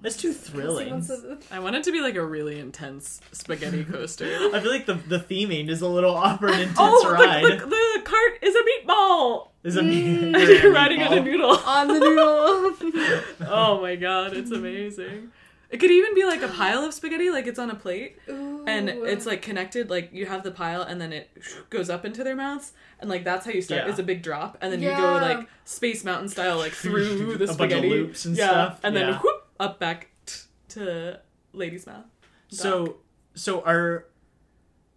That's too
He
thrilling.
wants to-
I want it to be like a really intense spaghetti coaster.
I feel like the the theming is a little off for an intense
oh,
ride.
the, the, the cart is a meatball.
Is a
You're riding on a noodle.
on the noodle.
Oh my god, it's amazing. It could even be like a pile of spaghetti, like it's on a plate, and
Oh.
Ooh.
it's like connected. Like you have the pile, and then it goes up into their mouths, and like that's how you start.
Yeah.
It's a big drop, and then you
Yeah.
go like Space Mountain style, like through the
A bunch of
spaghetti,
loops and
yeah,
stuff,
and then
yeah.
whoop up back t- to Lady's Mouth.
So, so are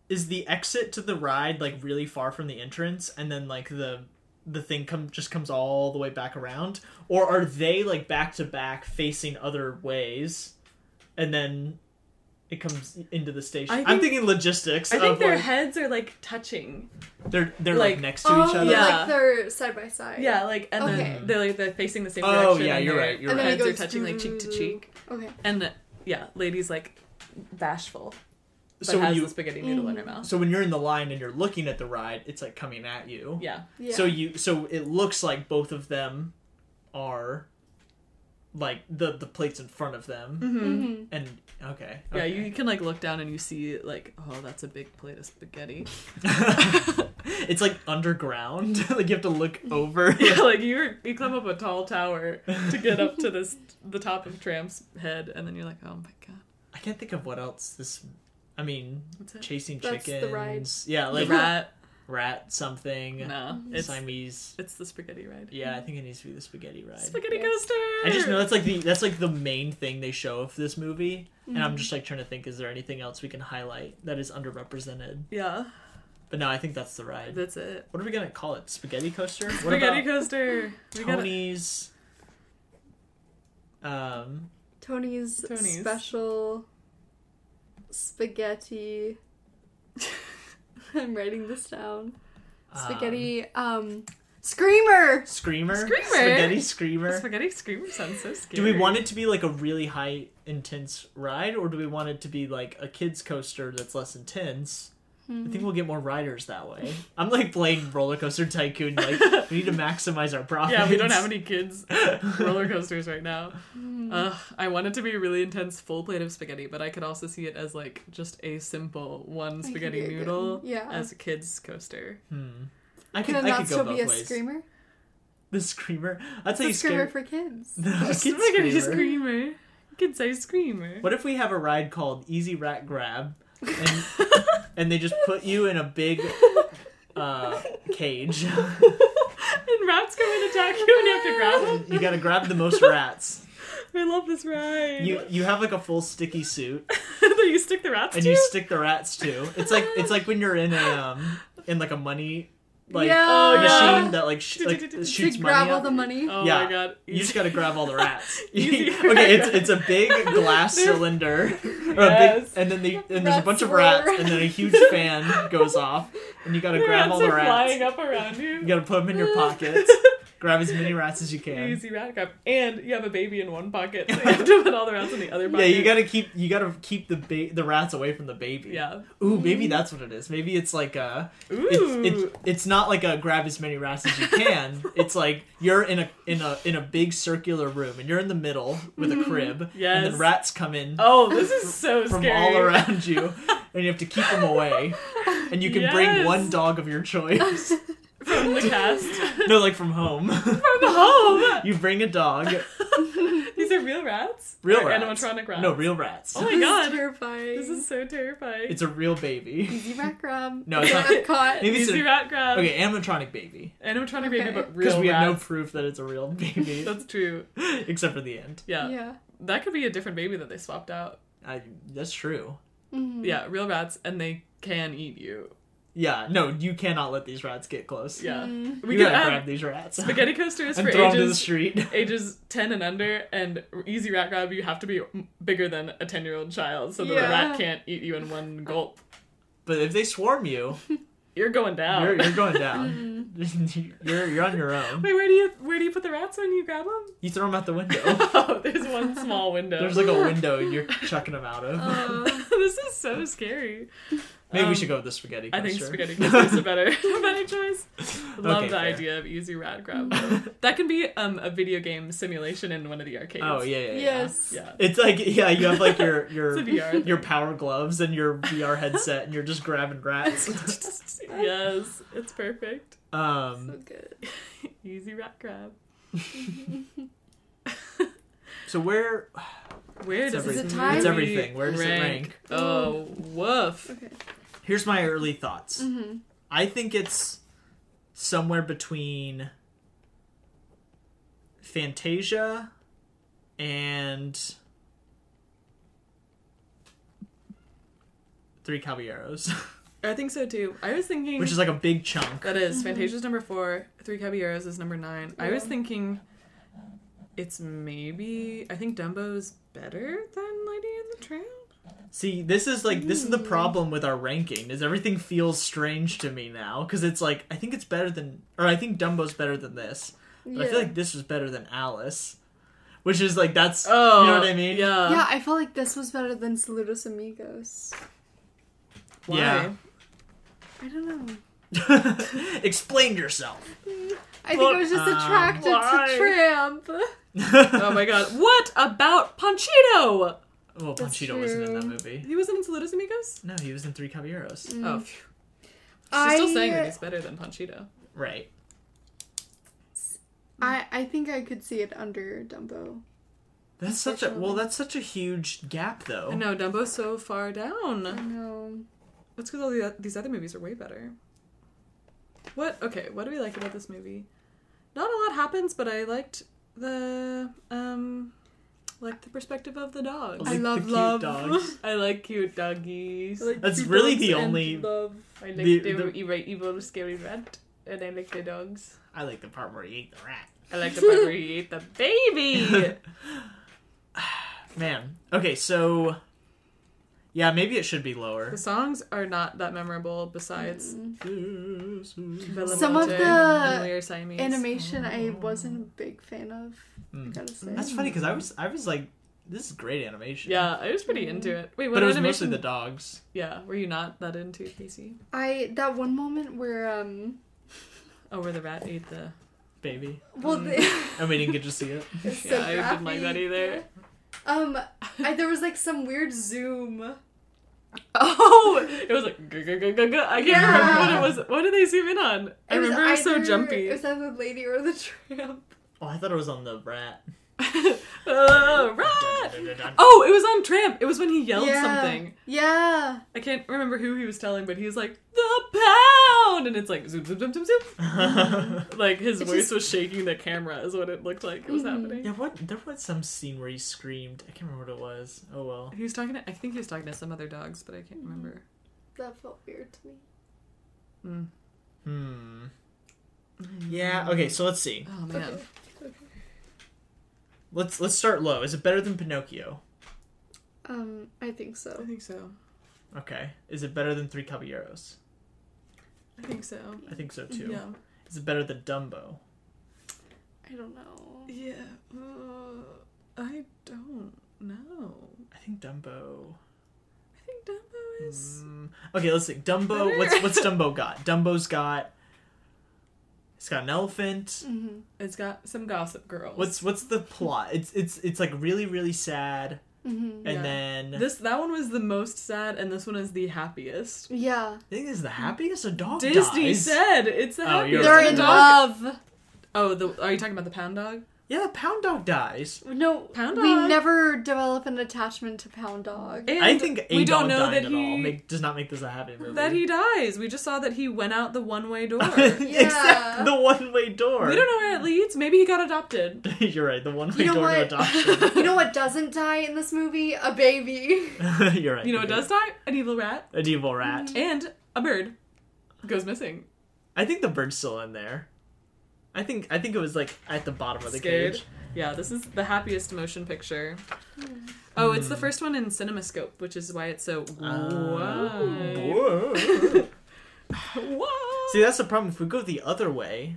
is the exit to the ride like really far from the entrance, and then like the the thing come just comes all the way back around, or are they like back to back facing other ways, and then it comes into the station?
I
I'm
think-
thinking logistics.
I think
of,
their
like,
heads are like touching.
they're they're
like,
like next to each
Oh,
other.
Yeah.
like they're side by side.
Yeah, like and
Okay.
then they're like they're facing the same
Oh,
direction.
yeah,
and
you're
their
right, you're
And then
Heads
it
are
goes
touching like cheek to
through.
cheek,
Okay.
and yeah, Lady's like bashful. but
So when
has
you
the spaghetti noodle
Mm.
in her mouth.
so when you're in the line and you're looking at the ride, it's like coming at you.
Yeah.
Yeah.
So you so it looks like both of them are like the the plates in front of them
Mm-hmm.
Mhm.
and okay,
Yeah,
okay.
you can like look down and you see like, oh, that's a big plate of spaghetti.
it's like underground like you have to look over
yeah, like you you climb up a tall tower to get up to this the top of Tramp's head, and then you're like, oh my god,
i can't think of what else this i mean
what's it?
chasing
That's the
chickens
ride.
yeah like
the rat?
rat something
No, it's
siamese
it's the spaghetti ride.
yeah i think it needs to be the spaghetti ride
Spaghetti
Yeah.
coaster.
I just know that's like the that's like the main thing they show of this movie, and
Mm-hmm.
I'm just like trying to think: is there anything else we can highlight that is underrepresented?
Yeah,
But no, I think that's the ride.
that's it.
What are we gonna call it? Spaghetti coaster? What
Spaghetti
about
coaster. We gotta-
Tony's? Um,
Tony's,
Tony's.
special spaghetti. I'm writing this down.
Ah.
Spaghetti. Um, screamer.
um, screamer,
Screamer?
spaghetti screamer.
Spaghetti scream sounds so scary.
do we want it to be like a really high intense ride, or do we want it to be like a kids coaster that's less intense? I
Mm.
think we'll get more riders that way. I'm like playing roller coaster tycoon. Like we need to maximize our profits.
Yeah, we don't have any kids roller coasters right now.
Mm-hmm.
Ugh, I want it to be a really intense full plate of spaghetti, but I could also see it as like just a simple one
could
spaghetti
be a good-
noodle
yeah.
as a kids coaster.
Hmm. I
Can
could, I
that
could go
still be
both
a
ways.
screamer?
The screamer. I'd
It's
say
a screamer
scare-
for kids.
No, kids
spaghetti
screamer.
screamer. Kids say screamer.
What if we have a ride called Easy Rat Grab, and, and they just put you in a big uh, cage?
and rats come and attack you and you have to grab them.
you gotta grab the most rats.
I love this ride.
You you have like a full sticky suit,
that you stick the rats
and
to?
you stick the rats to. It's like it's like when you're in a um in like a money like
Yeah.
Oh, yeah.
machine that like, sh- like
to
shoots
grab
money.
all
Up.
the money.
oh
yeah.
my god.
you just gotta grab all the rats.
Easy Rat
okay, it's
Grab.
it's a big glass cylinder, or a big-
Yes.
and then they, and there's a
Rats
bunch of
roar.
rats, and then a huge fan goes off, and you gotta
the
grab
rats
all the
are
rats.
flying up around
You
you.
gotta put them in your pockets. Grab as many rats as you can.
Easy rat grab. And you have a baby in one pocket, so you have to put all the rats in the other
Yeah,
pocket.
you gotta keep you gotta keep the ba- the rats away from the baby.
Yeah.
Ooh, maybe that's what it is. Maybe it's like a
Ooh.
it's it's, it's not like a grab as many rats as you can. it's like you're in a in a in a big circular room and you're in the middle with a crib.
Mm-hmm. Yes.
And then rats come in
oh, this is so
from
scary.
all around you, and you have to keep them away. And you can
Yes.
bring one dog of your choice.
From the cast. from
no, like from home.
the home.
you bring a dog.
These are real rats?
Real
Or
rats.
animatronic rats?
No, real rats.
Oh my
this
god.
Is terrifying.
This is so terrifying.
It's a real baby.
easy back grab.
No, it's not-
Epcot.
Maybe it's
Easy
a,
rat grab.
okay animatronic baby
Animatronic baby,
Okay.
but
because
real
we have no
rats.
proof that it's a real baby
That's true.
except for the end.
Yeah.
Yeah.
That could be a different baby that they
Mm-hmm.
swapped out.
I, that's true.
Mm-hmm.
Yeah, real rats, and they can eat you.
Yeah, no, you cannot let these rats get close.
Yeah.
Mm-hmm.
We
We
could
gotta
add
grab these rats
Spaghetti Coaster is
and
for
throw them to the
ages
street.
ages 10 and under and easy rat grab you have to be m- bigger than a 10 year old child so that the
Yeah.
rat can't eat you in one gulp
But if they swarm you,
you're going down
you're, you're going
Mm-hmm.
down. you're you're on your own.
wait where do you where do you put the rats when you grab them
You throw them out the window.
oh there's one small window
There's like a window you're chucking them out of.
this is so scary
Maybe
Uh, um,
we should go with the spaghetti.
i think
coaster.
spaghetti coasters are better better choice love
Okay,
the
fair.
idea of easy rat grab
Mm-hmm.
though. that can be um, a video game simulation in one of the arcades
Oh yeah, yeah, yeah.
yes.
yeah
It's like yeah, you have like your
it's a
your
vr thing.
your power gloves and your VR headset, and you're just grabbing rats.
yes it's perfect
So
Um,
good.
easy rat grab
so where
Where
It's
does
everything.
It
Is it time?
really
It's
everything. Where does it rank?
Oh, woof.
Okay.
here's my early thoughts.
Mm-hmm.
I think it's somewhere between Fantasia and Three Caballeros,
I think so too. I was thinking
which is like a big chunk.
that is Fantasia's number four. Three Caballeros is number nine. I was
Yeah.
thinking it's maybe I think Dumbo's better than Lady in the Tramp.
See, this is like this is the problem with our ranking. Is everything feels strange to me now because it's like I think it's better than, or I think Dumbo's better than this, but I feel like this was better than Alice, which is like that's you know what I mean?
Oh, Yeah.
yeah, I felt like this was better than Saludos Amigos.
Why?
Yeah.
I don't know.
Explain yourself.
I think
But,
I was just
um,
attracted
why?
to Tramp.
Oh my god. What about Panchito?
Well,
That's
Panchito wasn't in that
true. Mm.
movie.
He wasn't in Saludos Amigos?
No, he was in Three Caballeros.
Oh, phew. She's still
I,
saying that he's better than Panchito.
Right.
I I think I could see it under Dumbo.
That's such a well.
Unfortunately.
That's such a huge gap,
I
though.
know, Dumbo's so far
I
down.
know.
That's because all the, these other movies are way better. What? Okay, what do we like about this movie? Not a lot happens, but I liked the um, like the perspective of the dogs.
Like
I love
the cute
love.
dogs.
I like cute doggies.
That's cute really dogs the and only-
love.
I like e-,
the- the-
evil, scary rat, and I like the dogs.
I like the part where he ate the rat.
I like the part where he ate the baby.
Man. Okay, so yeah, maybe it should be
the
lower.
songs are not that memorable. Besides,
Mm-hmm.
Mm.
Bella
Some of
Monte
the
and we are Siamese.
Animation I wasn't a big fan of. I
Mm.
gotta say.
Mm. That's funny because I was I was like, this is great animation.
Yeah, I was pretty into it. Wait, what
but it was
animation?
mostly the dogs.
Yeah, were you not that into PC?
I that one moment where um
Oh, where the rat ate the.
Baby,
well
Mm.
the,
and we didn't get to see it.
um, it's so
Yeah, I didn't like that
graphic.
either.
Um, I, there was like some weird zoom.
Oh, it was like "Gu- gu- gu- gu- gu." I can't
Yeah.
remember what it was. What did they zoom in on? I
It was
remember it was so
either-
jumpy.
It was either the lady or the tramp.
Oh, I thought it was on the rat.
Uh, rat!
Ah!
Oh, it was on Tramp. It was when he yelled
Yeah.
something.
Yeah.
I can't remember who he was telling, but he was like the pound, and it's like zoom zoom zoom zoom zoom.
Oh,
Like his
It
voice
just-
was shaking the camera, is what it looked like. It was
Mhm.
yeah,
happening.
what? There was some scene where he screamed. I can't remember what it was. Oh well.
He was talking to. I think he was talking to some other dogs, but I can't remember.
That felt weird to me.
Mm.
Hmm. Yeah. Okay. So let's see.
Oh man.
Let's let's start low. Is it better than Pinocchio?
Um, I think
I
so.
think so.
Okay. Is it better than Three Caballeros?
I think so.
I think so too.
Yeah.
Is it better than Dumbo?
I don't know.
Yeah. Uh, I don't know.
I think Dumbo.
I think Dumbo is.
Mm, okay, let's see. Dumbo. What's what's Dumbo got? Dumbo's got. It's got an elephant.
Mm-hmm.
It's got some Gossip Girls.
What's what's the plot? It's it's it's like really really sad,
Mm-hmm.
and
Yeah.
then
this? That one was the most sad, and this one is the happiest.
Yeah.
I think this is the happiest a dog
Disney
dies.
said it's the
Oh, you're
happiest.
They're
The
in
love.
Oh, the, are you talking about the pound dog?
Yeah, the pound dog dies.
No,
Pound
we
dog.
never develop an attachment to Pound Dog.
And
I think a
we don't
dog
know
dying
that
at
he
all make, does not make this a happy movie.
that he dies. We just saw that he went out the one way door. we
Yeah.
Except the one way door.
don't know where it leads. Maybe he got adopted.
You're right. The one way
You know
door
what?
to adoption.
you know what doesn't die in this movie? A baby.
You're right.
You know,
the
it does die an evil rat
A evil rat.
and a bird. goes missing.
I think the bird's still in there. I think I think it was like at the bottom of the
Scared.
cage.
Yeah, this is the happiest motion picture. Oh,
Hmm.
it's the first one in CinemaScope, which is why it's so wide.
Whoa.
Whoa.
Oh. See, that's the problem. If we go the other way,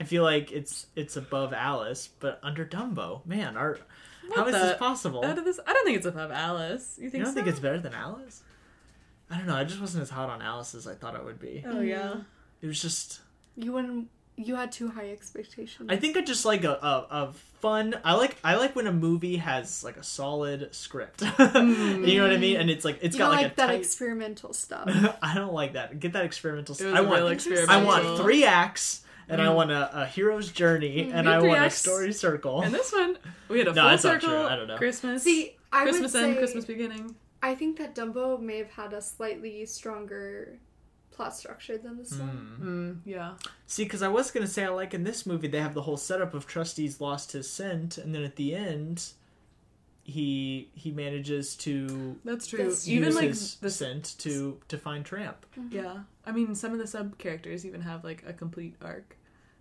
I feel like it's it's above Alice, but under Dumbo. Man, our how is
What the-
this possible?
Out of this, I don't think it's above Alice. You
You
think
don't
so?
think it's better than Alice? I don't know. I just wasn't as hot on Alice as I thought I would be.
Oh yeah.
It was just.
You wouldn't. You had too high expectations.
I think I just like a, a, a fun. I like I like when a movie has like a solid script. you know what I
Mm.
mean? And it's like it's
you
got
don't
like,
like,
a
that
tight.
experimental stuff.
I don't like that. Get that experimental.
It
St-
was
I
a
want
real
Interesting.
experiment.
I want three acts, and I want a, a hero's journey, and
Mm, You
I
three
want
acts.
a story circle.
And this one, we had a
No,
full
that's not
circle.
true. I don't know.
Christmas.
See, I would
Christmas end,
say
Christmas beginning.
I think that Dumbo may have had a slightly stronger plot structure than this one.
Hmm.
Mm, yeah.
See, because I was gonna say I like in this movie they have the whole setup of trustees lost his scent, and then at the end, he he manages to
That's true.
That's
even
use
like
his
the
scent to to find Tramp.
yeah. I mean, some of the sub characters even have like a complete arc,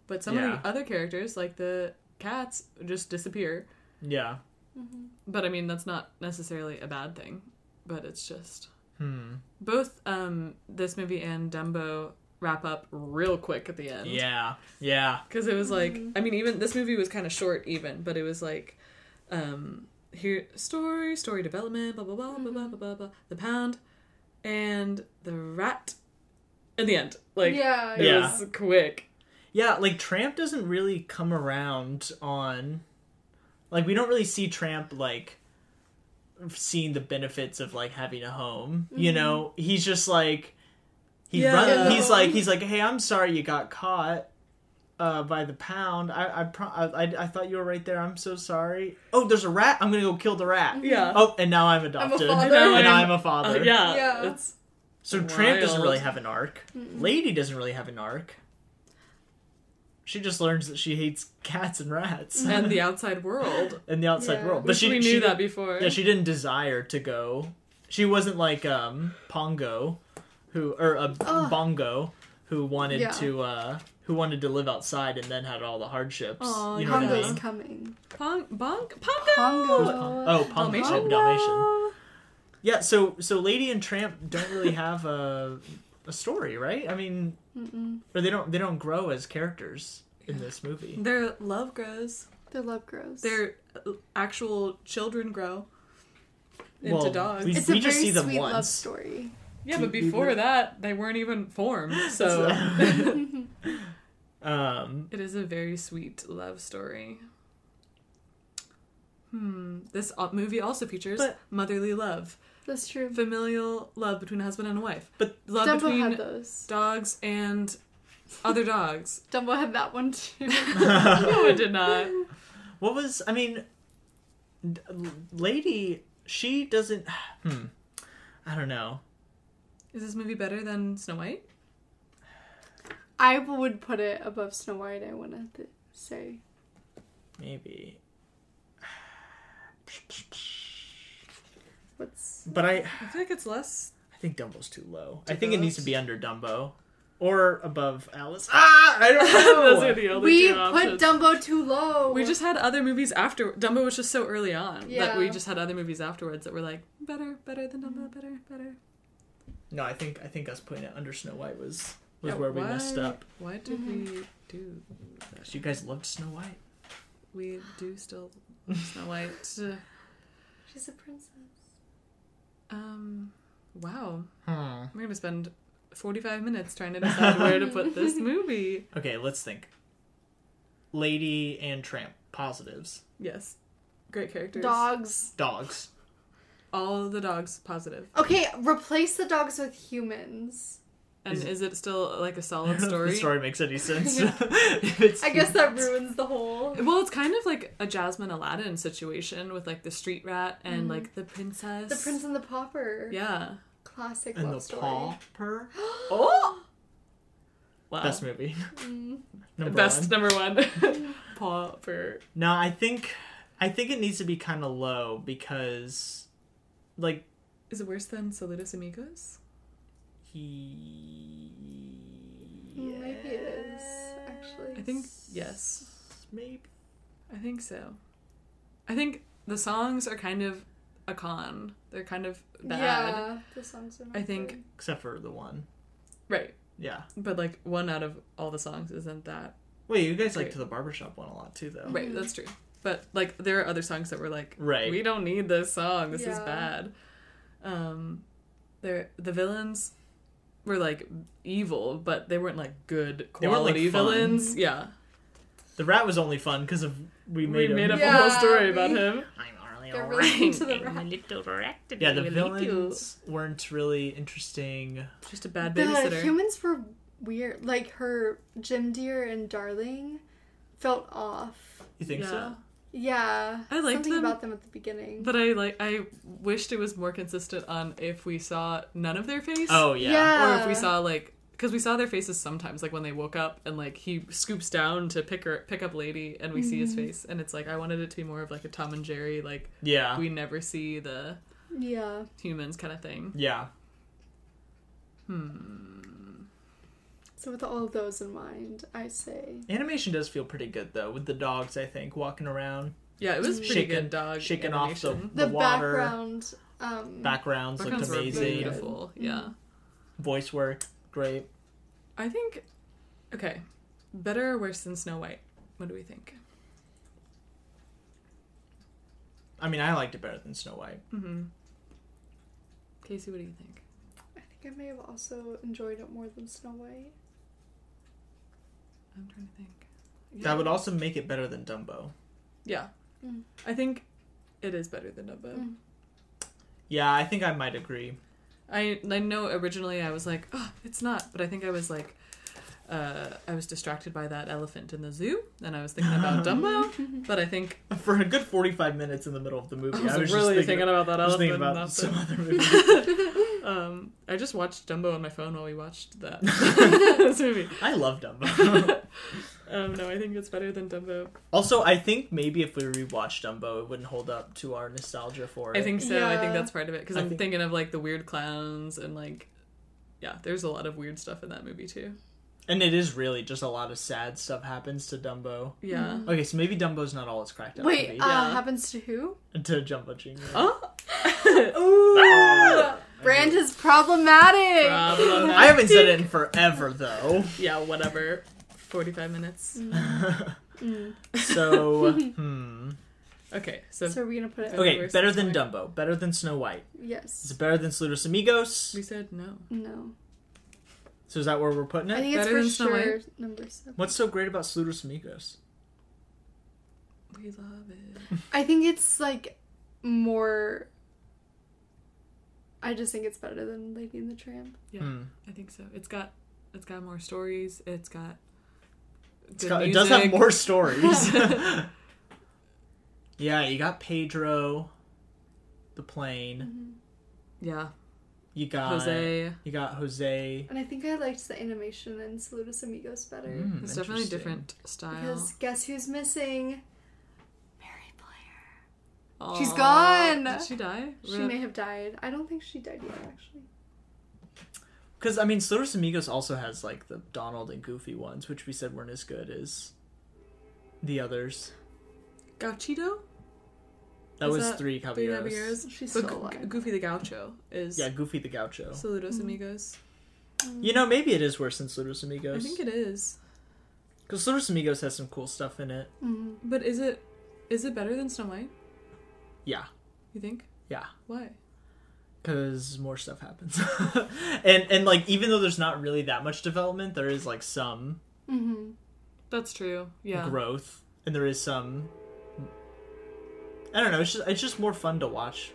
but some
Yeah.
of the other characters, like the cats, just disappear.
Yeah.
But I mean, that's not necessarily a bad thing. But it's just
Hmm.
both um, this movie and Dumbo wrap up real quick at the end.
Yeah. Yeah.
because it was like i mean even this movie was kind of short even but it was like um here story story development blah blah blah blah
Mm-hmm.
blah blah blah blah the pound and the rat in the end like
yeah,
it
Yeah.
was quick
Yeah, like Tramp doesn't really come around on like we don't really see Tramp like seeing the benefits of like having a home. You know, he's just like he
Yeah.
run, he's
Yeah.
like he's like, "Hey, I'm sorry you got caught." Uh, by the pound, I I, pro- I I I thought you were right there. I'm so sorry. Oh, there's a rat. I'm gonna go kill the rat.
yeah
Oh, and now I'm adopted,
father.
and
I'm-
I'm a
Uh,
father.
yeah,
Yeah.
it's
So Tramp doesn't
Wild.
really have an arc. Lady doesn't really have an arc. She just learns that she hates cats and rats
and the outside world
and the outside
Yeah.
world. But
Which
she
we knew
she,
that before
Yeah, she didn't desire to go. She wasn't like um Pongo, who or uh,
Ugh.
Bongo, who wanted
Yeah.
to uh who wanted to live outside and then had all the hardships.
Aw,
you know what I
Pongo's
mean?
coming.
Pong, bonk,
Who's
Pongo.
pongo
Pon- oh, Pongo,
Dalmatian.
Dalmatian. Yeah, so so Lady and Tramp don't really have a a story, right? I mean, or they don't they don't grow as characters in this movie.
their love grows
Their love grows.
their uh, actual children grow into
Well,
dogs
we-
it's a
just
very
see them
sweet love
once.
story.
Yeah,
Do
but
you
before
know-
that, they weren't even formed. So
um,
it is a very sweet love story. Hmm. This uh, movie also features
But-
motherly love,
That's true.
familial love between a husband and a wife,
But-
love
Dumbo had
between
those.
dogs and other dogs.
Dumbo had that one too.
no, it did not.
what was I mean? d- Lady, she doesn't. Hmm, I don't know.
Is this movie better than Snow White?
I would put it above Snow White. I want to say.
Maybe,
What's
but I
I feel like it's less.
I think Dumbo's too low. I
Too
think it needs to
low?
be under Dumbo or above Alice. Ah, I don't know.
Those are the only
we
two
put
options.
Dumbo too low.
we just had other movies after Dumbo was just so early on that
Yeah. Mm-hmm.
we just had other movies afterwards that were like better, better than Dumbo, better, better.
No, I think I think us putting it under Snow White was was
Yeah,
where we
why-
messed up.
Why did
Mm-hmm.
we do? that?
You guys loved Snow White.
We do still love Snow White.
She's a princess.
Um, wow,
Hmm.
we're gonna spend forty-five minutes trying to decide where to put this movie.
Okay, let's think. Lady and Tramp. Positives.
Yes, great characters.
Dogs.
Dogs.
All the dogs positive.
Okay, replace the dogs with humans.
And
Is
is,
it-
it still like a
I don't
solid
know if
story?
the story makes any sense. If it's-
I guess that ruins the whole.
Well, it's kind of like a Jasmine Aladdin situation with like the street rat and like the princess.
Mm-hmm. The Prince and the Pauper.
Yeah.
Classic
And
love
the
story.
paw purr.
Oh. Wow.
Best movie.
Mm,
Number
Best
one.
number one. Paw for
No, I think I think it needs to be kind of low because, like,
Is it worse than Saludos Amigos?
He.
Maybe it is, actually.
I think yes.
Maybe.
I think so. I think the songs are kind of a con. They're kind of bad.
Yeah, the songs are not
I think
good.
Except for the one.
Right.
Yeah.
But like one out of all the songs isn't that
Wait, you guys
Great.
like to the barbershop one a lot too,
Mm-hmm.
though.
Right, that's true. But like there are other songs that were like
Right.
we don't need this song. This is
Yeah.
bad. Um there the villains were like evil, but they weren't like good
They weren't, like,
quality
fun.
villains. Yeah.
The rat was only fun because of we made
we
him.
made up
Yeah,
a whole story
we-
about him.
I'm Arlie
They're
O'Reilly.
relating to the
I'm a
rat.
little rat. today,
yeah, the
will you?
villains weren't really interesting.
Just a bad
The
babysitter.
humans were weird. Like her Jim Deer and Darling felt off.
You think so?
Yeah.
I liked
something
them.
about them at the beginning.
But I like I wished it was more consistent on if we saw none of their face.
Oh yeah.
Yeah.
Or if we saw like because we saw their faces sometimes, like when they woke up and like he scoops down to pick her pick up lady and we see his face and it's like I wanted it to be more of like a Tom and Jerry like
Yeah.
we never see the
Yeah.
humans kind of thing. Hmm.
yeah.
So with all of those in mind, I say
Animation does feel pretty good though, with the dogs. I think walking around,
Yeah, it was pretty
Shaken-
good dog
shaking off
animation.
the,
the,
the water.
background. Um,
Backgrounds looked
Backgrounds were
amazing.
good.
beautiful. Yeah.
Voice work, great.
I think okay, better or worse than Snow White. What do we think?
I mean, I liked it better than Snow White.
Mhm. Casey, what do you think?
I think I may have also enjoyed it more than Snow White.
I'm trying to think.
That would also make it better than Dumbo.
Yeah.
Mm.
I think it is better than Dumbo.
Mm.
Yeah, I think I might agree.
I I know originally I was like, oh, it's not, but I think I was like, uh, I was distracted by that elephant in the zoo, and I was thinking about Dumbo. But I think
For a good forty-five minutes in the middle of the movie,
I was,
just
really thinking, about that
I was
elephant.
thinking about
not
some
the-
other movie.
um, I just watched Dumbo on my phone while we watched that this movie.
I love Dumbo.
Um, no, I think it's better than Dumbo.
Also, I think maybe if we rewatched Dumbo, it wouldn't hold up to our nostalgia for it.
I think so. I think
Yeah.
that's part of it because
I
I'm
think-
thinking of like the weird clowns and like, yeah, there's a lot of weird stuff in that movie too.
and it is really just a lot of sad stuff happens to Dumbo.
Yeah.
Okay, so maybe Dumbo's not all it's cracked up to
Wait,
be.
uh,
yeah.
happens to who?
to Jumbo Jr.
Mm-hmm.
Oh.
Ooh, Brand is problematic.
Problematic.
I haven't said it in forever though.
yeah, whatever. 45 minutes.
Mm,
So, hmm.
Okay, so,
So are we gonna put it?
Oh.
Okay,
worse
better
than
than Dumbo, better than Snow White. Is
Yes.
it better than Saludos Amigos?
we said no.
No.
So is that where we're putting
I
it?
think it's
Better
for
than Snow
sure number seven.
What's so great about Saludos Amigos?
We love it.
I think it's like more. I just think it's better than Lady and the Tramp.
Yeah,
Hmm.
I think so. It's got it's got more stories. It's got
It's got- it does have more stories. yeah, you got Pedro, the plane.
Yeah,
You got
Jose.
You got Jose.
And I think I liked the animation in Saludos Amigos better.
Mm,
It's definitely a
interesting.
different style.
Because guess who's missing? Mary Blair. she's
Aw,
gone!
Did she die?
She
Rip.
may have died. I don't think she died yet, actually.
Because I mean, Slurus Amigos also has like the Donald and Goofy ones, which we said weren't as good as the others.
Gauchito.
That
Is
was
that
three
Three
caballeros.
years.
She's
But
still
G-
alive.
Goofy the Gaucho is
Yeah, Goofy the Gaucho.
Saludos Amigos.
You know, maybe it is worse than Slurus
I
Amigos.
think it is.
Because Slurus Amigos has some cool stuff in it.
Mhm.
But is it is it better than Snow White?
Yeah,
You think?
yeah.
Why?
Because more stuff happens, and and like even though there's not really that much development, there is like some
Mhm.
That's true. Yeah.
growth and there is some i don't know it's just, it's just more fun to watch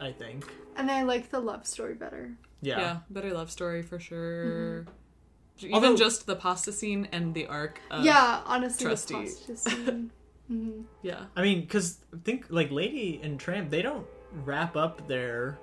i think
And I like the love story better.
yeah,
yeah. better love story for sure J- even
Although-
just the pasta scene and the arc of
yeah, honestly, the
trusty.
pasta scene. Mhm.
yeah
i mean because think like lady and tramp they don't wrap up their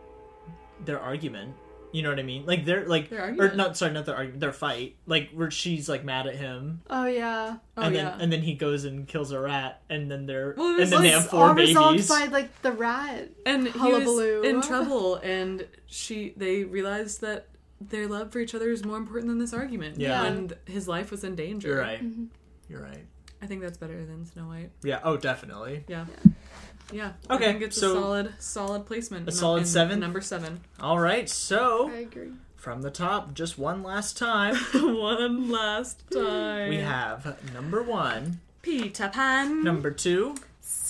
their argument you know what i mean like they're like
Their
or
argument?
not sorry not their argument their fight like where she's like mad at him
Oh yeah.
oh
and then
yeah
and then he goes and kills a rat and then they're
Well, it was
and then they
like
have
It's
four
all
babies
resolved by like the rat.
and, he was
Hullabaloo.
in trouble and she they realized that their love for each other is more important than this argument.
Yeah.
And his life was in danger.
You're right.
Mm-hmm.
You're right.
I think that's better than Snow White.
Yeah. Oh, definitely.
Yeah.
Yeah.
Yeah.
Okay,
I think it's
so-
a solid, solid placement.
A
nu-
solid
in
seven?
Number seven.
All right. So
I agree.
from the top, just one last time,
One last time.
we have number one,
Peter Pan.
number two,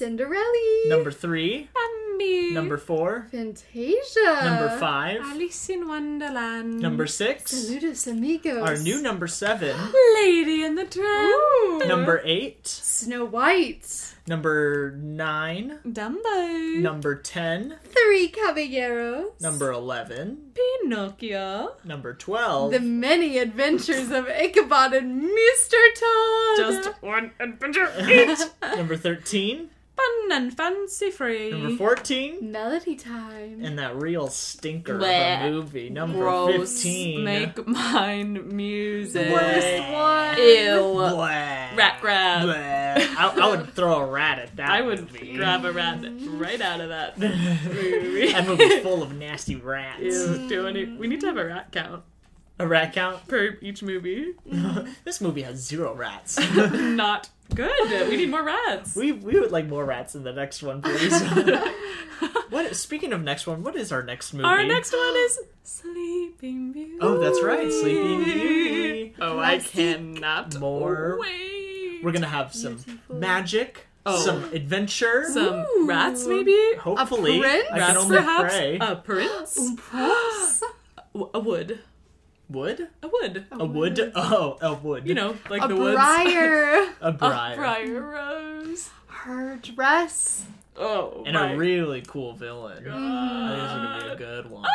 Cinderella.
number three,
Bambi.
number four,
Fantasia.
number
Uh,
five,
Alice in Wonderland.
number six,
Saludos amigos.
our new number seven,
Lady in the Tramp.
number eight,
Snow White.
number nine,
Dumbo.
number ten,
Three caballeros.
number eleven,
Pinocchio.
number twelve.
The many adventures of Ichabod and Mr. Toad.
Just
One adventure.
number 13,
fun and fancy free.
number 14,
Melody time.
and that real stinker
Bleh.
of a movie, number
Gross.
15.
Make mine music.
Bleh.
Worst one.
Ew.
Bleh.
Rat grab.
Bleh. I, I would throw a rat at that.
I would
movie.
grab a rat right out of that. movie.
that movie's full of nasty rats.
Ew, do any, we need to have a rat count
A rat count?
per each movie.
this movie has zero rats.
Not good. We need more rats.
we, we would like more rats in the next one, please. what? Speaking of next one, what is our next movie?
Our next one is Sleeping Beauty.
Oh, that's right, Sleeping Beauty.
Oh, I
Classic.
cannot
More.
wait.
We're gonna have some
Beautiful.
magic,
Oh.
some adventure,
some
Ooh.
rats, maybe.
hopefully.
A prince?
I can
Rats,
only
perhaps.
pray.
A prince.
Oops.
W- a wood.
wood?
A wood.
A wood? Oh, a wood.
You know, like
a
the woods.
briar.
a
A
briar.
Oh, briar rose.
Her dress.
Oh,
And
my
a really cool villain. I think this is gonna be a
God.
good one.
Oh,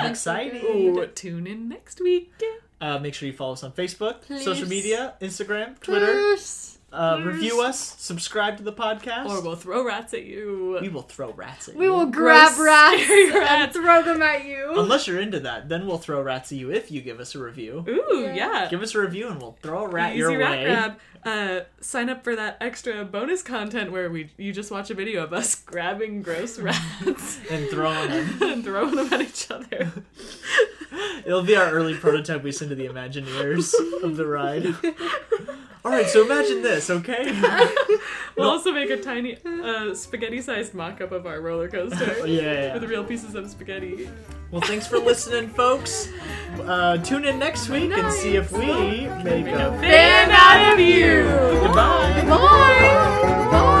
I'm
it's gonna be
excited.
so good.
Ooh, tune in next week.
Uh, make sure you follow us on Facebook,
Please.
social media, Instagram, Twitter.
Oops.
Uh,
Please.
review us, subscribe to the podcast.
Or we'll throw rats at you.
we will throw rats at
We
you.
will grab rats
scary
and
rats.
throw them at you.
Unless you're into that, then we'll throw rats at you if you give us a review.
Ooh,
Yeah.
yeah.
Give us a review and we'll throw a rat
Easy
your
rat
way.
grab. Uh, sign up for that extra bonus content where we you just watch a video of us grabbing gross rats
And throwing them.
and throwing them at each other.
It'll be our early prototype we send to the Imagineers of the ride. All right, so imagine this, okay?
We'll also make a tiny uh, spaghetti-sized mock-up of our roller coaster
Oh, yeah, yeah,
with
yeah.
real pieces of spaghetti.
Well, thanks for listening, folks. Uh, tune in next week and see if we make a
Fan out of you.
goodbye.
Bye. Bye.